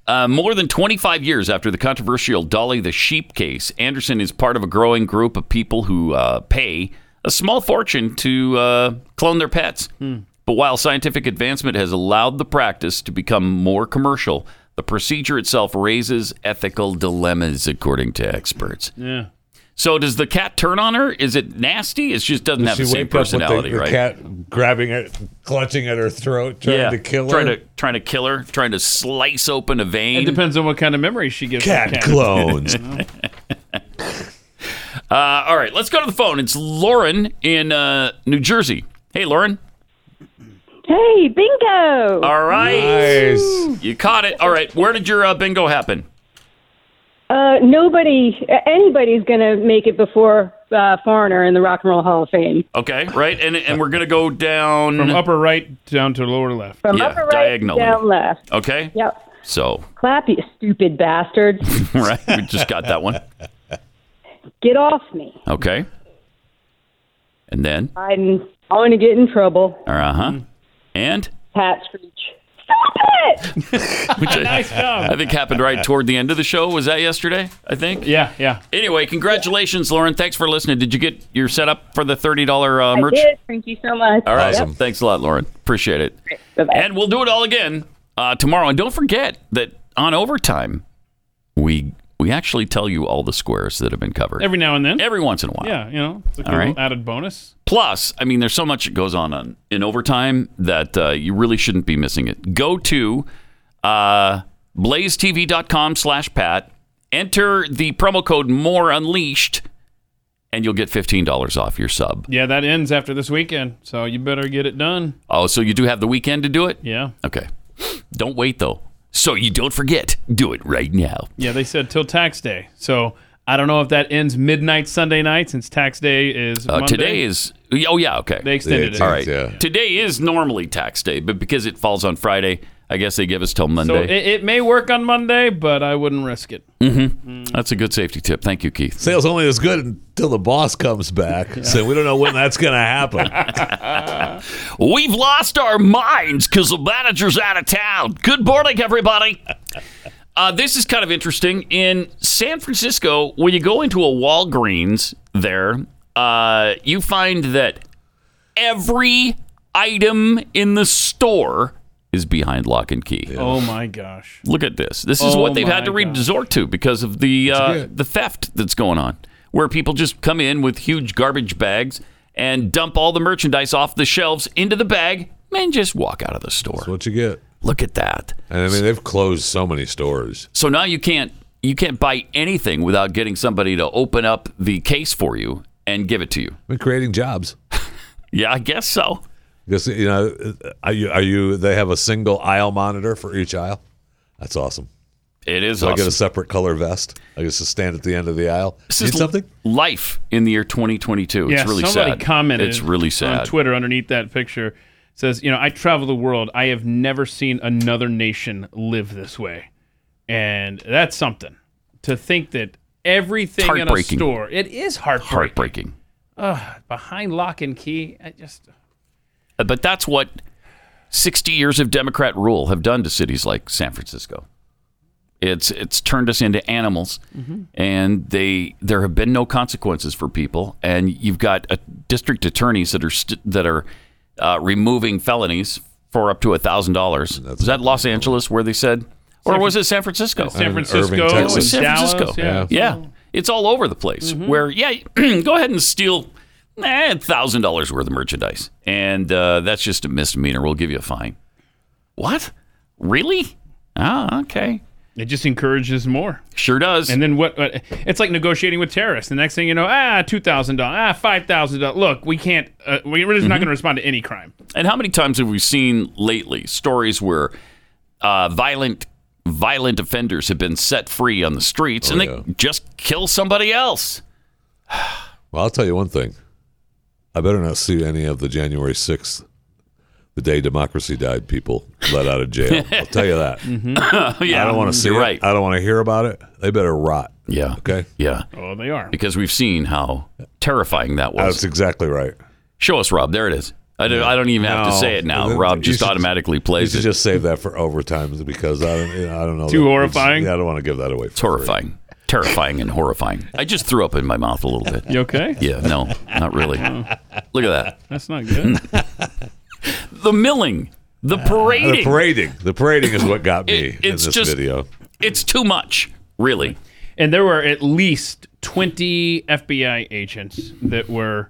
Speaker 3: Uh, more than 25 years after the controversial Dolly the Sheep case, Anderson is part of a growing group of people who uh, pay a small fortune to uh, clone their pets.
Speaker 4: Hmm.
Speaker 3: But while scientific advancement has allowed the practice to become more commercial, the procedure itself raises ethical dilemmas, according to experts.
Speaker 5: Yeah.
Speaker 3: So does the cat turn on her? Is it nasty? It just doesn't
Speaker 4: Does
Speaker 3: have the
Speaker 4: she
Speaker 3: same
Speaker 4: wake up with the-
Speaker 3: personality,
Speaker 4: the
Speaker 3: right?
Speaker 4: cat grabbing it, clutching at her throat, trying to kill her.
Speaker 3: Trying to trying to kill her, trying to slice open a vein.
Speaker 5: It depends on what kind of memory she gives. the
Speaker 3: Cat clones.
Speaker 5: You know?
Speaker 3: Uh, all right, let's go to the phone. It's Lauren in uh, New Jersey. Hey, Lauren.
Speaker 15: Hey, bingo!
Speaker 3: All right. You caught it. All right. Where did your uh, bingo happen?
Speaker 15: Uh, nobody, uh, anybody's going to make it before uh, Foreigner in the Rock and Roll Hall of Fame.
Speaker 3: Okay, right, and and we're gonna go down
Speaker 5: From upper right down to lower left.
Speaker 15: From
Speaker 3: yeah,
Speaker 15: upper right
Speaker 3: diagonally.
Speaker 15: down left.
Speaker 3: Okay.
Speaker 15: Yep.
Speaker 3: So
Speaker 15: Clap, you stupid bastards.
Speaker 3: right, we just got that one.
Speaker 15: Get off me.
Speaker 3: Okay. And then,
Speaker 15: I'm going to get in trouble.
Speaker 3: uh huh, and
Speaker 15: Pat Screech. Stop it!
Speaker 3: which uh, I,
Speaker 15: Nice job.
Speaker 3: I think happened right toward the end of the show. Was that yesterday? I think. Yeah, yeah. Anyway, congratulations, Lauren. Thanks for listening. Did you get your setup for the thirty dollar uh, merch?
Speaker 15: I did. Thank you so much.
Speaker 3: All right.
Speaker 15: Yep.
Speaker 3: Thanks a lot, Lauren. Appreciate it. And we'll do it all again uh, tomorrow. And don't forget that on overtime, we we actually tell you all the squares that have been covered.
Speaker 5: Every now and then.
Speaker 3: Every once in a while.
Speaker 5: Yeah, you know, it's like
Speaker 3: All
Speaker 5: a little
Speaker 3: right.
Speaker 5: added bonus.
Speaker 3: Plus, I mean, there's so much that goes on, on in overtime that uh, you really shouldn't be missing it. Go to uh, blazetv.com slash pat, enter the promo code more unleashed, and you'll get $15 off your sub.
Speaker 5: Yeah, that ends after this weekend, so you better get it done.
Speaker 3: Oh, so you do have the weekend to do it?
Speaker 5: Yeah.
Speaker 3: Okay. Don't wait, though. So you don't forget, do it right now.
Speaker 5: Yeah, they said till tax day. So I don't know if that ends midnight Sunday night since tax day is
Speaker 3: Uh,
Speaker 5: Monday.
Speaker 3: today is oh yeah okay
Speaker 5: They extended it.
Speaker 3: all right today is normally tax day but because it falls on Friday I guess they give us till
Speaker 5: So
Speaker 3: Monday
Speaker 5: it, it may work on Monday, but I wouldn't risk it.
Speaker 3: Mm-hmm. That's a good safety tip. Thank you, Keith.
Speaker 4: Sales only as good until the boss comes back. So we don't know when that's going to happen.
Speaker 3: We've lost our minds because the manager's out of town. Good morning, everybody. Uh, this is kind of interesting. In San Francisco, when you go into a Walgreens there, uh, you find that every item in the store is behind lock and key.
Speaker 5: Oh my gosh.
Speaker 3: Look at this. This is
Speaker 5: Oh
Speaker 3: what they've had
Speaker 5: my
Speaker 3: to resort to because of the uh, the theft that's going on, where people just come in with huge garbage bags and dump all the merchandise off the shelves into the bag and just walk out of the store. That's
Speaker 4: what you get.
Speaker 3: Look at that.
Speaker 4: And I mean, they've closed so many stores.
Speaker 3: So now you can't you can't buy anything without getting somebody to open up the case for you and give it to you.
Speaker 4: We're creating jobs.
Speaker 3: yeah, I guess so.
Speaker 4: Because you know, are you, are you? They have a single aisle monitor for each aisle. That's awesome.
Speaker 3: It is
Speaker 4: So I get a
Speaker 3: awesome.
Speaker 4: separate color vest. I get to stand at the end of the aisle.
Speaker 3: This
Speaker 4: Need
Speaker 3: is
Speaker 4: something?
Speaker 3: life in the year 2022.
Speaker 5: yeah,
Speaker 3: it's really
Speaker 5: somebody
Speaker 3: sad.
Speaker 5: commented.
Speaker 3: It's really
Speaker 5: on
Speaker 3: sad.
Speaker 5: Twitter underneath that picture says, "You know, I travel the world. I have never seen another nation live this way, and that's something to think that everything in a
Speaker 3: Heartbreaking.
Speaker 5: store. It is heartbreaking.
Speaker 3: Heartbreaking.
Speaker 5: Ugh, behind lock and key. I just
Speaker 3: Uh, But that's what 60 years of Democrat rule have done to cities like San Francisco. It's it's turned us into animals,
Speaker 5: Mhm.
Speaker 3: and they there have been no consequences for people. And you've got uh district attorneys that are st- that are uh, removing felonies for up to a thousand dollars. Was that Los Angeles where they said, or
Speaker 5: San
Speaker 3: was it San Francisco?
Speaker 5: San Francisco, Irving,
Speaker 3: It was
Speaker 5: Texas.
Speaker 3: San
Speaker 5: Dallas,
Speaker 3: Francisco.
Speaker 5: yeah.
Speaker 3: yeah, Mm-hmm. it's all over the place. Where yeah, go ahead and steal eh, thousand dollars worth of merchandise, and uh, that's just a misdemeanor. We'll give you a fine. What? Really? Ah, okay.
Speaker 5: It just encourages more.
Speaker 3: Sure does.
Speaker 5: And then what? what it's like negotiating with terrorists. The next thing you know, ah, two thousand dollars, ah, five thousand dollars. Look, we can't. Uh, we- we're just
Speaker 3: Mm-hmm.
Speaker 5: not going to respond to any crime.
Speaker 3: And how many times have we seen lately stories where uh, violent violent offenders have been set free on the
Speaker 5: Oh,
Speaker 3: streets and they just kill somebody else?
Speaker 4: Well, I'll tell you one thing. I better not see any of the January 6th, the day democracy died, people let out of jail. I'll tell you that.
Speaker 3: Oh,
Speaker 5: Mm-hmm.
Speaker 3: yeah,
Speaker 4: I don't want to see
Speaker 3: you're
Speaker 4: it.
Speaker 3: right.
Speaker 4: I don't want to hear about it. They better rot.
Speaker 3: Yeah.
Speaker 4: Okay.
Speaker 3: Yeah.
Speaker 5: Oh, they are.
Speaker 3: Because we've seen how terrifying that was.
Speaker 4: That's exactly right.
Speaker 3: Show us, Rob. There it is. I don't, I don't even have to
Speaker 4: No.
Speaker 3: say it now. Rob just automatically
Speaker 4: You
Speaker 3: plays
Speaker 4: should
Speaker 3: it.
Speaker 4: just save that for overtime because I don't, you know, I don't know.
Speaker 3: Too
Speaker 4: that-
Speaker 3: horrifying?
Speaker 4: Yeah, I don't want to give that away.
Speaker 3: It's horrifying. Terrifying and horrifying. I just threw up in my mouth a little bit.
Speaker 5: You okay?
Speaker 3: Yeah, no, not really. Look at that.
Speaker 5: That's not good. Uh,
Speaker 3: The milling, the parading.
Speaker 4: The parading. The parading is what got me
Speaker 3: It-
Speaker 4: in
Speaker 3: it's
Speaker 4: this
Speaker 3: just-
Speaker 4: video.
Speaker 3: It's too much, really.
Speaker 5: And there were at least 20 FBI agents that were,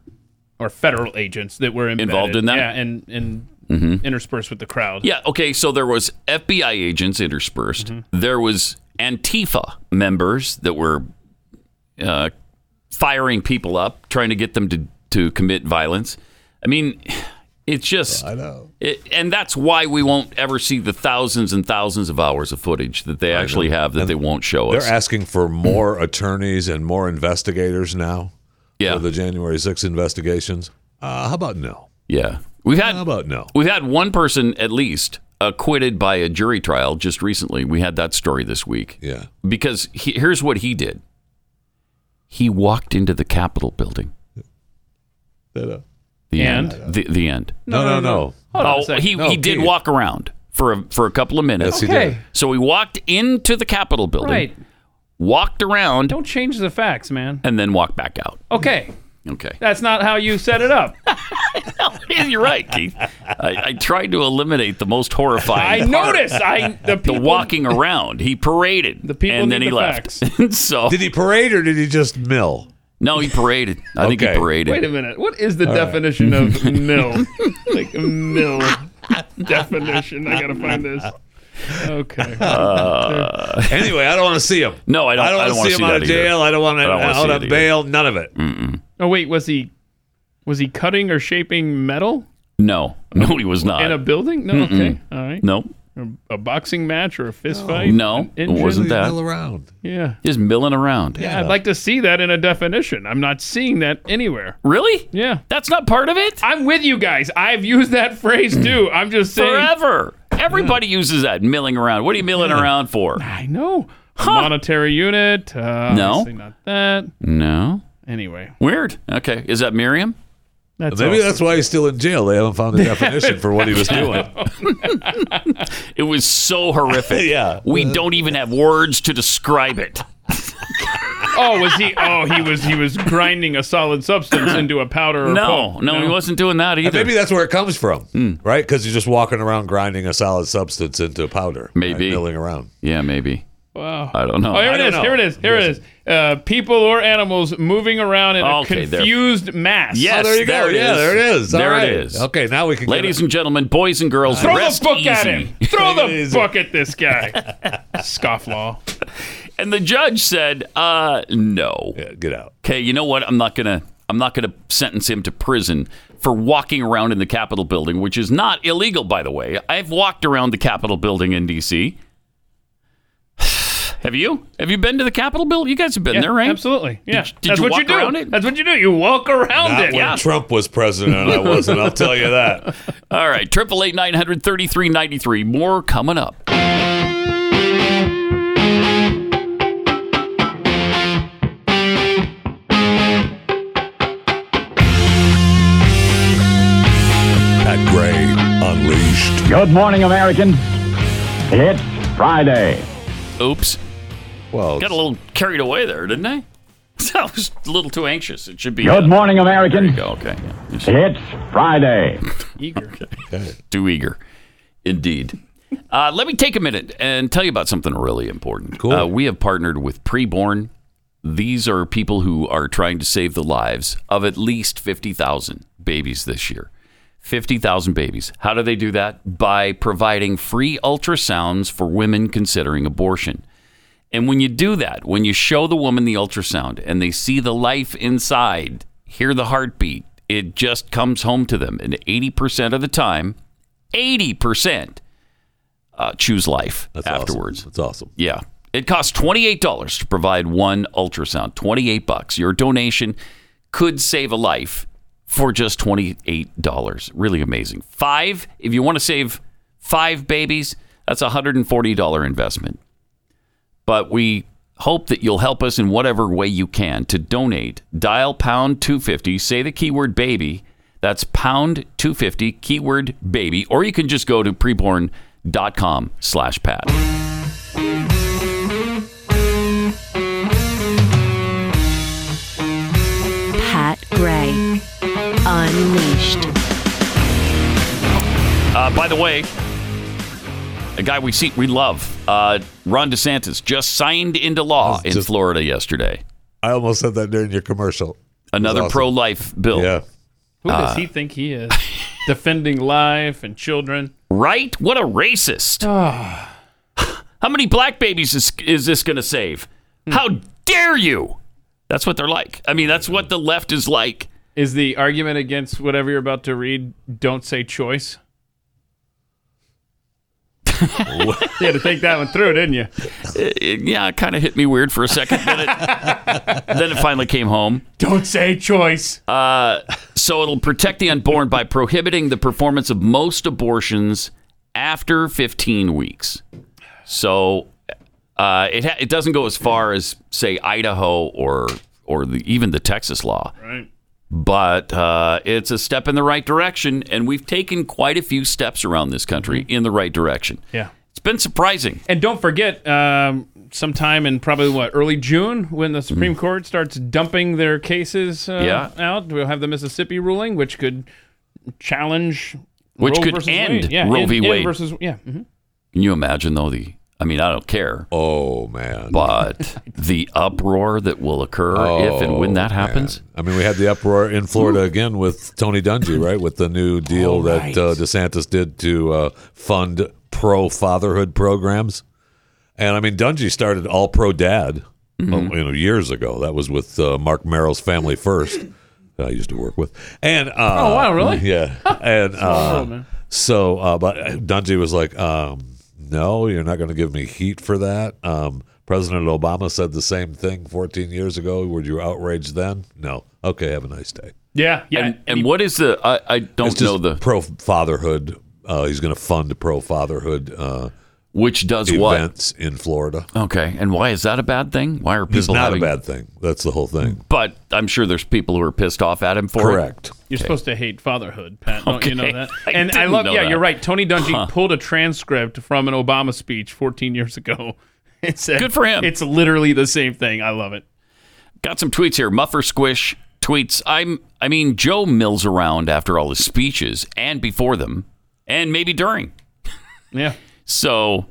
Speaker 5: or federal agents that were embedded.
Speaker 3: Involved in that?
Speaker 5: Yeah, and, and
Speaker 3: Mhm.
Speaker 5: interspersed with the crowd.
Speaker 3: Yeah, okay, so there was FBI agents interspersed. There was Antifa members that were uh, firing people up, trying to get them to, to commit violence. I mean, it's just I know. It, and that's why we won't ever see the thousands and thousands of hours of footage that they actually have that they won't show
Speaker 4: They're
Speaker 3: us.
Speaker 4: asking for more attorneys and more investigators now.
Speaker 3: Yeah.
Speaker 4: For the January 6th investigations. Uh, how about no?
Speaker 3: yeah. We've had
Speaker 4: How about no?
Speaker 3: We've had one person at least acquitted by a jury trial just recently. We had that story this week.
Speaker 4: Yeah.
Speaker 3: Because he, here's what he did he walked into the Capitol building.
Speaker 4: The
Speaker 5: And?
Speaker 3: end. The, the end.
Speaker 4: No, no, no.
Speaker 5: Hold on a
Speaker 3: Oh,
Speaker 5: second.
Speaker 3: he,
Speaker 5: No,
Speaker 3: he did
Speaker 5: Keith.
Speaker 3: walk around for a, for a couple of minutes.
Speaker 5: Yes, he did. Okay.
Speaker 3: So he walked into the Capitol building,
Speaker 5: Right.
Speaker 3: walked around,
Speaker 5: Don't change the facts, man.
Speaker 3: and then walked back out.
Speaker 5: Okay.
Speaker 3: Okay.
Speaker 5: That's not how you set it up.
Speaker 3: You're right, Keith. I, I tried to eliminate the most horrifying.
Speaker 5: I
Speaker 3: part.
Speaker 5: noticed. I- the people-
Speaker 3: walking around. He paraded. The
Speaker 5: people
Speaker 3: and then
Speaker 5: need
Speaker 3: he
Speaker 5: the
Speaker 3: left. so
Speaker 4: Did he parade or did he just mill?
Speaker 3: No, he paraded. I think he
Speaker 4: Okay.
Speaker 3: paraded.
Speaker 5: Wait a minute. What is the
Speaker 4: All right.
Speaker 5: definition of mill? like mill definition. I gotta find this. Okay.
Speaker 3: Uh,
Speaker 4: anyway, I don't want to see him.
Speaker 3: No, I don't.
Speaker 4: I don't wanna
Speaker 3: wanna
Speaker 4: see him out
Speaker 3: that
Speaker 4: of
Speaker 3: either.
Speaker 4: jail. I don't wanna-
Speaker 3: wanna
Speaker 4: out
Speaker 3: see
Speaker 4: on
Speaker 3: it either.
Speaker 4: bail. None of it.
Speaker 3: Mm-mm.
Speaker 5: oh wait, was he was he cutting or shaping metal
Speaker 3: No, no, he was not.
Speaker 5: in a building? No.
Speaker 3: Mm-mm.
Speaker 5: Okay. All right.
Speaker 3: No,
Speaker 5: A, a boxing match or a fist fight?
Speaker 3: no,
Speaker 5: An
Speaker 3: it
Speaker 5: engine?
Speaker 3: wasn't that.
Speaker 5: Yeah.
Speaker 3: Just milling around.
Speaker 5: Yeah, I'd like to see that in a definition. I'm not seeing that anywhere.
Speaker 3: Really?
Speaker 5: Yeah.
Speaker 3: That's not part of it?
Speaker 5: I'm with you guys. I've used that phrase too. I'm just saying.
Speaker 3: Forever. Everybody uses that milling around. What are you milling around for?
Speaker 5: I know. A Monetary unit. Uh,
Speaker 3: No.
Speaker 5: obviously Not that.
Speaker 3: No.
Speaker 5: Anyway.
Speaker 3: Weird. Okay. Is that Miriam?
Speaker 5: That's
Speaker 4: Maybe
Speaker 5: awesome.
Speaker 4: that's why he's still in jail. They haven't found a definition for what he was doing.
Speaker 3: It was so horrific. yeah. We don't even have words to describe it.
Speaker 4: Ah,
Speaker 5: Oh, was he? Oh, he was. He was grinding a solid substance into a powder. Or
Speaker 3: No,
Speaker 5: pulp.
Speaker 3: no, he wasn't doing that
Speaker 4: And
Speaker 3: either.
Speaker 4: Uh,
Speaker 3: Hmm.
Speaker 4: maybe that's where it comes from, right? Because you're just walking around grinding a solid substance into powder.
Speaker 3: Maybe.
Speaker 4: Right? Milling around.
Speaker 3: Yeah, maybe.
Speaker 5: Wow.
Speaker 3: I don't know.
Speaker 5: Oh, here
Speaker 3: I
Speaker 5: it
Speaker 3: don't
Speaker 5: is.
Speaker 3: know.
Speaker 5: Here it is. Here it is. Uh, people or animals moving around in
Speaker 3: Okay,
Speaker 5: a
Speaker 3: there.
Speaker 5: confused mass.
Speaker 3: Yes,
Speaker 4: Oh, there you go.
Speaker 3: it
Speaker 4: Yeah,
Speaker 3: is.
Speaker 4: there it is. All
Speaker 3: There
Speaker 4: right.
Speaker 3: it is.
Speaker 4: Okay, now we can get
Speaker 3: Ladies and gentlemen, boys and girls,
Speaker 5: Throw the
Speaker 3: rest
Speaker 5: book at
Speaker 3: easy.
Speaker 5: him. Throw the book at this guy. Scofflaw.
Speaker 3: And the judge said, uh, no.
Speaker 4: get out.
Speaker 3: Okay, you know what? I'm not gonna I'm not gonna sentence him to prison for walking around in the Capitol building, which is not illegal, by the way. I've walked around the Capitol building in DC. have you? Have you been to the Capitol building? You guys have been
Speaker 5: Yeah,
Speaker 3: there, right?
Speaker 5: Absolutely. Yeah.
Speaker 3: Did, did
Speaker 5: That's
Speaker 3: you
Speaker 5: what
Speaker 3: walk
Speaker 5: you do.
Speaker 3: around it?
Speaker 5: That's what you do. You walk around
Speaker 4: Not
Speaker 5: it.
Speaker 4: when Trump was president, and I wasn't. I'll tell you that.
Speaker 3: All right, triple eight nine hundred thirty three ninety three. More coming up.
Speaker 4: Pat Gray Unleashed.
Speaker 16: Good morning, Americans. It's Friday.
Speaker 3: Oops.
Speaker 4: Well,
Speaker 3: Got a little carried away there, didn't I? I was a little too anxious. It should be.
Speaker 16: Good
Speaker 3: uh,
Speaker 16: morning, Americans.
Speaker 3: Okay.
Speaker 16: It's Friday.
Speaker 5: Eager.
Speaker 3: Too eager. Indeed. Uh, let me take a minute and tell you about something really important. Cool. Uh, we have partnered with Preborn. These are people who are trying to save the lives of at least 50,000 babies this year. 50,000 babies. How do they do that? By providing free ultrasounds for women considering abortion. And when you do that, when you show the woman the ultrasound and they see the life inside, hear the heartbeat, it just comes home to them. And 80% of the time, 80% uh, choose life afterwards.
Speaker 4: That's awesome.
Speaker 3: Yeah. It costs $28 to provide one ultrasound, 28 bucks. Your donation could save a life for just $28. Really amazing. Five, if you want to save five babies, that's a $140 investment but we hope that you'll help us in whatever way you can to donate. Dial pound 250, say the keyword baby, That's pound 250, keyword baby. Or you can just go to preborn.com slash Pat.
Speaker 1: Pat Gray. Unleashed.
Speaker 3: Uh, by the way, a guy we see, we love, uh, Ron DeSantis, just signed into law in Florida yesterday.
Speaker 4: I almost said that during your commercial.
Speaker 3: Another
Speaker 4: awesome.
Speaker 3: pro-life bill.
Speaker 4: Yeah.
Speaker 5: Who
Speaker 3: Uh,
Speaker 5: does he think he is? Defending life and children.
Speaker 3: Right? What a racist. How many black babies is, is this going to save? How dare you? That's what they're like. I mean, that's what the left is like.
Speaker 5: Is the argument against whatever you're about to read, don't say choice? you had to think that one through, didn't you?
Speaker 3: It- it- yeah, it kind of hit me weird for a second. Then it, then it finally came home.
Speaker 5: Don't say choice.
Speaker 3: Uh, so it'll protect the unborn by prohibiting the performance of most abortions after 15 weeks. So uh, it ha- it doesn't go as far as say Idaho or or the, even the Texas law.
Speaker 5: Right.
Speaker 3: But uh, it's a step in the right direction, and we've taken quite a few steps around this country
Speaker 5: Mm-hmm.
Speaker 3: in the right direction.
Speaker 5: Yeah.
Speaker 3: It's been surprising.
Speaker 5: And don't forget, um, sometime in probably what early June, when the Supreme Court starts dumping their cases uh,
Speaker 3: Mm-hmm. Yeah.
Speaker 5: out, we'll have the Mississippi ruling, which could challenge,
Speaker 3: Which
Speaker 5: Roe
Speaker 3: could
Speaker 5: versus
Speaker 3: end
Speaker 5: Wade. Yeah,
Speaker 3: Roe
Speaker 5: end-
Speaker 3: v.
Speaker 5: end
Speaker 3: Wade.
Speaker 5: versus yeah. mhm.
Speaker 3: Can you imagine though the I mean, I don't care.
Speaker 4: Oh man.
Speaker 3: But the uproar that will occur if and when that happens.
Speaker 4: Oh, I mean, we had the uproar in Florida again with Tony Dungy, right? With the new deal that uh, DeSantis did to uh, fund pro fatherhood programs. And I mean, Dungy started All Pro Dad
Speaker 12: Mhm.
Speaker 3: Mm-hmm.
Speaker 4: uh, you know, years ago. That was with uh, Mark Merrill's family first. that I used to work with. And uh,
Speaker 5: Oh, wow, really?
Speaker 4: Yeah. and
Speaker 5: Small
Speaker 4: uh,
Speaker 5: world, man.
Speaker 4: so, uh, but Dungy was like, um, "No, you're not going to give me heat for that." Um, President Obama said the same thing 14 years ago. Were you outraged then? No. Okay. Have a nice day.
Speaker 5: Yeah, yeah.
Speaker 3: And, and what is the? I, I don't
Speaker 4: It's
Speaker 3: know
Speaker 4: just
Speaker 3: the
Speaker 4: pro fatherhood. Uh, he's going to fund pro fatherhood, uh,
Speaker 3: which does what?
Speaker 4: events in Florida.
Speaker 3: Okay, and why is that a bad thing? Why are people?
Speaker 4: It's not
Speaker 3: having-
Speaker 4: a bad thing. That's the whole thing.
Speaker 3: But I'm sure there's people who are pissed off at him for
Speaker 4: Correct.
Speaker 3: it.
Speaker 5: You're supposed to hate fatherhood, Pat. Don't you know
Speaker 3: Okay.
Speaker 5: that?
Speaker 3: I
Speaker 5: and I
Speaker 3: didn't
Speaker 5: love.
Speaker 3: know
Speaker 5: Yeah,
Speaker 3: that.
Speaker 5: you're right. Tony Dungy
Speaker 3: Huh.
Speaker 5: pulled a transcript from an Obama speech 14 years ago. It said,
Speaker 3: Good for him.
Speaker 5: It's literally the same thing. I love it.
Speaker 3: Got some tweets here. Muffer Squish tweets. I'm. I mean, Joe mills around after all his speeches and before them, and maybe during.
Speaker 5: Yeah.
Speaker 3: So,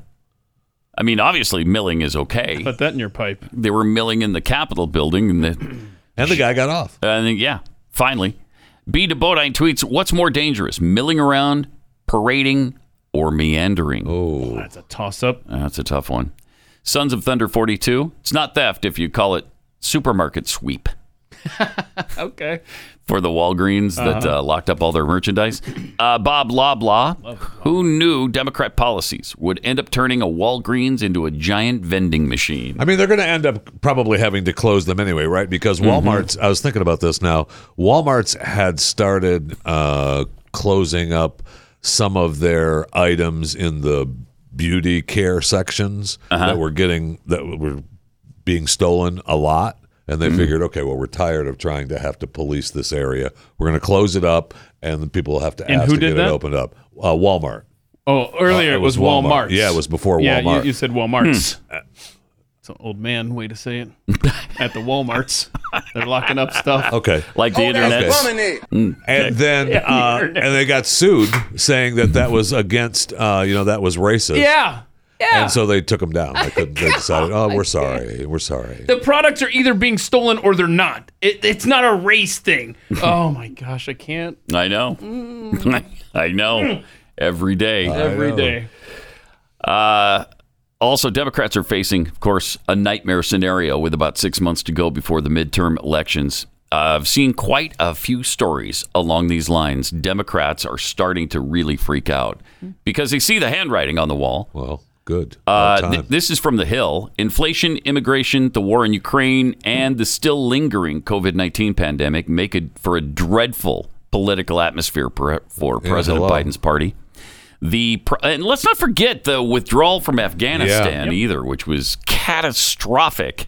Speaker 3: I mean, obviously milling is okay.
Speaker 5: Put that in your pipe.
Speaker 3: They were milling in the Capitol building, and the
Speaker 4: and the guy got off.
Speaker 3: And then, yeah, finally, B. de Bodine tweets: "What's more dangerous, milling around, parading, or meandering?"
Speaker 4: Oh,
Speaker 5: that's a toss-up.
Speaker 3: That's a tough one. Sons of Thunder forty-two. It's not theft if you call it supermarket sweep
Speaker 5: okay.
Speaker 3: for the Walgreens that
Speaker 5: Uh-huh.
Speaker 3: uh, locked up all their merchandise. Uh, Bob Loblaw, who knew Democrat policies would end up turning a Walgreens into a giant vending machine.
Speaker 4: I mean, they're going to end up probably having to close them anyway, right? Because
Speaker 3: Mhm.
Speaker 5: Mm-hmm.
Speaker 4: Walmart's, I was thinking about this now, Walmart's had started uh, closing up some of their items in the beauty care sections
Speaker 5: Uh-huh.
Speaker 4: that were getting, that were being stolen a lot. And
Speaker 5: Mm-hmm.
Speaker 4: they
Speaker 12: Mhm.
Speaker 4: figured, okay, well, we're tired of trying to have to police this area. We're going to close it up, and the people will have to
Speaker 5: And
Speaker 4: ask
Speaker 5: who
Speaker 4: to
Speaker 5: did
Speaker 4: get
Speaker 5: that?
Speaker 4: it opened up. Uh, Walmart.
Speaker 5: Oh, earlier
Speaker 4: Uh,
Speaker 5: it was, Walmart.
Speaker 4: Yeah, it was before
Speaker 5: Yeah, you-
Speaker 4: Walmart.
Speaker 5: You, said Walmart's. Uh, It's an old man way to say it. At the Walmart's, they're locking up stuff.
Speaker 4: Okay.
Speaker 3: Like
Speaker 5: the Oh, that's internet. lemonade.
Speaker 4: And then
Speaker 5: Yeah, the
Speaker 4: uh, and
Speaker 5: internet.
Speaker 4: they got sued saying that that was against uh, you know that was racist.
Speaker 5: Yeah. Yeah.
Speaker 4: And so they took them down. They, couldn't, they decided, oh, we're sorry, we're sorry.
Speaker 5: the products are either being stolen or they're not. It, it's not a race thing. oh my gosh, I can't.
Speaker 3: I know.
Speaker 4: Mm.
Speaker 3: I know. Every day.
Speaker 5: I Every know. day.
Speaker 3: Uh, also, Democrats are facing, of course, a nightmare scenario with about six months to go before the midterm elections. Uh, I've seen quite a few stories along these lines. Democrats are starting to really freak out because they see the handwriting on the wall.
Speaker 4: Well, good.
Speaker 3: Uh, th- this is from The Hill. Inflation, immigration, the war in Ukraine, and the still lingering COVID 19 pandemic make it for a dreadful political atmosphere per- for
Speaker 4: Yeah,
Speaker 3: President
Speaker 4: hello.
Speaker 3: Biden's party. The pr- and let's not forget the withdrawal from Afghanistan
Speaker 4: Yep.
Speaker 3: either, which was catastrophic.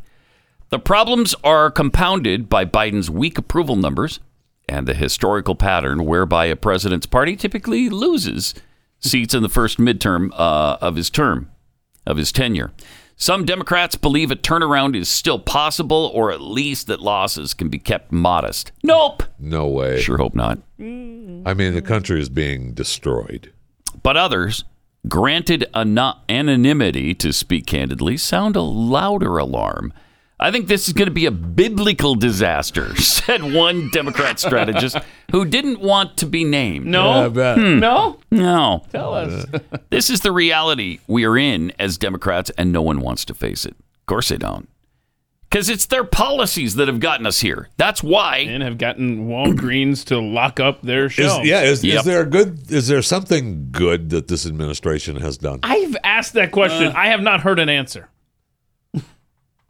Speaker 3: The problems are compounded by Biden's weak approval numbers and the historical pattern whereby a president's party typically loses seats in the first midterm uh, of his term, of his tenure. Some Democrats believe a turnaround is still possible, or at least that losses can be kept modest. Nope.
Speaker 4: No way.
Speaker 3: Sure hope not.
Speaker 4: I mean, the country is being destroyed.
Speaker 3: But others, granted ano- anonymity to speak candidly, sound a louder alarm. I think this is going to be a biblical disaster, said one Democrat strategist who didn't want to be named.
Speaker 5: No. Yeah, I bet.
Speaker 3: Hmm.
Speaker 5: No?
Speaker 3: No.
Speaker 5: Tell us.
Speaker 3: this is the reality we are in as Democrats, and no one wants to face it. Of course they don't. Because it's their policies that have gotten us here. That's why.
Speaker 5: And have gotten Walgreens to lock up their
Speaker 4: Is,
Speaker 5: shelves.
Speaker 4: yeah, is,
Speaker 3: Yep.
Speaker 4: is there a good? Is there something good that this administration has done?
Speaker 5: I've asked that question.
Speaker 3: Uh.
Speaker 5: I have not heard an answer.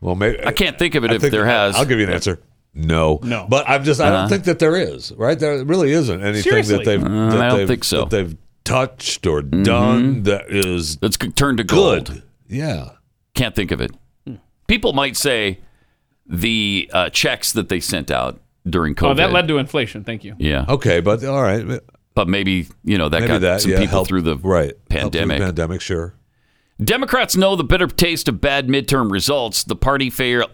Speaker 4: Well, maybe
Speaker 3: I can't think of it
Speaker 4: I
Speaker 3: if
Speaker 4: think-
Speaker 3: there has.
Speaker 4: I'll give you an answer. No,
Speaker 3: No.
Speaker 4: But I'm just. I
Speaker 3: Uh-huh.
Speaker 4: don't think that there is. Right? There really isn't anything
Speaker 3: Seriously.
Speaker 4: that they've.
Speaker 3: Uh,
Speaker 4: that
Speaker 3: I don't
Speaker 4: they've-
Speaker 3: think so. Mm-hmm.
Speaker 4: That they've touched or done that is.
Speaker 3: That's turned to
Speaker 4: good.
Speaker 3: gold.
Speaker 4: Yeah.
Speaker 3: Can't think of it.
Speaker 5: Hmm.
Speaker 3: People might say the uh, checks that they sent out during COVID.
Speaker 5: Oh, that led to inflation. Thank you.
Speaker 3: yeah.
Speaker 4: Okay, but all right.
Speaker 3: But maybe, you know, that
Speaker 4: Maybe
Speaker 3: got
Speaker 4: that,
Speaker 3: some
Speaker 4: yeah,
Speaker 3: people
Speaker 4: helped-
Speaker 3: through the
Speaker 4: right, helped through the
Speaker 3: pandemic.
Speaker 4: pandemic, sure.
Speaker 3: Democrats know the bitter taste of bad midterm results. The party fare,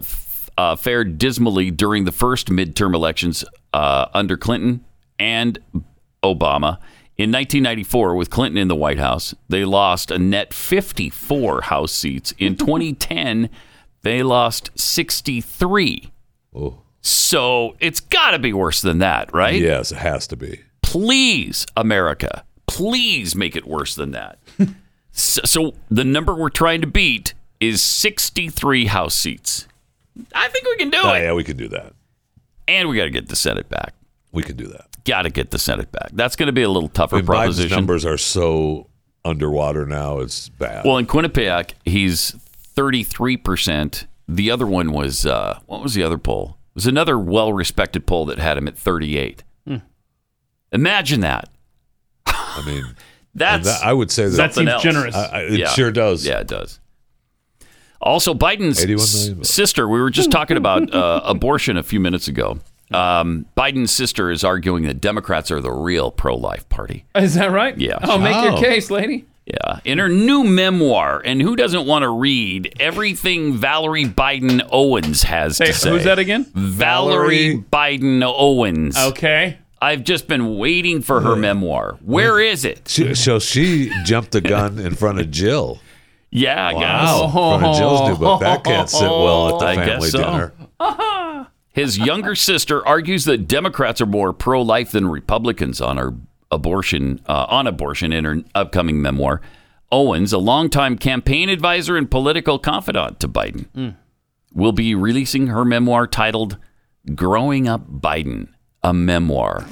Speaker 3: uh, fared dismally during the first midterm elections uh, under Clinton and Obama. In 1994, with Clinton in the White House, they lost a net 54 House seats. In 2010, they lost 63.
Speaker 4: Oh.
Speaker 3: So it's got to be worse than that, right?
Speaker 4: Yes, it has to be.
Speaker 3: Please, America, please make it worse than that. so, so the number we're trying to beat is 63 House seats. I think we can do
Speaker 4: Oh,
Speaker 3: it.
Speaker 4: yeah, we could do that.
Speaker 3: And we got to get the Senate back.
Speaker 4: We could do that.
Speaker 3: Got to get the Senate back. That's going to be a little tougher
Speaker 4: I mean, Biden's
Speaker 3: proposition.
Speaker 4: numbers are so underwater now; it's bad.
Speaker 3: Well, in Quinnipiac, he's 33%. The other one was, uh, what was the other poll? It was another well respected poll that had him at 38.
Speaker 5: Hmm.
Speaker 3: Imagine that.
Speaker 4: I mean,
Speaker 3: That's
Speaker 4: that- I would say that- That
Speaker 3: something
Speaker 4: seems
Speaker 3: else.
Speaker 4: generous. I- I- Uh, it sure does.
Speaker 3: Yeah, it does. Also, Biden's
Speaker 4: 81
Speaker 3: s-
Speaker 4: million votes.
Speaker 3: sister. We were just talking about uh, abortion a few minutes ago. Um, Biden's sister is arguing that Democrats are the real pro-life party.
Speaker 5: Is that right?
Speaker 3: Yeah.
Speaker 5: Oh, make your
Speaker 3: Oh.
Speaker 5: case, lady.
Speaker 3: Yeah. In her new memoir, and who doesn't want to read everything Valerie Biden Owens has
Speaker 5: Hey,
Speaker 3: to say?
Speaker 5: who's that again?
Speaker 3: Valerie, Biden Owens.
Speaker 5: Okay.
Speaker 3: I've just been waiting for her memoir. Where
Speaker 4: Hmm.
Speaker 3: is it?
Speaker 4: She- so she jumped the gun in front of Jill.
Speaker 3: Yeah, I guess.
Speaker 4: In front of Jill's new book. That can't sit well at the
Speaker 3: I guess
Speaker 4: family
Speaker 3: so.
Speaker 4: dinner.
Speaker 3: Uh-huh. His younger sister argues that Democrats are more pro-life than Republicans on our abortion uh, on abortion in her upcoming memoir. Owens, a longtime campaign advisor and political confidant to Biden,
Speaker 5: Mm.
Speaker 3: will be releasing her memoir titled "Growing Up Biden: A Memoir."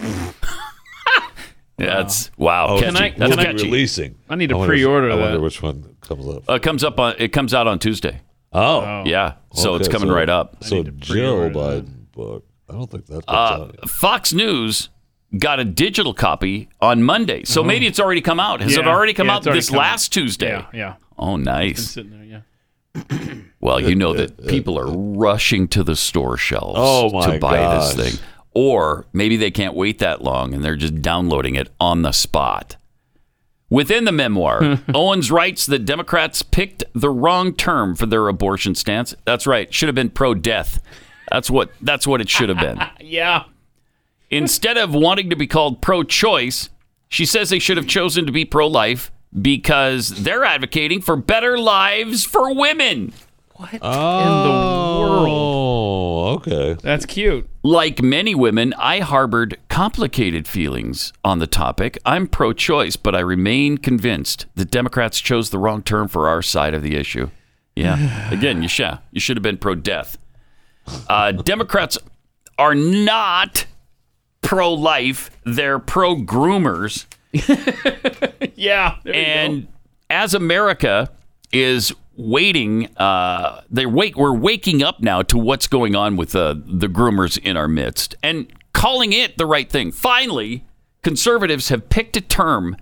Speaker 3: That's wow.
Speaker 4: Oh,
Speaker 3: catchy.
Speaker 4: can I-
Speaker 3: That's
Speaker 4: can I-
Speaker 3: catchy.
Speaker 4: releasing. I need to
Speaker 3: wonder-
Speaker 4: pre-order I wonder that. which one comes up.
Speaker 3: Uh, comes up on. It comes out on Tuesday.
Speaker 4: Oh,
Speaker 3: yeah. So it's
Speaker 4: Okay,
Speaker 3: coming right up.
Speaker 4: So Jill Biden book. I don't think that.
Speaker 3: Uh, Fox News got a digital copy on Monday, so
Speaker 4: Mm-hmm.
Speaker 3: maybe it's already come out. Has it
Speaker 5: Yeah.
Speaker 3: already come
Speaker 5: Yeah,
Speaker 3: out
Speaker 5: it's already
Speaker 3: this
Speaker 5: come out.
Speaker 3: last Tuesday?
Speaker 5: Yeah. Yeah.
Speaker 3: Oh,
Speaker 5: Been
Speaker 3: nice.
Speaker 5: sitting there, yeah.
Speaker 3: Well, you know that people are rushing to the store shelves
Speaker 4: Oh, my
Speaker 3: to buy
Speaker 4: gosh.
Speaker 3: this thing. Or maybe they can't wait that long and they're just downloading it on the spot. Within the memoir, Owens writes that Democrats picked the wrong term for their abortion stance. That's right, should have been pro-death. That's what that's what it should have been.
Speaker 5: Yeah.
Speaker 3: Instead of wanting to be called pro choice, she says they should have chosen to be pro life because they're advocating for better lives for women.
Speaker 4: Oh, in the world. Okay.
Speaker 5: That's cute.
Speaker 3: Like many women, I harbored complicated feelings on the topic. I'm pro choice, but I remain convinced that Democrats chose the wrong term for our side of the issue. Yeah. Again, you should, you should have been pro death. Uh, Democrats are not pro life, they're pro groomers.
Speaker 5: Yeah.
Speaker 3: and as America is waiting, uh, they wake. We're waking up now to what's going on with uh, the groomers in our midst and calling it the right thing. Finally, conservatives have picked a term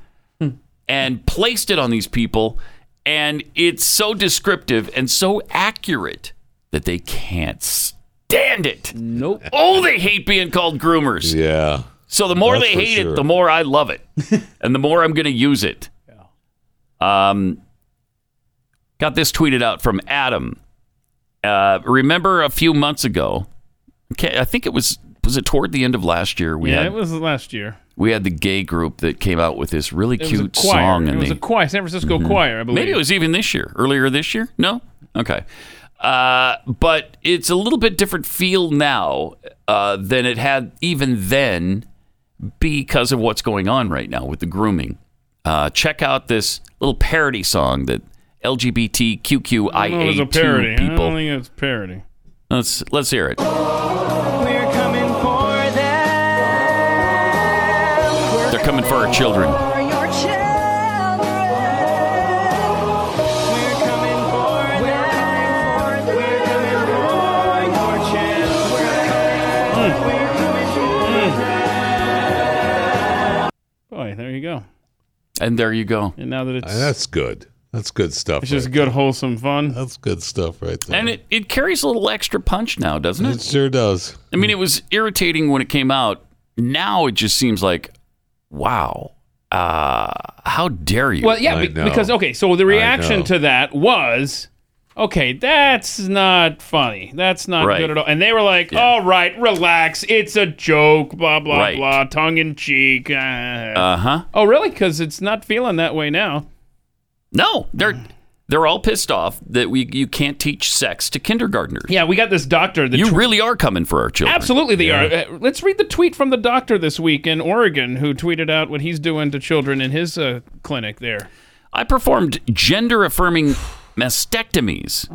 Speaker 3: and placed it on these people, and it's so descriptive and so accurate that they can't stand stand it. Nope. Oh, they hate being called groomers.
Speaker 4: Yeah.
Speaker 3: So the more
Speaker 4: That's
Speaker 3: they
Speaker 4: for
Speaker 3: hate
Speaker 4: sure.
Speaker 3: it, the more I love it, and the more I'm going to use it. Um, got this tweeted out from Adam. Uh, remember a few months ago? Okay, I think it was was it toward the end of last year. We
Speaker 5: yeah,
Speaker 3: had
Speaker 5: it was last year.
Speaker 3: we had the gay group that came out with this really
Speaker 5: It was a
Speaker 3: cute
Speaker 5: choir.
Speaker 3: song,
Speaker 5: It
Speaker 3: and
Speaker 5: was
Speaker 3: they Mm-hmm.
Speaker 5: a choir, San Francisco choir, I believe.
Speaker 3: Maybe it was even this year, earlier this year. No, okay. Uh, but it's a little bit different feel now uh, than it had even then because of what's going on right now with the grooming. Uh, check out this little parody song that
Speaker 5: I don't know if
Speaker 3: LGBTQIA2
Speaker 5: it's Oh, a parody. I
Speaker 3: E people.
Speaker 5: don't e- think it's parody.
Speaker 3: Let's let's hear it.
Speaker 17: We're coming for them.
Speaker 3: They're coming for our children.
Speaker 17: For your children. We're coming for them. We're coming for your children. We're
Speaker 3: Hmm.
Speaker 17: coming for them.
Speaker 5: Boy, there you go.
Speaker 3: And there you go.
Speaker 5: And now that it's
Speaker 4: that's good. That's good stuff.
Speaker 5: It's just good, wholesome fun.
Speaker 4: That's good stuff right there.
Speaker 3: And it, it carries a little extra punch now, doesn't it?
Speaker 4: It sure does.
Speaker 3: I mean, it was irritating when it came out. Now it just seems like, wow, uh, how dare you?
Speaker 5: Well, yeah, be- because okay, so the reaction
Speaker 3: know.
Speaker 5: to that was, okay, that's not funny. That's not
Speaker 3: Right.
Speaker 5: good at all. And they were like, all right, relax. It's a joke. Blah blah
Speaker 3: Right.
Speaker 5: blah. Tongue in cheek. Uh
Speaker 3: Uh huh.
Speaker 5: Oh, really? Because it's not feeling that way now.
Speaker 3: No, they're they're all pissed off that we you can't teach sex to kindergartners.
Speaker 5: Yeah, we got this doctor. That
Speaker 3: you really are coming for our children.
Speaker 5: Absolutely, they are. Uh, Let's read the tweet from the doctor this week in Oregon who tweeted out what he's doing to children in his uh, clinic there.
Speaker 3: I performed gender affirming mastectomies,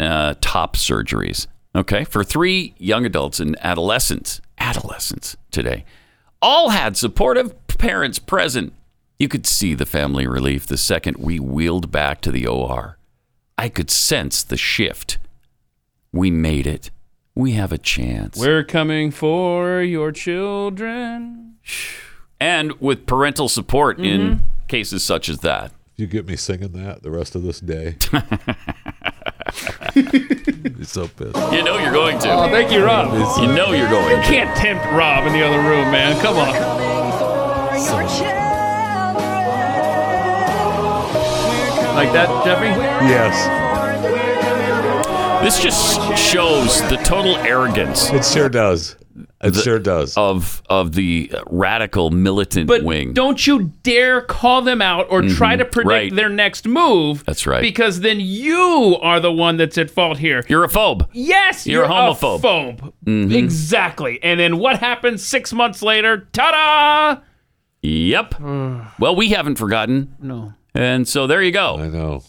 Speaker 3: uh, top surgeries, okay, for three young adults and adolescents, adolescents today. All had supportive parents present. You could see the family relief the second we wheeled back to the OR. I could sense the shift. We made it. We have a chance.
Speaker 5: We're coming for your children.
Speaker 3: and with parental support in cases such as that.
Speaker 4: You get me singing that the rest of this day. It's so pissed.
Speaker 3: You know you're going to.
Speaker 5: Oh, thank you, Rob.
Speaker 3: You know you're going.
Speaker 5: You can't tempt Rob in the other room, man. Come on.
Speaker 3: Like that, Jeffy?
Speaker 4: Yes.
Speaker 3: This just shows the total arrogance.
Speaker 4: It sure does. It sure does.
Speaker 3: Of of the radical militant
Speaker 5: But
Speaker 3: wing.
Speaker 5: don't you dare call them out or try to predict
Speaker 3: Mm-hmm. Right.
Speaker 5: their next move.
Speaker 3: That's right.
Speaker 5: Because then you are the one that's at fault here.
Speaker 3: You're a phobe.
Speaker 5: Yes,
Speaker 3: You're
Speaker 5: you're,
Speaker 3: a homophobe.
Speaker 5: phobe.
Speaker 3: Mhm.
Speaker 5: Exactly. And then what happens six months later? Ta da!
Speaker 3: Yep. well, we haven't forgotten.
Speaker 5: No.
Speaker 3: And so there you go.
Speaker 4: I know.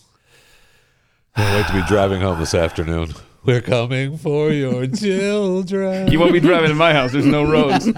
Speaker 4: Can't wait to be driving home this afternoon. We're coming for your children.
Speaker 5: You won't be driving to my house. There's no roads.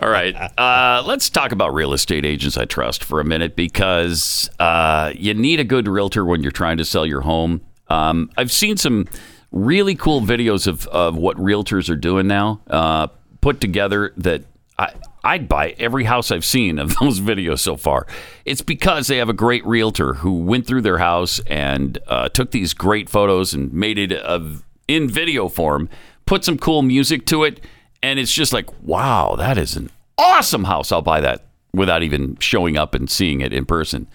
Speaker 3: All right. Uh, let's talk about real estate agents I trust for a minute because uh, you need a good realtor when you're trying to sell your home. Um, I've seen some really cool videos of, of what realtors are doing now uh, put together that I, I'd buy every house I've seen of those videos so far. It's because they have a great realtor who went through their house and uh, took these great photos and made it a, in video form, put some cool music to it and it's just like, wow, that is an awesome house. I'll buy that without even showing up and seeing it in person.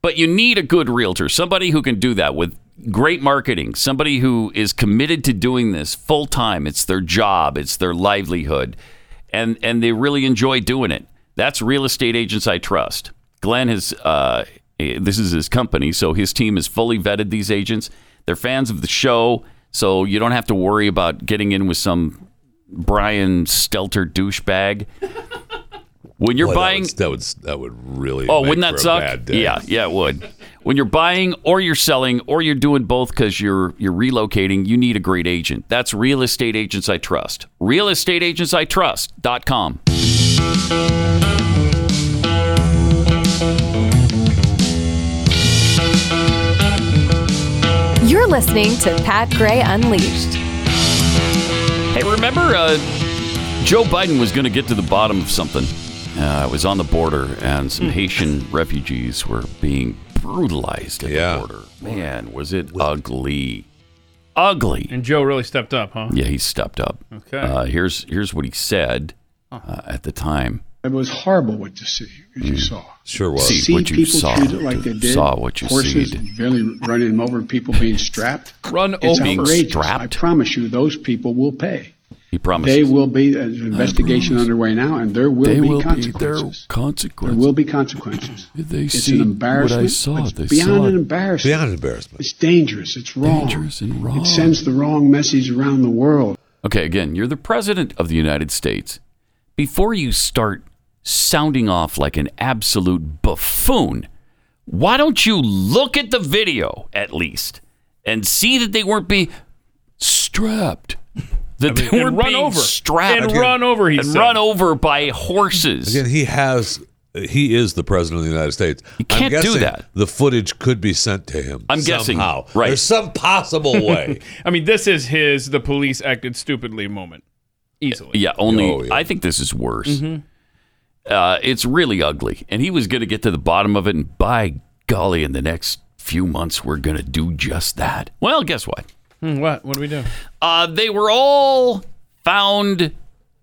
Speaker 3: But you need a good realtor, somebody who can do that with great marketing, somebody who is committed to doing this full time. It's their job, it's their livelihood, and and they really enjoy doing it. That's real estate agents I trust. Glenn has uh, eh, this is his company, so his team has fully vetted these agents. They're fans of the show, so you don't have to worry about getting in with some Brian Stelter douchebag. When you're
Speaker 4: Boy, that
Speaker 3: buying,
Speaker 4: would- that would that would really.
Speaker 3: Oh,
Speaker 4: make
Speaker 3: wouldn't
Speaker 4: for
Speaker 3: that
Speaker 4: a
Speaker 3: suck?
Speaker 4: bad day.
Speaker 3: Yeah, yeah, it would. When you're buying or you're selling or you're doing both because you're you're relocating, you need a great agent. That's real estate agents I trust. Realestateagentsitrust.com.
Speaker 14: You're listening to Pat Gray Unleashed.
Speaker 3: Hey, remember uh, Joe Biden was going to get to the bottom of something. Uh, it was on the border, and some Haitian refugees were being brutalized at the border. Man, was it ugly. ugly.
Speaker 5: And Joe really stepped up, huh?
Speaker 3: Yeah, he stepped up.
Speaker 5: Okay.
Speaker 3: Uh, here's here's what he said uh, at the time.
Speaker 18: It was horrible what to see, what you saw.
Speaker 3: Mm. Sure was. See
Speaker 18: see
Speaker 3: what you
Speaker 18: people
Speaker 3: saw.
Speaker 18: treated like they did.
Speaker 3: Saw what you
Speaker 18: Horses
Speaker 3: seed.
Speaker 18: barely running them over, people being strapped.
Speaker 3: Run
Speaker 18: it's
Speaker 3: over. Being
Speaker 18: outrageous.
Speaker 3: strapped?
Speaker 18: I promise you, those people will pay.
Speaker 3: He promised.
Speaker 18: They will be an investigation
Speaker 3: promise.
Speaker 18: underway now, and there will
Speaker 3: They
Speaker 18: be
Speaker 3: will be- there
Speaker 18: consequences.
Speaker 3: consequences.
Speaker 18: There will be consequences.
Speaker 3: They
Speaker 18: it's
Speaker 3: see
Speaker 18: an
Speaker 3: what I
Speaker 18: embarrassment.
Speaker 3: saw.
Speaker 18: but It's
Speaker 3: They
Speaker 18: beyond
Speaker 3: saw
Speaker 18: an
Speaker 3: it.
Speaker 18: embarrassment.
Speaker 4: Beyond embarrassment.
Speaker 18: It's dangerous. It's wrong.
Speaker 3: Dangerous and wrong.
Speaker 18: It sends the wrong message around the world.
Speaker 3: Okay, again, you're the president of the United States. Before you start sounding off like an absolute buffoon, why don't you look at the video at least and see that they weren't being strapped? That
Speaker 5: I mean,
Speaker 3: they
Speaker 5: and
Speaker 3: weren't
Speaker 5: run
Speaker 3: being
Speaker 5: over.
Speaker 3: strapped
Speaker 5: And run over, he
Speaker 3: and
Speaker 5: said.
Speaker 3: run over by horses.
Speaker 4: Again, he has. He is the president of the United States. You
Speaker 3: can't do that.
Speaker 4: The footage could be sent to him.
Speaker 3: I'm guessing,
Speaker 4: somehow.
Speaker 3: right.
Speaker 4: There's some possible way.
Speaker 5: I mean, this is his the police acted stupidly moment. Easily.
Speaker 3: Yeah, only I think this is worse.
Speaker 5: Mhm.
Speaker 3: Uh, it's really ugly, and he was going to get to the bottom of it. And by golly, in the next few months, we're going to do just that. Well, guess what?
Speaker 5: Hmm, what? What do we do?
Speaker 3: Uh, they were all found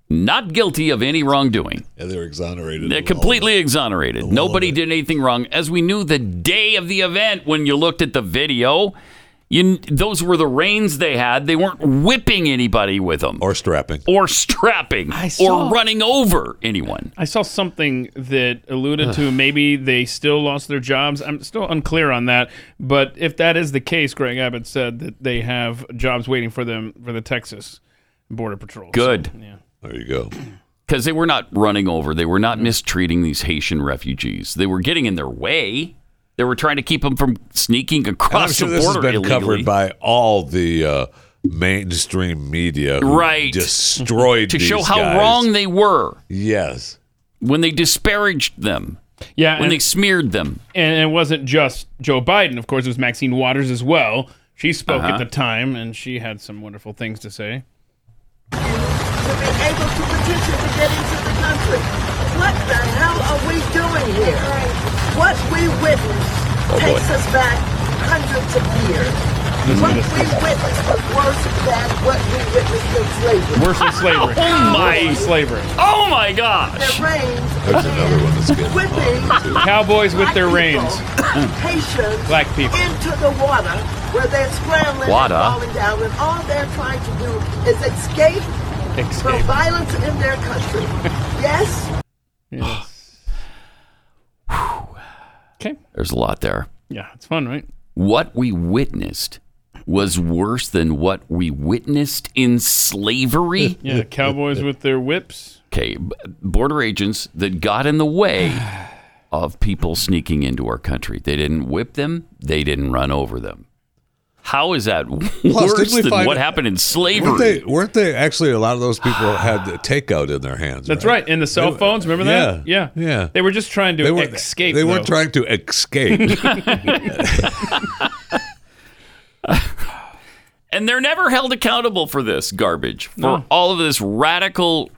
Speaker 3: not guilty of any wrongdoing.
Speaker 4: Yeah, they're exonerated.
Speaker 3: They're completely exonerated. Nobody did anything wrong, as we knew the day of the event when you looked at the video. You, those were the reins they had. They weren't whipping anybody with them,
Speaker 4: or strapping,
Speaker 3: or strapping,
Speaker 5: saw-
Speaker 3: or running over anyone.
Speaker 5: I saw something that alluded to maybe they still lost their jobs. I'm still unclear on that, but if that is the case, Greg Abbott said that they have jobs waiting for them for the Texas Border Patrol.
Speaker 3: Good.
Speaker 4: There you go.
Speaker 3: Because they were not running over. They were not mistreating these Haitian refugees. They were getting in their way. They were trying to keep them from sneaking
Speaker 4: And I'm
Speaker 3: across
Speaker 4: sure
Speaker 3: the
Speaker 4: this has
Speaker 3: border
Speaker 4: been
Speaker 3: illegally.
Speaker 4: covered by all the uh, mainstream media, who
Speaker 3: Right.
Speaker 4: Destroyed
Speaker 3: to show
Speaker 4: these
Speaker 3: how
Speaker 4: guys.
Speaker 3: wrong they were
Speaker 4: Yes,
Speaker 3: when they disparaged them.
Speaker 5: Yeah,
Speaker 3: when
Speaker 5: and-
Speaker 3: they smeared them.
Speaker 5: And it wasn't just Joe Biden, of course, it was Maxine Waters as well. She spoke
Speaker 3: Uh-huh.
Speaker 5: at the time and she had some wonderful things to say.
Speaker 17: able to petition to get into the country. What the hell are we doing here? What we witnessed
Speaker 5: Oh,
Speaker 17: takes us back hundreds of years. What we witnessed was worse than what we witnessed in slavery.
Speaker 5: Worse than slavery.
Speaker 17: Oh my-
Speaker 5: Worse than slavery.
Speaker 3: Oh my gosh!
Speaker 17: Their reins
Speaker 4: There's another one that's good.
Speaker 17: whipping
Speaker 5: Cowboys with their reins.
Speaker 17: Haitians
Speaker 5: Black people.
Speaker 17: into the water where they're scrambling
Speaker 5: Water.
Speaker 17: and falling down, and all they're trying to do is escape, from
Speaker 5: Escape.
Speaker 17: violence in their country. yes,
Speaker 3: There's a lot there.
Speaker 5: Yeah, it's fun, right?
Speaker 3: What we witnessed was worse than what we witnessed in slavery.
Speaker 5: Yeah, cowboys with their whips.
Speaker 3: Okay, b- border agents that got in the way of people sneaking into our country. They didn't whip them. They didn't run over them. How is that worse
Speaker 4: didn't we
Speaker 3: than
Speaker 4: find-
Speaker 3: what happened in
Speaker 4: weren't
Speaker 3: slavery?
Speaker 4: they? Weren't they actually? A lot of those people had the takeout in their hands.
Speaker 5: That's right. And the cell phones, remember that?
Speaker 4: Yeah,
Speaker 5: Yeah. They were just trying to
Speaker 4: They weren't-
Speaker 5: escape.
Speaker 4: They weren't
Speaker 5: though.
Speaker 4: trying to escape.
Speaker 3: And they're never held accountable for this garbage, for
Speaker 5: No.
Speaker 3: all of this radical,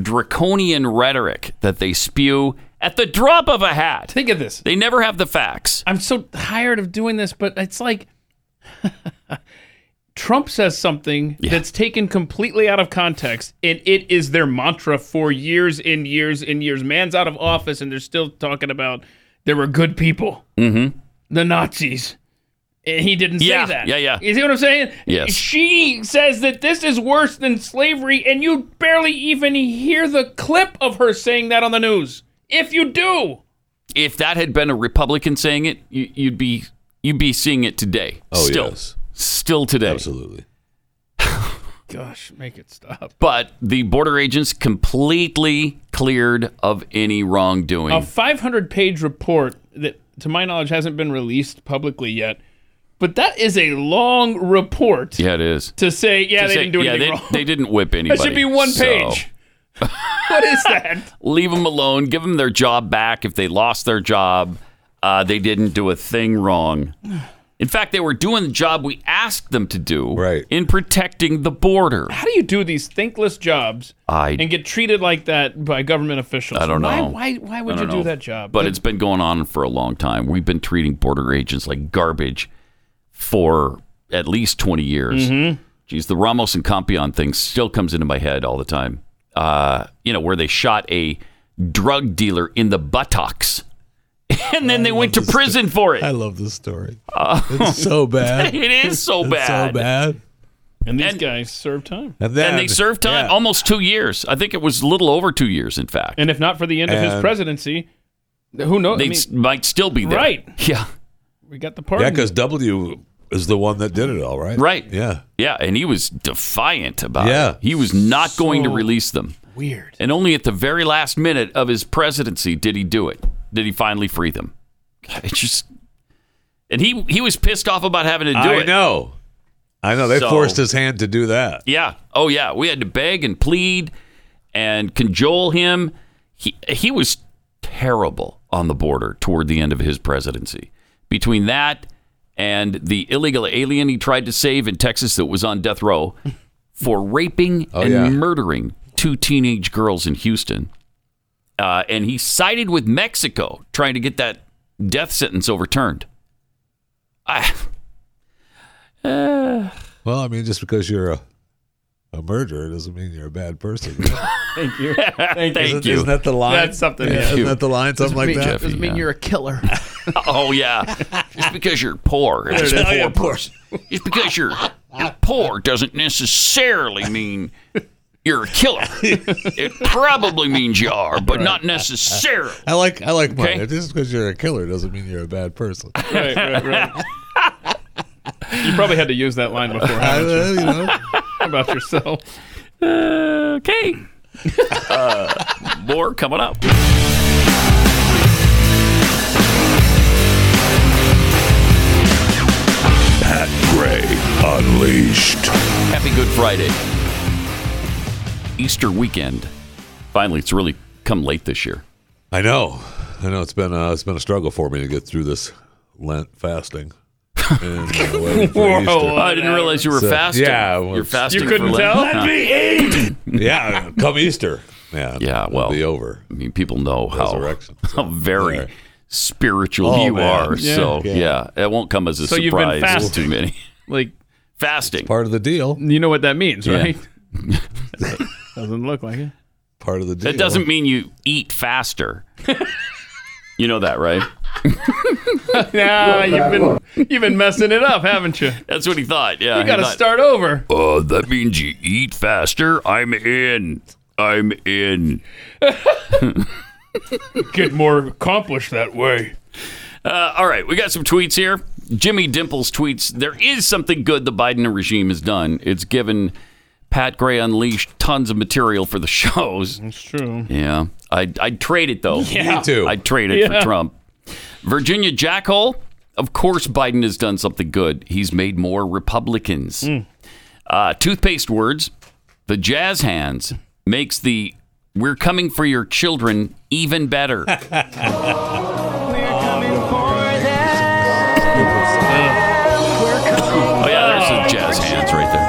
Speaker 3: draconian rhetoric that they spew at the drop of a hat.
Speaker 5: Think of this.
Speaker 3: They never have the facts.
Speaker 5: I'm so tired of doing this, but it's like Trump says something that's taken completely out of context, and it is their mantra for years and years and years. Man's out of office, and they're still talking about there were good people,
Speaker 3: Mm-hmm.
Speaker 5: the Nazis. And he didn't
Speaker 3: Yeah,
Speaker 5: say that.
Speaker 3: yeah, yeah.
Speaker 5: You see what I'm saying?
Speaker 3: Yes.
Speaker 5: She says that this is worse than slavery, and you barely even hear the clip of her saying that on the news. If you do.
Speaker 3: If that had been a Republican saying it, you, you'd be you'd be seeing it today.
Speaker 4: Oh,
Speaker 3: still,
Speaker 4: yes.
Speaker 3: still today.
Speaker 4: Absolutely.
Speaker 5: Gosh, make it stop.
Speaker 3: But the border agents completely cleared of any wrongdoing.
Speaker 5: A 500 page report that, to my knowledge, hasn't been released publicly yet. But that is a long report
Speaker 3: yeah, it is.
Speaker 5: to say, yeah,
Speaker 3: To
Speaker 5: they
Speaker 3: say-
Speaker 5: didn't do
Speaker 3: yeah,
Speaker 5: anything
Speaker 3: they,
Speaker 5: wrong.
Speaker 3: they didn't whip anybody.
Speaker 5: That should be one
Speaker 3: so-
Speaker 5: page. what is that?
Speaker 3: leave them alone. Give them their job back if they lost their job. Uh, they didn't do a thing wrong. In fact, they were doing the job we asked them to do right. in protecting the border.
Speaker 5: How do you do these thankless jobs
Speaker 3: I-
Speaker 5: and get treated like that by government officials?
Speaker 3: I don't
Speaker 5: Why-
Speaker 3: know.
Speaker 5: Why, why, would
Speaker 3: I
Speaker 5: you
Speaker 3: don't
Speaker 5: do
Speaker 3: know.
Speaker 5: that job?
Speaker 3: But it's been going on for a long time. We've been treating border agents like garbage for at least 20 years.
Speaker 5: Mm-hmm.
Speaker 3: Geez, the Ramos and Compion thing still comes into my head all the time. Uh, you know, where they shot a drug dealer in the buttocks. and then they went to prison for it.
Speaker 19: I love this story.
Speaker 3: Oh.
Speaker 19: It's so bad.
Speaker 3: It is so
Speaker 19: It's
Speaker 3: bad.
Speaker 19: so bad.
Speaker 3: And these
Speaker 5: guys serve time.
Speaker 19: And then-
Speaker 3: they served time almost two years. I think it was a little over two years, in fact.
Speaker 5: And if not for the end of his
Speaker 3: And-
Speaker 5: presidency, who knows?
Speaker 3: They
Speaker 5: I mean,
Speaker 3: s- might still be there.
Speaker 5: Right.
Speaker 3: Yeah.
Speaker 5: we got the pardon.
Speaker 4: Yeah, because W is the one that did it all, right?
Speaker 3: Right.
Speaker 4: Yeah.
Speaker 3: Yeah. And he was defiant about
Speaker 4: Yeah.
Speaker 3: it. He was not going to
Speaker 4: So
Speaker 3: release them.
Speaker 5: weird.
Speaker 3: And only at the very last minute of his presidency did he do it. Did he finally free them? God, It just. And he, he was pissed off about having to do
Speaker 4: I
Speaker 3: it.
Speaker 4: know. I know. They
Speaker 3: So-
Speaker 4: forced his hand to do that.
Speaker 3: Yeah. Oh, yeah. We had to beg and plead and cajole him. He, he was terrible on the border toward the end of his presidency. Between that and the illegal alien he tried to save in Texas that was on death row for raping and
Speaker 4: Oh, yeah.
Speaker 3: murdering two teenage girls in Houston. Uh, and he sided with Mexico trying to get that death sentence overturned. I. Uh,
Speaker 4: Well, I mean, just because you're a, a murderer doesn't mean you're a bad person.
Speaker 5: Thank you.
Speaker 3: Thank
Speaker 4: Isn't- Isn't that the line?
Speaker 5: That's something.
Speaker 4: Yeah, Isn't that the line? Something like that.
Speaker 3: Jeffy, yeah.
Speaker 5: a killer.
Speaker 3: Oh yeah, just because you're poor,
Speaker 5: There it
Speaker 3: just
Speaker 5: is.
Speaker 3: poor
Speaker 5: Oh, yeah, poor.
Speaker 3: person. Just because you're, you're poor doesn't necessarily mean you're a killer. It probably means you are, but not necessarily.
Speaker 4: I like I like mine.
Speaker 3: Okay.
Speaker 4: Just because you're a killer doesn't mean you're a bad person.
Speaker 5: right, right, right. you probably had to use that line before. haven't you?
Speaker 4: uh, you know.
Speaker 5: about yourself.
Speaker 3: okay. Uh, more coming up.
Speaker 4: Pat Gray Unleashed.
Speaker 3: Happy Good Friday. Easter weekend. Finally, it's really come late this year.
Speaker 4: I know. I know it's been uh, it's been a struggle for me to get through this Lent fasting. And, uh, waiting for
Speaker 3: Whoa,
Speaker 4: Easter.
Speaker 3: I didn't realize you were
Speaker 4: So-
Speaker 3: fasting.
Speaker 4: Yeah, well,
Speaker 3: You're fasting.
Speaker 5: You couldn't
Speaker 3: for
Speaker 5: tell?
Speaker 3: Lent.
Speaker 5: Let me
Speaker 4: yeah, come Easter. Yeah,
Speaker 3: yeah. Well,
Speaker 4: be over.
Speaker 3: I mean, people know how, how very
Speaker 4: Right.
Speaker 3: spiritual
Speaker 4: Oh,
Speaker 3: you
Speaker 4: man.
Speaker 3: are.
Speaker 4: Yeah.
Speaker 3: So
Speaker 4: Yeah.
Speaker 3: yeah. it won't come as a
Speaker 5: So you've
Speaker 3: surprise
Speaker 5: been
Speaker 3: to
Speaker 5: fasting.
Speaker 3: many.
Speaker 5: Like
Speaker 3: Fasting,
Speaker 4: part of the deal.
Speaker 5: you know what that means,
Speaker 3: Yeah.
Speaker 5: right? Doesn't look like it.
Speaker 4: Part of the deal.
Speaker 3: That doesn't mean you eat faster. you know that, right?
Speaker 5: nah, you've been you've been messing it up, haven't you?
Speaker 3: That's what he thought. Yeah,
Speaker 5: you got to
Speaker 3: he thought,
Speaker 5: start over.
Speaker 3: Uh, that means you eat faster. I'm in. I'm in.
Speaker 5: Get more accomplished that way.
Speaker 3: Uh, all right, we got some tweets here. Jimmy Dimples tweets There is something good the Biden regime has done. It's given Pat Gray Unleashed tons of material for the shows.
Speaker 5: It's true.
Speaker 3: Yeah. I'd, I'd trade it, though.
Speaker 5: Yeah. Me too.
Speaker 3: I'd trade it
Speaker 5: Yeah.
Speaker 3: for Trump. Virginia Jackhole, of course, Biden has done something good. He's made more Republicans.
Speaker 5: Mm.
Speaker 3: Uh, toothpaste words, the jazz hands makes the we're coming for your children even better. Oh yeah, there's the jazz hands right there.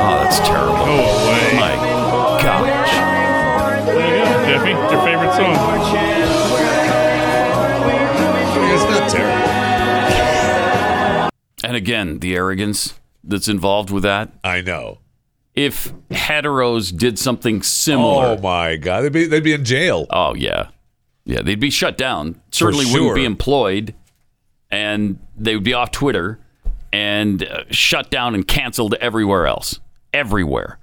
Speaker 3: Oh, that's terrible. Go
Speaker 5: away.
Speaker 3: My gosh.
Speaker 5: There you go, Jeffy. Your favorite song.
Speaker 4: It's not terrible.
Speaker 3: And again, the arrogance that's involved with that.
Speaker 4: I know.
Speaker 3: If heteros did something similar,
Speaker 4: Oh my god, they'd be they'd be in jail.
Speaker 3: Oh yeah, yeah, they'd be shut down. Certainly
Speaker 4: sure.
Speaker 3: wouldn't be employed, and they would be off Twitter and uh, shut down and canceled everywhere else, everywhere.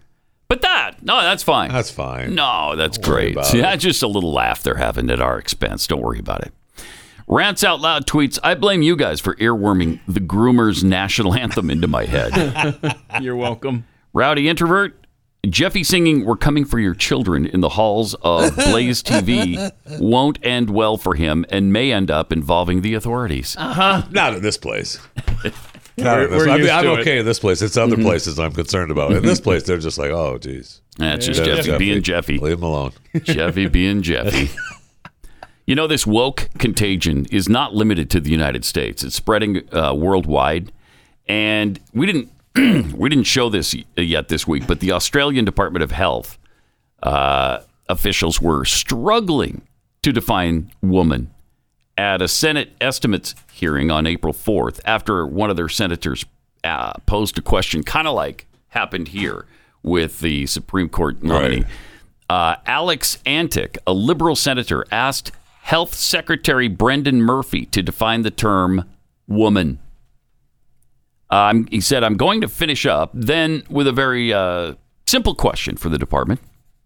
Speaker 3: But that, no, that's fine.
Speaker 4: That's fine.
Speaker 3: No, Oh, that's great.
Speaker 4: worry about
Speaker 3: Yeah, just a little laugh they're having at our expense. Don't worry about it. Rants out loud tweets. I blame you guys for earworming the Groomers national anthem into my head.
Speaker 5: You're welcome.
Speaker 3: Rowdy introvert, Jeffy singing "We're coming for your children" in the halls of Blaze TV won't end well for him and may end up involving the authorities.
Speaker 5: Uh-huh.
Speaker 4: Not in this place. Not
Speaker 3: We're-
Speaker 4: in this-
Speaker 3: we're
Speaker 4: I mean,
Speaker 3: used
Speaker 4: I'm
Speaker 3: to it.
Speaker 4: okay in this place. It's other
Speaker 3: Mhm.
Speaker 4: places I'm concerned about. In this place, they're just like, oh, geez.
Speaker 3: That's just Jeffy being Jeffy.
Speaker 4: Leave him alone.
Speaker 3: Jeffy being Jeffy. You know, this woke contagion is not limited to the United States. It's spreading uh, worldwide, and we didn't we didn't show this yet this week. But the Australian Department of Health uh, officials were struggling to define woman at a Senate estimates hearing on April 4th after one of their senators uh, posed a question, kind of like happened here with the Supreme Court nominee. Uh, Alex Antic, a liberal senator, asked Health Secretary Brendan Murphy to define the term woman. Um, he said, I'm going to finish up then with a very uh, simple question for the department.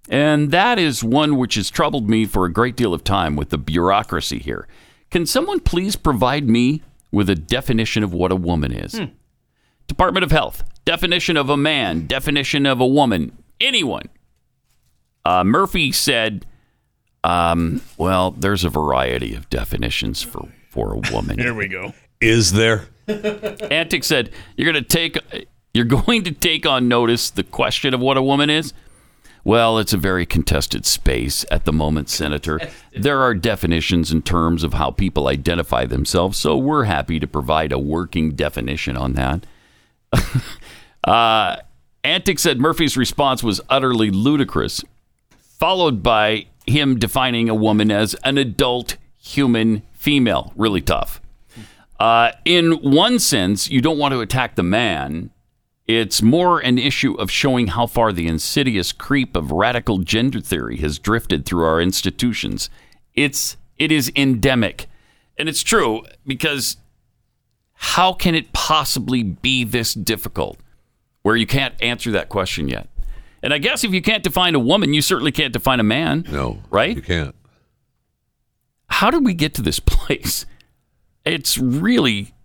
Speaker 3: And that is one which has troubled me for a great deal of time with the bureaucracy here. Can someone please provide me with a definition of what a woman is? Department of Health, definition of a man, definition of a woman, anyone. Uh, Murphy said, um, well, there's a variety of definitions for, for a woman.
Speaker 5: Here we go.
Speaker 3: Is there? Antic said, "You're going to take you're going to take on notice the question of what a woman is." Well, it's a very contested space at the moment, Senator. There are definitions and terms of how people identify themselves, so we're happy to provide a working definition on that. uh, Antic said Murphy's response was utterly ludicrous, followed by him defining a woman as an adult human female. Really tough. Uh, in one sense, you don't want to attack the man. It's more an issue of showing how far the insidious creep of radical gender theory has drifted through our institutions. It's it is endemic, and it's true because how can it possibly be this difficult where you can't answer that question yet? And I guess if you can't define a woman, you certainly can't define a man. No, right? You can't. How did we get to this place? It's really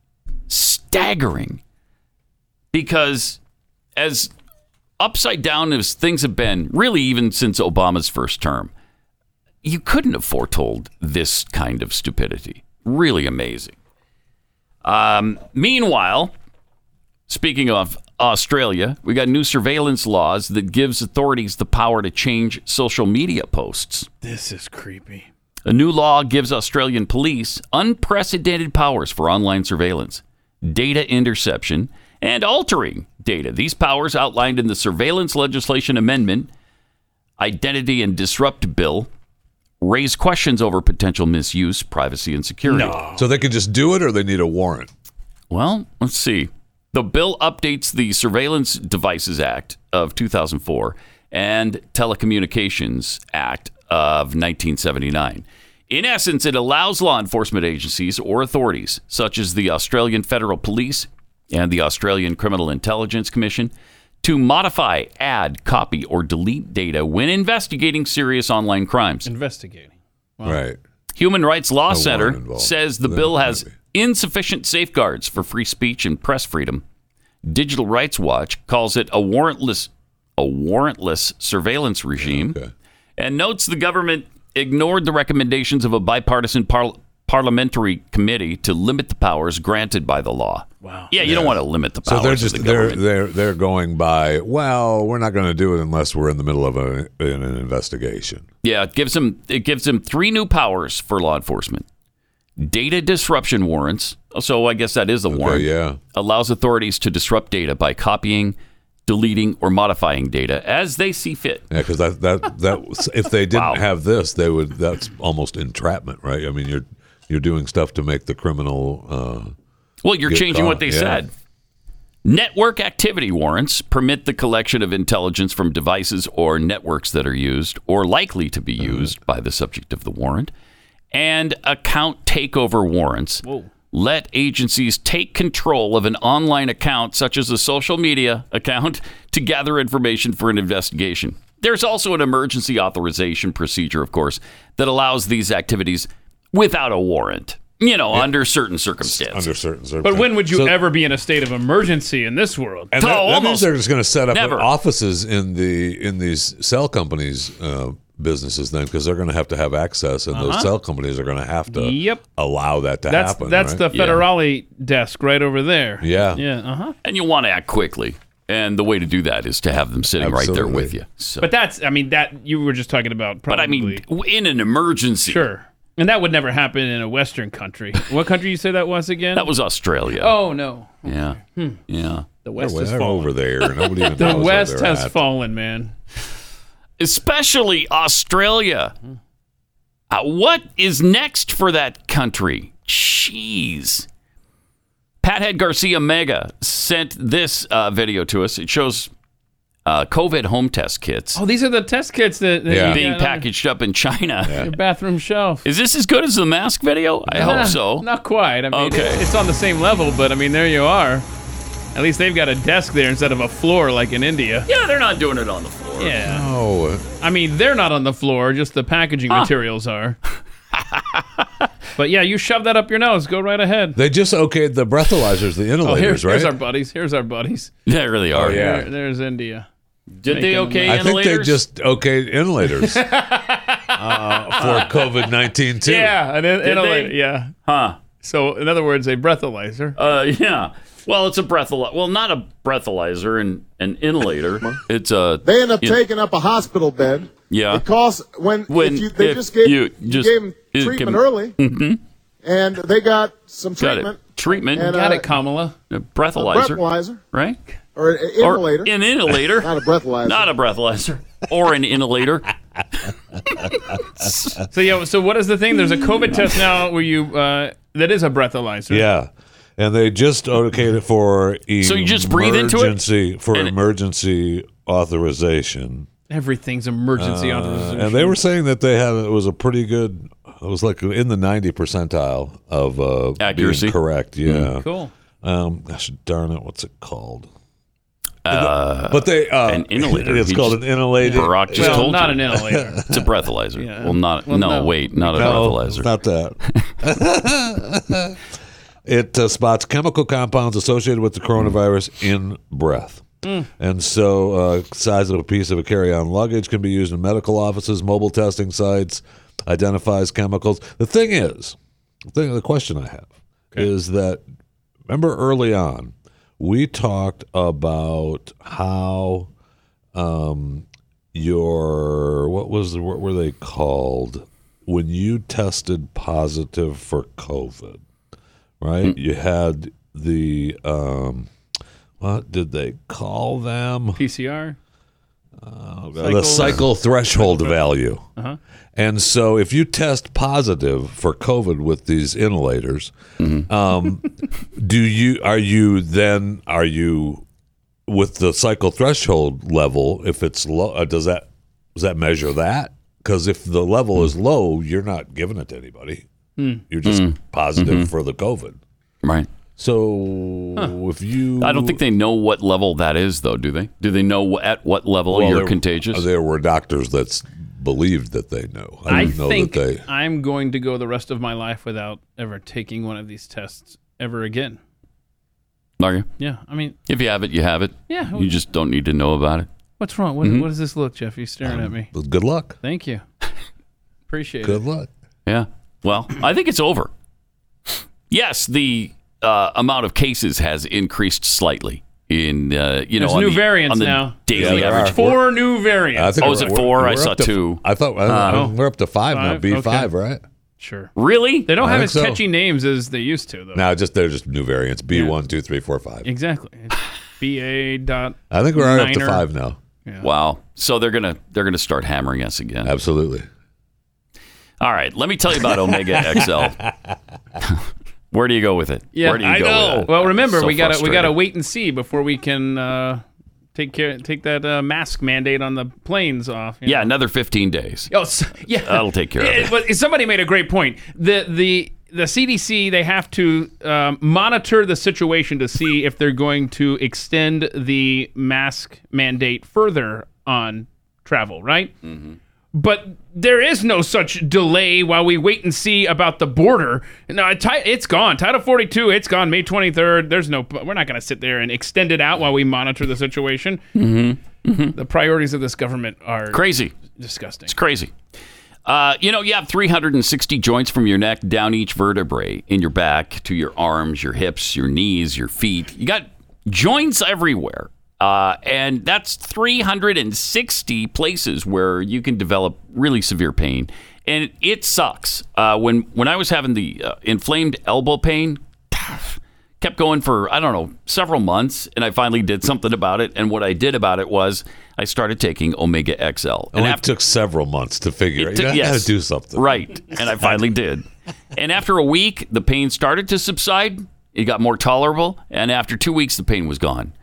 Speaker 3: staggering because as upside down as things have been, really even since Obama's first term, you couldn't have foretold this kind of stupidity. Really amazing. Um, meanwhile, speaking of Australia, we got new surveillance laws that gives authorities the power to change social media posts.
Speaker 5: This is creepy.
Speaker 3: A new law gives Australian police unprecedented powers for online surveillance, data interception, and altering data. These powers outlined in the Surveillance Legislation Amendment, Identity and Disrupt Bill, raise questions over potential misuse, privacy, and security.
Speaker 4: So they can just do it, or they need a warrant.
Speaker 3: Well, let's see. The bill updates the Surveillance Devices Act of 2004 and Telecommunications Act of 1979. In essence, it allows law enforcement agencies or authorities, such as the Australian Federal Police and the Australian Criminal Intelligence Commission, to modify, add, copy, or delete data when investigating serious online crimes.
Speaker 5: Investigating.
Speaker 4: Right.
Speaker 3: Human Rights Law
Speaker 4: No
Speaker 3: Center
Speaker 4: warrant involved.
Speaker 3: says the
Speaker 4: Then
Speaker 3: bill has insufficient safeguards for free speech and press freedom. Digital Rights Watch calls it a warrantless a warrantless surveillance regime and notes the government ignored the recommendations of a bipartisan par- parliamentary committee to limit the powers granted by the law. Wow. Yeah, you don't want to limit the powers
Speaker 4: So they're
Speaker 3: of
Speaker 4: just
Speaker 3: the
Speaker 4: they're
Speaker 3: government.
Speaker 4: they're they're going by. Well, we're not going to do it unless we're in the middle of a, in an investigation.
Speaker 3: Yeah, it gives them it gives them three new powers for law enforcement. Data disruption warrants. So I guess that is the warrant.
Speaker 4: yeah.
Speaker 3: Allows authorities to disrupt data by copying, deleting, or modifying data as they see fit.
Speaker 4: Yeah, because that that that was- if they didn't have this, they would. That's almost entrapment, right? I mean, you're you're doing stuff to make the criminal. Uh,
Speaker 3: Well, you're
Speaker 4: get
Speaker 3: changing what
Speaker 4: caught.
Speaker 3: they
Speaker 4: Yeah.
Speaker 3: said. Network activity warrants permit the collection of intelligence from devices or networks that are used or likely to be used by the subject of the warrant. And account takeover warrants let agencies take control of an online account, such as a social media account, to gather information for an investigation. There's also an emergency authorization procedure, of course, that allows these activities without a warrant, you know, under certain circumstances. Under
Speaker 4: certain
Speaker 5: But when would you
Speaker 4: So-
Speaker 5: ever be in a state of emergency in this world?
Speaker 4: And that, that means they're just going to set up
Speaker 5: never.
Speaker 4: offices in the in these cell companies' uh, businesses then, because they're going to have to have access, and
Speaker 5: Uh-huh.
Speaker 4: those cell companies are going to have to
Speaker 5: Yep.
Speaker 4: allow that to
Speaker 5: that's
Speaker 4: happen.
Speaker 5: that's
Speaker 4: right?
Speaker 5: the federale desk right over there.
Speaker 4: Yeah.
Speaker 5: Yeah. Uh huh.
Speaker 3: and you want to act quickly. And the way to do that is to have them sitting right there
Speaker 4: Absolutely.
Speaker 3: with you. So,
Speaker 5: But that's, I mean, that you were just talking about. Probably. But I mean,
Speaker 3: in an emergency,
Speaker 5: sure. And that would never happen in a Western country. What country you say that was again?
Speaker 3: that was Australia.
Speaker 5: Oh no,
Speaker 3: yeah,
Speaker 5: Hmm.
Speaker 3: yeah.
Speaker 5: The West
Speaker 4: They're
Speaker 5: has
Speaker 4: way
Speaker 5: fallen.
Speaker 4: over there. Nobody even knows
Speaker 5: the
Speaker 4: where
Speaker 5: West
Speaker 4: they're
Speaker 5: has
Speaker 4: at.
Speaker 5: fallen, man.
Speaker 3: especially Australia. Uh, what is next for that country? Jeez. Pathead Garcia Mega sent this uh, video to us. It shows uh, COVID home test kits
Speaker 5: Oh, these are the test kits that, that you
Speaker 3: being
Speaker 5: get on
Speaker 3: packaged up in China.
Speaker 5: Your bathroom shelf.
Speaker 3: Is this as good as the mask video? I
Speaker 5: Nah,
Speaker 3: hope so.
Speaker 5: Not quite. I mean,
Speaker 3: Okay.
Speaker 5: it's on the same level, but I mean, there you are. At least they've got a desk there instead of a floor like in India.
Speaker 3: Yeah, they're not doing it on the floor.
Speaker 5: Yeah.
Speaker 4: No.
Speaker 5: I mean, they're not on the floor, just the packaging materials are. but yeah, you shove that up your nose. Go right ahead.
Speaker 4: They just okayed the breathalyzers, the
Speaker 5: Oh, here-
Speaker 4: inhalators,
Speaker 5: here's
Speaker 4: right?
Speaker 5: our buddies. Here's our buddies.
Speaker 3: They really are.
Speaker 4: Oh, yeah.
Speaker 5: There- there's India.
Speaker 3: Did they okay
Speaker 4: I think they just okayed inhalators uh, for COVID nineteen too.
Speaker 5: Yeah, an in-
Speaker 3: Oh. Did
Speaker 5: inhalator.
Speaker 3: they?
Speaker 5: Yeah.
Speaker 3: Huh.
Speaker 5: So, in other words, a breathalyzer.
Speaker 3: Uh, yeah. Well, it's a breathalyzer. Well, not a breathalyzer and an inhalator. It's a.
Speaker 20: They end up
Speaker 3: you know-
Speaker 20: taking up a hospital bed.
Speaker 3: Yeah.
Speaker 20: It costs when,
Speaker 3: When
Speaker 20: if you, they
Speaker 3: if
Speaker 20: just gave
Speaker 3: you
Speaker 20: you,
Speaker 3: just-
Speaker 20: gave 'em
Speaker 3: it
Speaker 20: treatment
Speaker 3: can-
Speaker 20: early,
Speaker 3: Mhm.
Speaker 20: and they got some
Speaker 3: Got
Speaker 20: treatment,
Speaker 3: it. Treatment.
Speaker 20: And, Got uh, it,
Speaker 5: Kamala.
Speaker 3: A breathalyzer.
Speaker 20: a breathalyzer
Speaker 3: Right?
Speaker 20: or an inhalator,
Speaker 3: an inhalator.
Speaker 20: not a breathalyzer.
Speaker 3: Not a breathalyzer. Or an inhalator.
Speaker 5: So yeah, so what is the thing? There's a COVID test now where you uh, that is a breathalyzer.
Speaker 4: Yeah. And they just okayed it for emergency,
Speaker 5: So you just breathe into it?
Speaker 4: for emergency authorization.
Speaker 5: Everything's emergency
Speaker 4: Uh,
Speaker 5: authorization.
Speaker 4: And they were saying that they had it was a pretty good. It was like in the ninety percentile of uh, being
Speaker 3: Accuracy.
Speaker 4: correct. Yeah.
Speaker 3: Mm, cool.
Speaker 4: Um, gosh darn it, what's it called?
Speaker 3: Uh,
Speaker 4: but they uh,
Speaker 3: an inhalator.
Speaker 4: It's
Speaker 3: He
Speaker 4: called
Speaker 3: just-
Speaker 4: an inhalator.
Speaker 3: Barack just
Speaker 4: Well,
Speaker 3: told
Speaker 4: not
Speaker 3: you.
Speaker 4: an inhalator.
Speaker 3: it's a breathalyzer.
Speaker 4: Yeah.
Speaker 3: Well, not.
Speaker 4: Well,
Speaker 3: no,
Speaker 4: no.
Speaker 3: wait, not a
Speaker 4: No,
Speaker 3: breathalyzer.
Speaker 4: it's not that. it uh, spots chemical compounds associated with the coronavirus in breath.
Speaker 21: Mm.
Speaker 4: And so, uh, size of a piece of a carry-on luggage can be used in medical offices, mobile testing sites, identifies chemicals. The thing is, the thing, the question I have is that remember early on we talked about how um, your what was the, what were they called when you tested positive for COVID, right? You had the um, what did they call them?
Speaker 5: PCR.
Speaker 4: Uh, the cycle threshold value.
Speaker 5: Uh-huh.
Speaker 4: And so, if you test positive for COVID with these inhalators,
Speaker 3: Mm-hmm.
Speaker 4: um, do you are you then are you with the cycle threshold level? If it's low, uh, does that does that measure that? Because if the level is low, you're not giving it to anybody.
Speaker 3: Hmm.
Speaker 4: You're just
Speaker 3: Mm.
Speaker 4: positive
Speaker 3: Mhm.
Speaker 4: for the COVID.
Speaker 3: Right.
Speaker 4: So if you,
Speaker 3: I don't think they know what level that is, though. Do they? Do they know wh- at what level
Speaker 4: Well,
Speaker 3: you're
Speaker 4: there-
Speaker 3: contagious?
Speaker 4: There were doctors that believed that they knew. I
Speaker 5: I
Speaker 4: didn't know
Speaker 5: think
Speaker 4: that they.
Speaker 5: I'm going to go the rest of my life without ever taking one of these tests ever again.
Speaker 3: Are you?
Speaker 5: Yeah, I mean,
Speaker 3: If you have it, you have it.
Speaker 5: Yeah.
Speaker 3: You just don't need to know about it.
Speaker 5: what's wrong? What,
Speaker 3: Mhm.
Speaker 5: what does this look, Jeff? You're staring at me.
Speaker 4: Well, Mm-hmm. Um, Good luck.
Speaker 5: Thank you. Appreciate it.
Speaker 4: Good luck.
Speaker 3: Yeah. Well, I think it's over. Yes, the uh, amount of cases has increased slightly. In uh, you
Speaker 5: There's
Speaker 3: know, on
Speaker 5: new
Speaker 3: the,
Speaker 5: variants
Speaker 3: on the
Speaker 5: now.
Speaker 3: daily
Speaker 4: Yeah, there
Speaker 3: average.
Speaker 4: are.
Speaker 5: Four new variants. Oh.
Speaker 4: I think
Speaker 3: Oh, is it
Speaker 4: we're-
Speaker 3: four? I
Speaker 4: we're
Speaker 3: saw
Speaker 4: up to-
Speaker 3: two.
Speaker 4: I thought I
Speaker 3: Uh,
Speaker 4: we're up to five, now.
Speaker 5: Five?
Speaker 4: B five,
Speaker 5: Okay.
Speaker 4: right?
Speaker 5: Sure.
Speaker 3: Really?
Speaker 5: They don't
Speaker 4: I
Speaker 5: have
Speaker 4: think
Speaker 5: as
Speaker 4: so.
Speaker 5: catchy names as they used to, though.
Speaker 4: Now just they're just new variants. B one, two, three, four, five.
Speaker 5: Exactly. It's BA dot.
Speaker 4: I think we're already up to
Speaker 5: niner.
Speaker 4: five now.
Speaker 3: Wow. So they're gonna they're gonna start hammering us again.
Speaker 4: Absolutely.
Speaker 3: All right. Let me tell you about Omega XL. Where do you go with it?
Speaker 5: Yeah,
Speaker 3: Where do you
Speaker 5: I
Speaker 3: go
Speaker 5: know.
Speaker 3: With that?
Speaker 5: Well, remember
Speaker 3: So
Speaker 5: we gotta we gotta
Speaker 3: frustrating.
Speaker 5: wait and see before we can uh, take care take that uh, mask mandate on the planes off. you know?
Speaker 3: Yeah, another 15 days.
Speaker 5: Oh, s yeah.
Speaker 3: That'll take care of it.
Speaker 5: But somebody made a great point. The the the CDC they have to um, monitor the situation to see if they're going to extend the mask mandate further on travel, right?
Speaker 3: Mm-hmm.
Speaker 5: But there is no such delay while we wait and see about the border. No, it- it's gone. Title 42, it's gone. May 23rd. There's no. We're not going to sit there and extend it out while we monitor the situation. The priorities of this government are
Speaker 3: Mm-hmm. Crazy.
Speaker 5: disgusting.
Speaker 3: It's crazy. Uh, you know, you have 360 joints from your neck down each vertebrae in your back to your arms, your hips, your knees, your feet. You got joints everywhere. Uh, and that's 360 places where you can develop really severe pain. And it sucks. Uh, when, when I was having the uh, inflamed elbow pain, kept going for, I don't know, several months. And I finally did something about it. And what I did about it was I started taking Omega XL.
Speaker 4: And it took several months to figure it.
Speaker 3: It took-
Speaker 4: you got
Speaker 3: yes.
Speaker 4: to do something.
Speaker 3: Right. And I finally did. And after a week, the pain started to subside. It got more tolerable. And after two weeks, the pain was gone.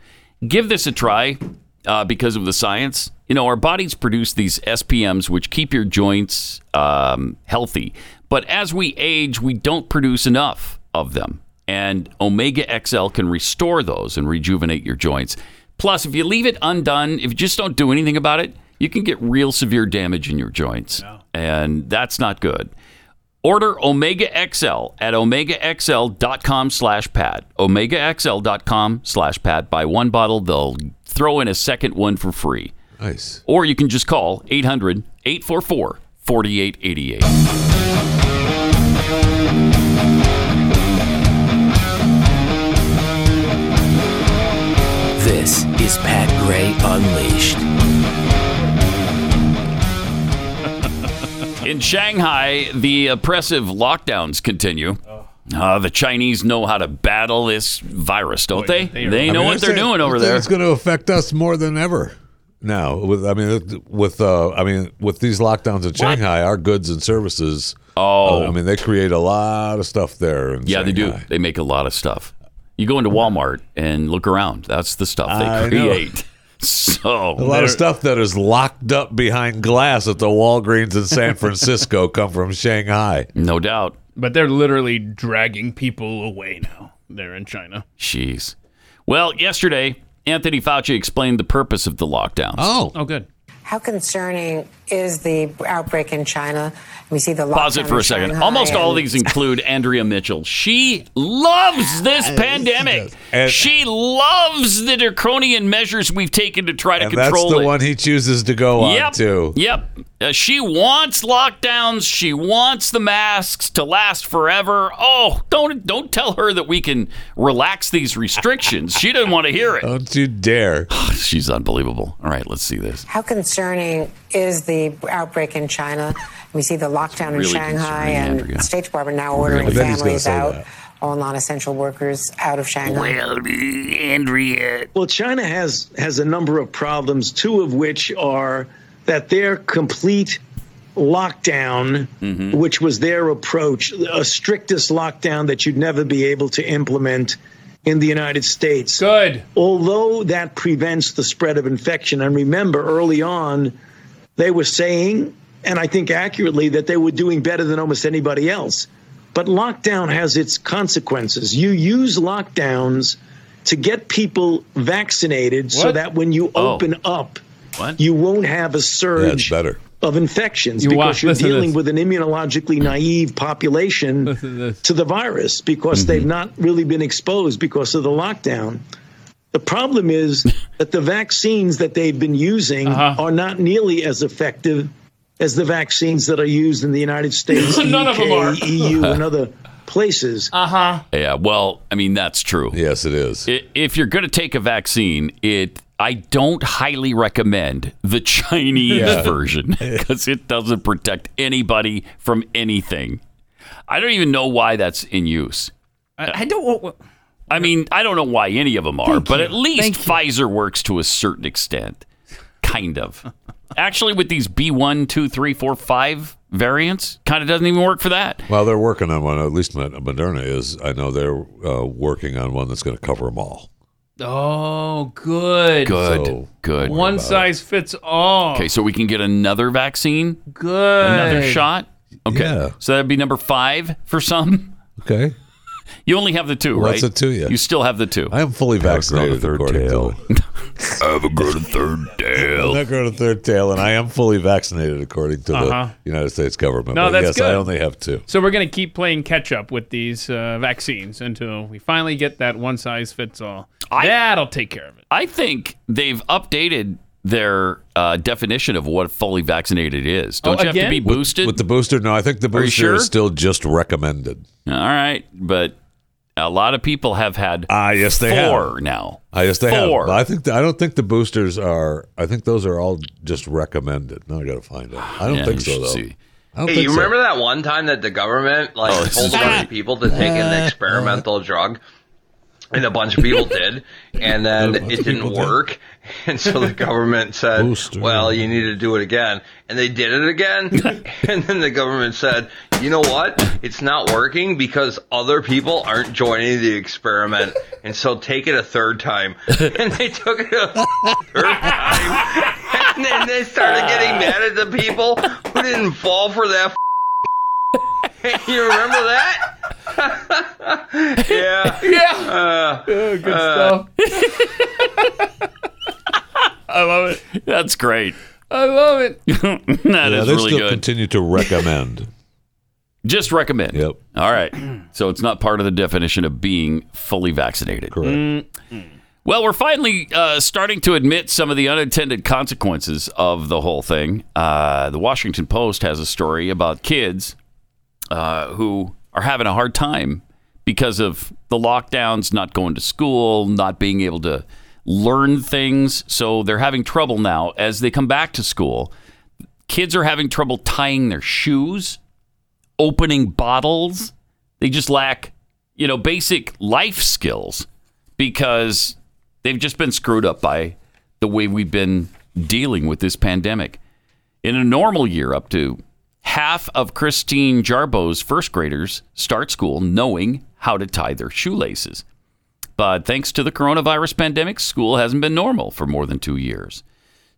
Speaker 3: Give this a try uh, because of the science. You know, our bodies produce these SPMs, which keep your joints um, healthy. But as we age, we don't produce enough of them. And Omega XL can restore those and rejuvenate your joints. Plus, if you leave it undone, if you just don't do anything about it, you can get real severe damage in your joints. And that's not good. Order Omega XL at omegaxl.com slash pad. Omegaxl.com slash pad. Buy one bottle, they'll throw in a second one for free.
Speaker 4: Nice.
Speaker 3: Or you can just call 800 844 4888.
Speaker 11: This is Pat Gray Unleashed.
Speaker 3: In Shanghai, the oppressive lockdowns continue.
Speaker 4: Oh.
Speaker 3: Uh, the Chinese know how to battle this virus, don't they? They,
Speaker 4: I
Speaker 3: know
Speaker 4: mean,
Speaker 3: what they're
Speaker 4: saying-
Speaker 3: doing over
Speaker 4: saying
Speaker 3: there.
Speaker 4: It's going to affect us more than ever. Now, with I mean, with uh, I mean, with these lockdowns in Shanghai, our goods and services.
Speaker 3: Oh,
Speaker 4: I mean, they create a lot of stuff there. In
Speaker 3: Yeah, they do.
Speaker 4: Shanghai.
Speaker 3: They make a lot of stuff. You go into Walmart and look around. That's the stuff they
Speaker 4: I know.
Speaker 3: create. So
Speaker 4: A lot of stuff that is locked up behind glass at the Walgreens in San Francisco come from Shanghai.
Speaker 3: No doubt.
Speaker 5: But they're literally dragging people away now. They're in China.
Speaker 3: Jeez. Well, yesterday Anthony Fauci explained the purpose of the lockdowns.
Speaker 4: Oh.
Speaker 5: Oh, good.
Speaker 22: How concerning is the outbreak in China? We see the lockdown
Speaker 3: Pause it for
Speaker 22: in
Speaker 3: a second.
Speaker 22: Shanghai
Speaker 3: Almost all
Speaker 22: and-
Speaker 3: these include Andrea Mitchell. She loves this pandemic. she loves the draconian measures we've taken to try to
Speaker 4: And that's
Speaker 3: control
Speaker 4: the
Speaker 3: it.
Speaker 4: one he chooses to go on
Speaker 3: yep.
Speaker 4: to.
Speaker 3: Yep. Uh, she wants lockdowns. She wants the masks to last forever. Oh, don't don't tell her that we can relax these restrictions. she doesn't want to hear it.
Speaker 4: Don't you dare.
Speaker 3: She's unbelievable. All right, let's see this.
Speaker 22: How concerning is the outbreak in China? We see the lockdown in
Speaker 3: really
Speaker 22: Shanghai
Speaker 3: concerning,
Speaker 22: and
Speaker 3: Andrea.
Speaker 22: State Department now
Speaker 3: Really?
Speaker 22: ordering
Speaker 3: I bet he's gonna
Speaker 22: families
Speaker 3: say
Speaker 22: out,
Speaker 3: that.
Speaker 22: all non-essential workers out of Shanghai.
Speaker 21: Andrea. Well, China has has a number of problems, two of which are that their complete lockdown,
Speaker 23: Mm-hmm.
Speaker 21: which was their approach, a strictest lockdown that you'd never be able to implement in the United States.
Speaker 5: Good.
Speaker 21: Although that prevents the spread of infection, and remember early on, they were saying, and I think accurately, that they were doing better than almost anybody else. But lockdown has its consequences. You use lockdowns to get people vaccinated so
Speaker 23: What?
Speaker 21: that when you
Speaker 23: Oh.
Speaker 21: open up, you won't have a surge
Speaker 4: better.
Speaker 21: of infections
Speaker 23: You
Speaker 21: because
Speaker 23: watch-
Speaker 21: you're
Speaker 23: listen to
Speaker 21: dealing
Speaker 23: this.
Speaker 21: with an immunologically naive population to the virus because they've not really been exposed because of the lockdown. The problem is that the vaccines that they've been using are not nearly as effective as the vaccines that are used in the United States, E
Speaker 5: None
Speaker 21: UK,
Speaker 5: of them are.
Speaker 21: EU, and other places.
Speaker 5: Uh huh.
Speaker 3: Yeah, well, I mean that's true.
Speaker 4: Yes, it is.
Speaker 3: if you're going to take a vaccine, it I don't highly recommend the Chinese
Speaker 4: Yeah.
Speaker 3: version because it doesn't protect anybody from anything. I don't even know why that's in use.
Speaker 5: I, I don't. What,
Speaker 3: I mean, I don't know why any of them are,
Speaker 5: Thank
Speaker 3: but
Speaker 5: you.
Speaker 3: at least Pfizer works to a certain extent. Kind of. Actually, with these B1, 2, 3, 4, 5 variants, kind of doesn't even work for that.
Speaker 4: Well, they're working on one. At least Mo- Moderna is. I know they're uh, working on one that's going to cover them all.
Speaker 5: oh, good.
Speaker 3: Good.
Speaker 4: So-
Speaker 3: good.
Speaker 5: One size fits all.
Speaker 3: Okay, so we can get another vaccine,
Speaker 5: Good.
Speaker 3: another shot. Okay.
Speaker 4: Yeah.
Speaker 3: So that'd be number five for some.
Speaker 4: Okay.
Speaker 3: You only have the two, right?
Speaker 4: That's a two, yeah.
Speaker 3: You still have the two.
Speaker 4: I am fully vaccinated. Third tail.
Speaker 3: I have a good third
Speaker 4: I'm
Speaker 3: tail.
Speaker 4: not going to third tail, and I am fully vaccinated according to
Speaker 5: Uh-huh.
Speaker 4: the United States government.
Speaker 5: No,
Speaker 4: but
Speaker 5: that's
Speaker 4: yes, I
Speaker 5: good.
Speaker 4: only have two.
Speaker 5: So we're going to keep playing catch up with these uh, vaccines until we finally get that one size fits all. That'll take care of it.
Speaker 3: I think they've updated their uh, definition of what fully vaccinated is. Don't
Speaker 5: Oh,
Speaker 3: you have to
Speaker 5: again?
Speaker 3: be
Speaker 5: With-
Speaker 3: boosted?
Speaker 4: With the booster, no, I think the
Speaker 3: Are you
Speaker 4: booster
Speaker 3: sure?
Speaker 4: is still just recommended.
Speaker 3: All right, but a lot of people have had
Speaker 4: ah yes they have.
Speaker 3: four now.
Speaker 4: I guess they have.
Speaker 3: four.
Speaker 4: But I think the, I don't think the boosters are. I think those are all just recommended. Now I got to find out. I don't
Speaker 3: Yeah, you
Speaker 4: think so
Speaker 3: should
Speaker 4: though.
Speaker 3: see.
Speaker 4: I don't
Speaker 24: Hey,
Speaker 4: think
Speaker 24: you
Speaker 4: so.
Speaker 24: remember that one time that the government like
Speaker 3: Oh, this
Speaker 24: told
Speaker 3: is
Speaker 24: a bunch
Speaker 3: great.
Speaker 24: of people to take an experimental drug,
Speaker 8: and a bunch of people did, and then it didn't work, and so the government said, "Well, you need to do it again," and they did it again, and then the government said, "You know what? It's not working because other people aren't joining the experiment, and so take it a third time," and they took it a third time, and then they started getting mad at the people who didn't fall for that. you remember that? yeah. Yeah. Uh,
Speaker 3: good stuff. I love it. That's great.
Speaker 5: I love it.
Speaker 3: That is
Speaker 4: yeah, they
Speaker 3: really
Speaker 4: still
Speaker 3: good.
Speaker 4: continue to recommend.
Speaker 3: Just recommend. Yep. All right. So it's not part of the definition of being fully vaccinated. Mm. Correct. Well, we're finally uh, starting to admit some of the unintended consequences of the whole thing. Uh, the Washington Post has a story about kids uh, who are having a hard time because of the lockdowns, not going to school, not being able to learn things. So they're having trouble now as they come back to school. Kids are having trouble tying their shoes, opening bottles. They just lack, you know, basic life skills because they've just been screwed up by the way we've been dealing with this pandemic. In a normal year, up to half of Christine Jarbo's first graders start school knowing how to tie their shoelaces. But thanks to the coronavirus pandemic, school hasn't been normal for more than two years.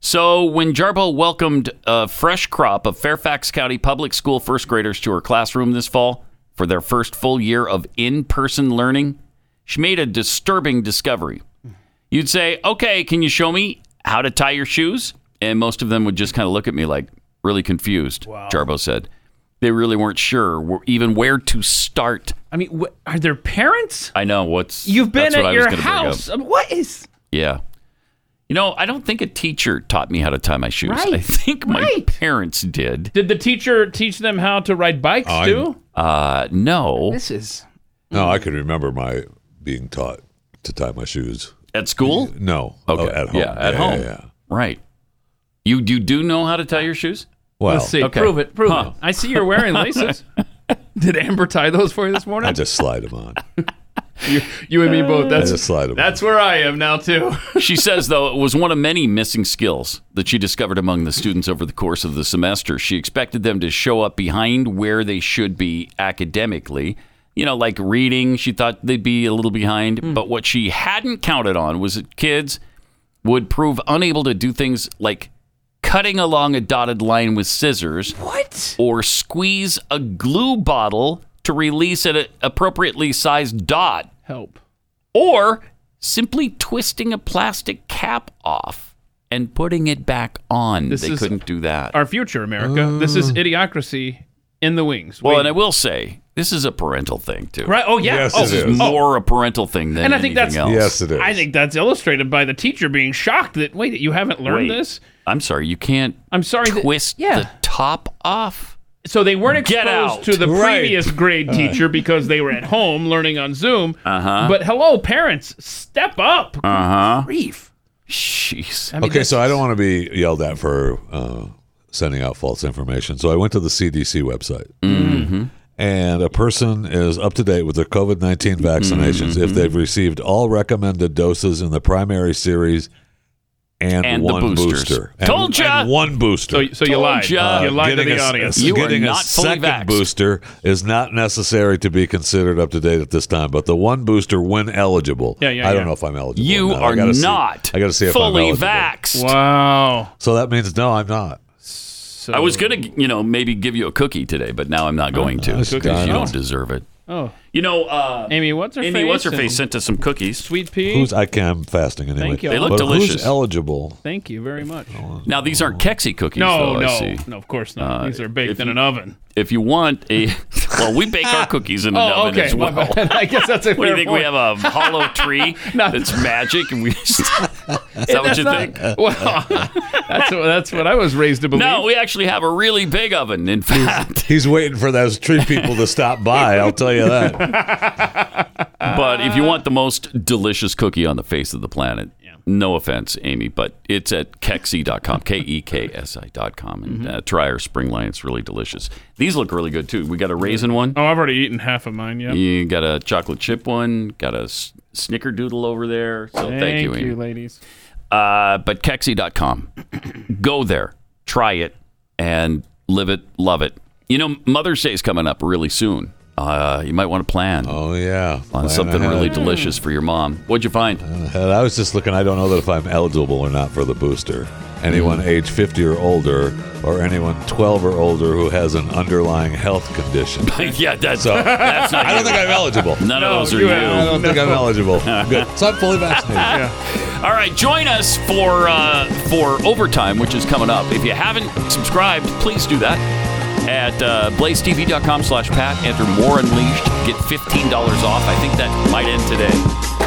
Speaker 3: So when Jarbo welcomed a fresh crop of Fairfax County Public School first graders to her classroom this fall for their first full year of in person learning, she made a disturbing discovery. You'd say, Okay, can you show me how to tie your shoes? And most of them would just kind of look at me like really confused, Jarbo said. They really weren't sure wh- even where to start.
Speaker 5: I mean, wh- are there parents?
Speaker 3: I know what's.
Speaker 5: You've been
Speaker 3: that's what
Speaker 5: at
Speaker 3: I was
Speaker 5: your
Speaker 3: gonna bring up.
Speaker 5: house. I mean, What is?
Speaker 3: Yeah. You know, I don't think a teacher taught me how to tie my shoes.
Speaker 5: Right.
Speaker 3: I think my parents did.
Speaker 5: Did the teacher teach them how to ride bikes too?
Speaker 3: Uh, no.
Speaker 5: This is
Speaker 4: No, I can remember my being taught to tie my shoes
Speaker 3: at school.
Speaker 4: No,
Speaker 3: Okay.
Speaker 4: oh, at home.
Speaker 3: Yeah, at home. Right. You you do know how to tie your shoes?
Speaker 4: Well, Let's see.
Speaker 3: Okay.
Speaker 5: prove it. Prove
Speaker 3: Huh.
Speaker 5: it. I see you're wearing laces. Did Amber tie those for you this morning?
Speaker 4: I just slide them on.
Speaker 5: you and me
Speaker 4: I
Speaker 5: both. That's
Speaker 4: just slide 'em on.
Speaker 5: that's where I am now too.
Speaker 3: she says, though, it was one of many missing skills that she discovered among the students over the course of the semester. She expected them to show up behind where they should be academically. You know, like reading, she thought they'd be a little behind.
Speaker 5: Hmm.
Speaker 3: But what she hadn't counted on was that kids would prove unable to do things like cutting along a dotted line with scissors.
Speaker 5: What?
Speaker 3: Or squeeze a glue bottle to release an appropriately sized dot
Speaker 5: Help.
Speaker 3: or simply twisting a plastic cap off and putting it back on.
Speaker 5: This
Speaker 3: they
Speaker 5: is-
Speaker 3: couldn't do that.
Speaker 5: Our future, America. This is
Speaker 3: Oh.
Speaker 5: idiocracy in the wings.
Speaker 3: well,
Speaker 5: We-
Speaker 3: and I will say this is a parental thing too.
Speaker 5: Right, oh, yeah. Yes,
Speaker 3: oh,
Speaker 5: it
Speaker 3: this is,
Speaker 5: is.
Speaker 3: more a parental thing than
Speaker 5: and I think that's
Speaker 3: anything else.
Speaker 5: I think that's illustrated by the teacher being shocked that wait, you haven't learned
Speaker 3: Wait.
Speaker 5: this.
Speaker 3: I'm sorry, you can't.
Speaker 5: I'm sorry. that-
Speaker 3: Twist
Speaker 5: yeah.
Speaker 3: the top off.
Speaker 5: So they weren't
Speaker 3: Get
Speaker 5: exposed
Speaker 3: out.
Speaker 5: to the
Speaker 3: Right.
Speaker 5: previous grade
Speaker 3: Uh.
Speaker 5: teacher because they were at home learning on Zoom.
Speaker 3: Uh huh.
Speaker 5: But hello, parents, step up.
Speaker 3: uh huh.
Speaker 5: Grief.
Speaker 3: Jeez.
Speaker 5: I mean,
Speaker 4: okay,
Speaker 5: that's-
Speaker 4: so I don't want to be yelled at for uh, sending out false information. So I went to the CDC website,
Speaker 3: Mhm.
Speaker 4: and a person is up to date with their COVID nineteen vaccinations if
Speaker 3: Mhm.
Speaker 4: they've received all recommended doses in the primary series and,
Speaker 3: And the
Speaker 4: one
Speaker 3: boosters.
Speaker 4: booster. And-
Speaker 3: Told ya!
Speaker 4: and one booster.
Speaker 5: So- so you Told lied. ya! You lied to
Speaker 4: Uh, getting
Speaker 5: the
Speaker 4: a s-
Speaker 5: audience.
Speaker 4: a s-
Speaker 5: Uh, You are
Speaker 4: getting a
Speaker 5: not fully
Speaker 4: second
Speaker 5: vaxxed.
Speaker 4: booster is not necessary to be considered up to date at this time, but the one booster, when eligible,
Speaker 3: Yeah, yeah,
Speaker 4: I
Speaker 3: yeah.
Speaker 4: don't know if I'm eligible.
Speaker 3: You
Speaker 4: or not. I
Speaker 3: are
Speaker 4: gotta see-
Speaker 3: not
Speaker 4: I got to see if I'm
Speaker 3: fully
Speaker 4: eligible.
Speaker 3: vaxxed.
Speaker 5: Wow.
Speaker 4: So that means no, I'm not.
Speaker 3: I was gonna, you know, maybe give you a cookie today, but now I'm not going
Speaker 5: Uh,
Speaker 3: to
Speaker 4: Nice.
Speaker 3: because
Speaker 4: Cookies.
Speaker 3: you don't deserve it.
Speaker 5: Oh.
Speaker 3: You know, uh,
Speaker 5: Amy, what's her
Speaker 3: Amy,
Speaker 5: face?
Speaker 3: what's her
Speaker 5: and
Speaker 3: face? Sent us some cookies.
Speaker 5: Sweet pea.
Speaker 4: Who's I can I'm fasting anyway.
Speaker 5: Thank you. They look
Speaker 4: But
Speaker 3: delicious.
Speaker 4: Who's eligible?
Speaker 5: Thank you very much.
Speaker 3: Now these aren't Kexi cookies.
Speaker 5: No,
Speaker 3: though,
Speaker 5: no.
Speaker 3: I see.
Speaker 5: No, of course not.
Speaker 3: Uh,
Speaker 5: These are baked
Speaker 3: if
Speaker 5: in
Speaker 3: you-
Speaker 5: an oven.
Speaker 3: If you want a, well, we bake our cookies in an
Speaker 5: Oh,
Speaker 3: oven
Speaker 5: okay,
Speaker 3: as
Speaker 5: my
Speaker 3: well.
Speaker 5: bad. I guess that's a
Speaker 3: What do you
Speaker 5: fair
Speaker 3: think? We
Speaker 5: point.
Speaker 3: have a hollow tree that's magic, and we. is that what you
Speaker 5: not-
Speaker 3: think?
Speaker 5: Well, that's what, that's what I was raised to believe.
Speaker 3: No, we actually have a really big oven. In fact,
Speaker 4: He's waiting for those tree people to stop by. I'll tell you that.
Speaker 5: Ah.
Speaker 3: but if you want the most delicious cookie on the face of the planet, No offense, Amy, but it's at keksi.com, K E K S I.com. And
Speaker 5: Mm-hmm.
Speaker 3: uh, try our spring line. It's really delicious. These look really good, too. We got a raisin one.
Speaker 5: Oh, I've already eaten half of mine. Yeah.
Speaker 3: You got a chocolate chip one. Got a s- snickerdoodle over there. So thank, you, Amy.
Speaker 5: ladies.
Speaker 3: Uh, but Kexi.com. Go there, try it, and live it, love it. You know, Mother's Day is coming up really soon. Uh, you might want to plan. Oh yeah, on
Speaker 4: Plan
Speaker 3: something
Speaker 4: ahead. Uh-huh.
Speaker 3: really delicious for your mom. What'd you find?
Speaker 4: And I was just looking. I don't know that if I'm eligible or not for the booster. Anyone
Speaker 3: Mm.
Speaker 4: age 50 or older, or anyone 12 or older who has an underlying health condition.
Speaker 3: yeah, that's,
Speaker 4: So-
Speaker 3: that's not.
Speaker 4: I don't think I'm eligible.
Speaker 3: None of those are you.
Speaker 4: I don't think I'm
Speaker 3: No.
Speaker 4: eligible. Good. So I'm fully vaccinated.
Speaker 3: All right, join us for uh, for overtime, which is coming up. If you haven't subscribed, please do that at uh, blazetv.com slash pat. Enter more unleashed. Get fifteen dollars off. I think that might end today.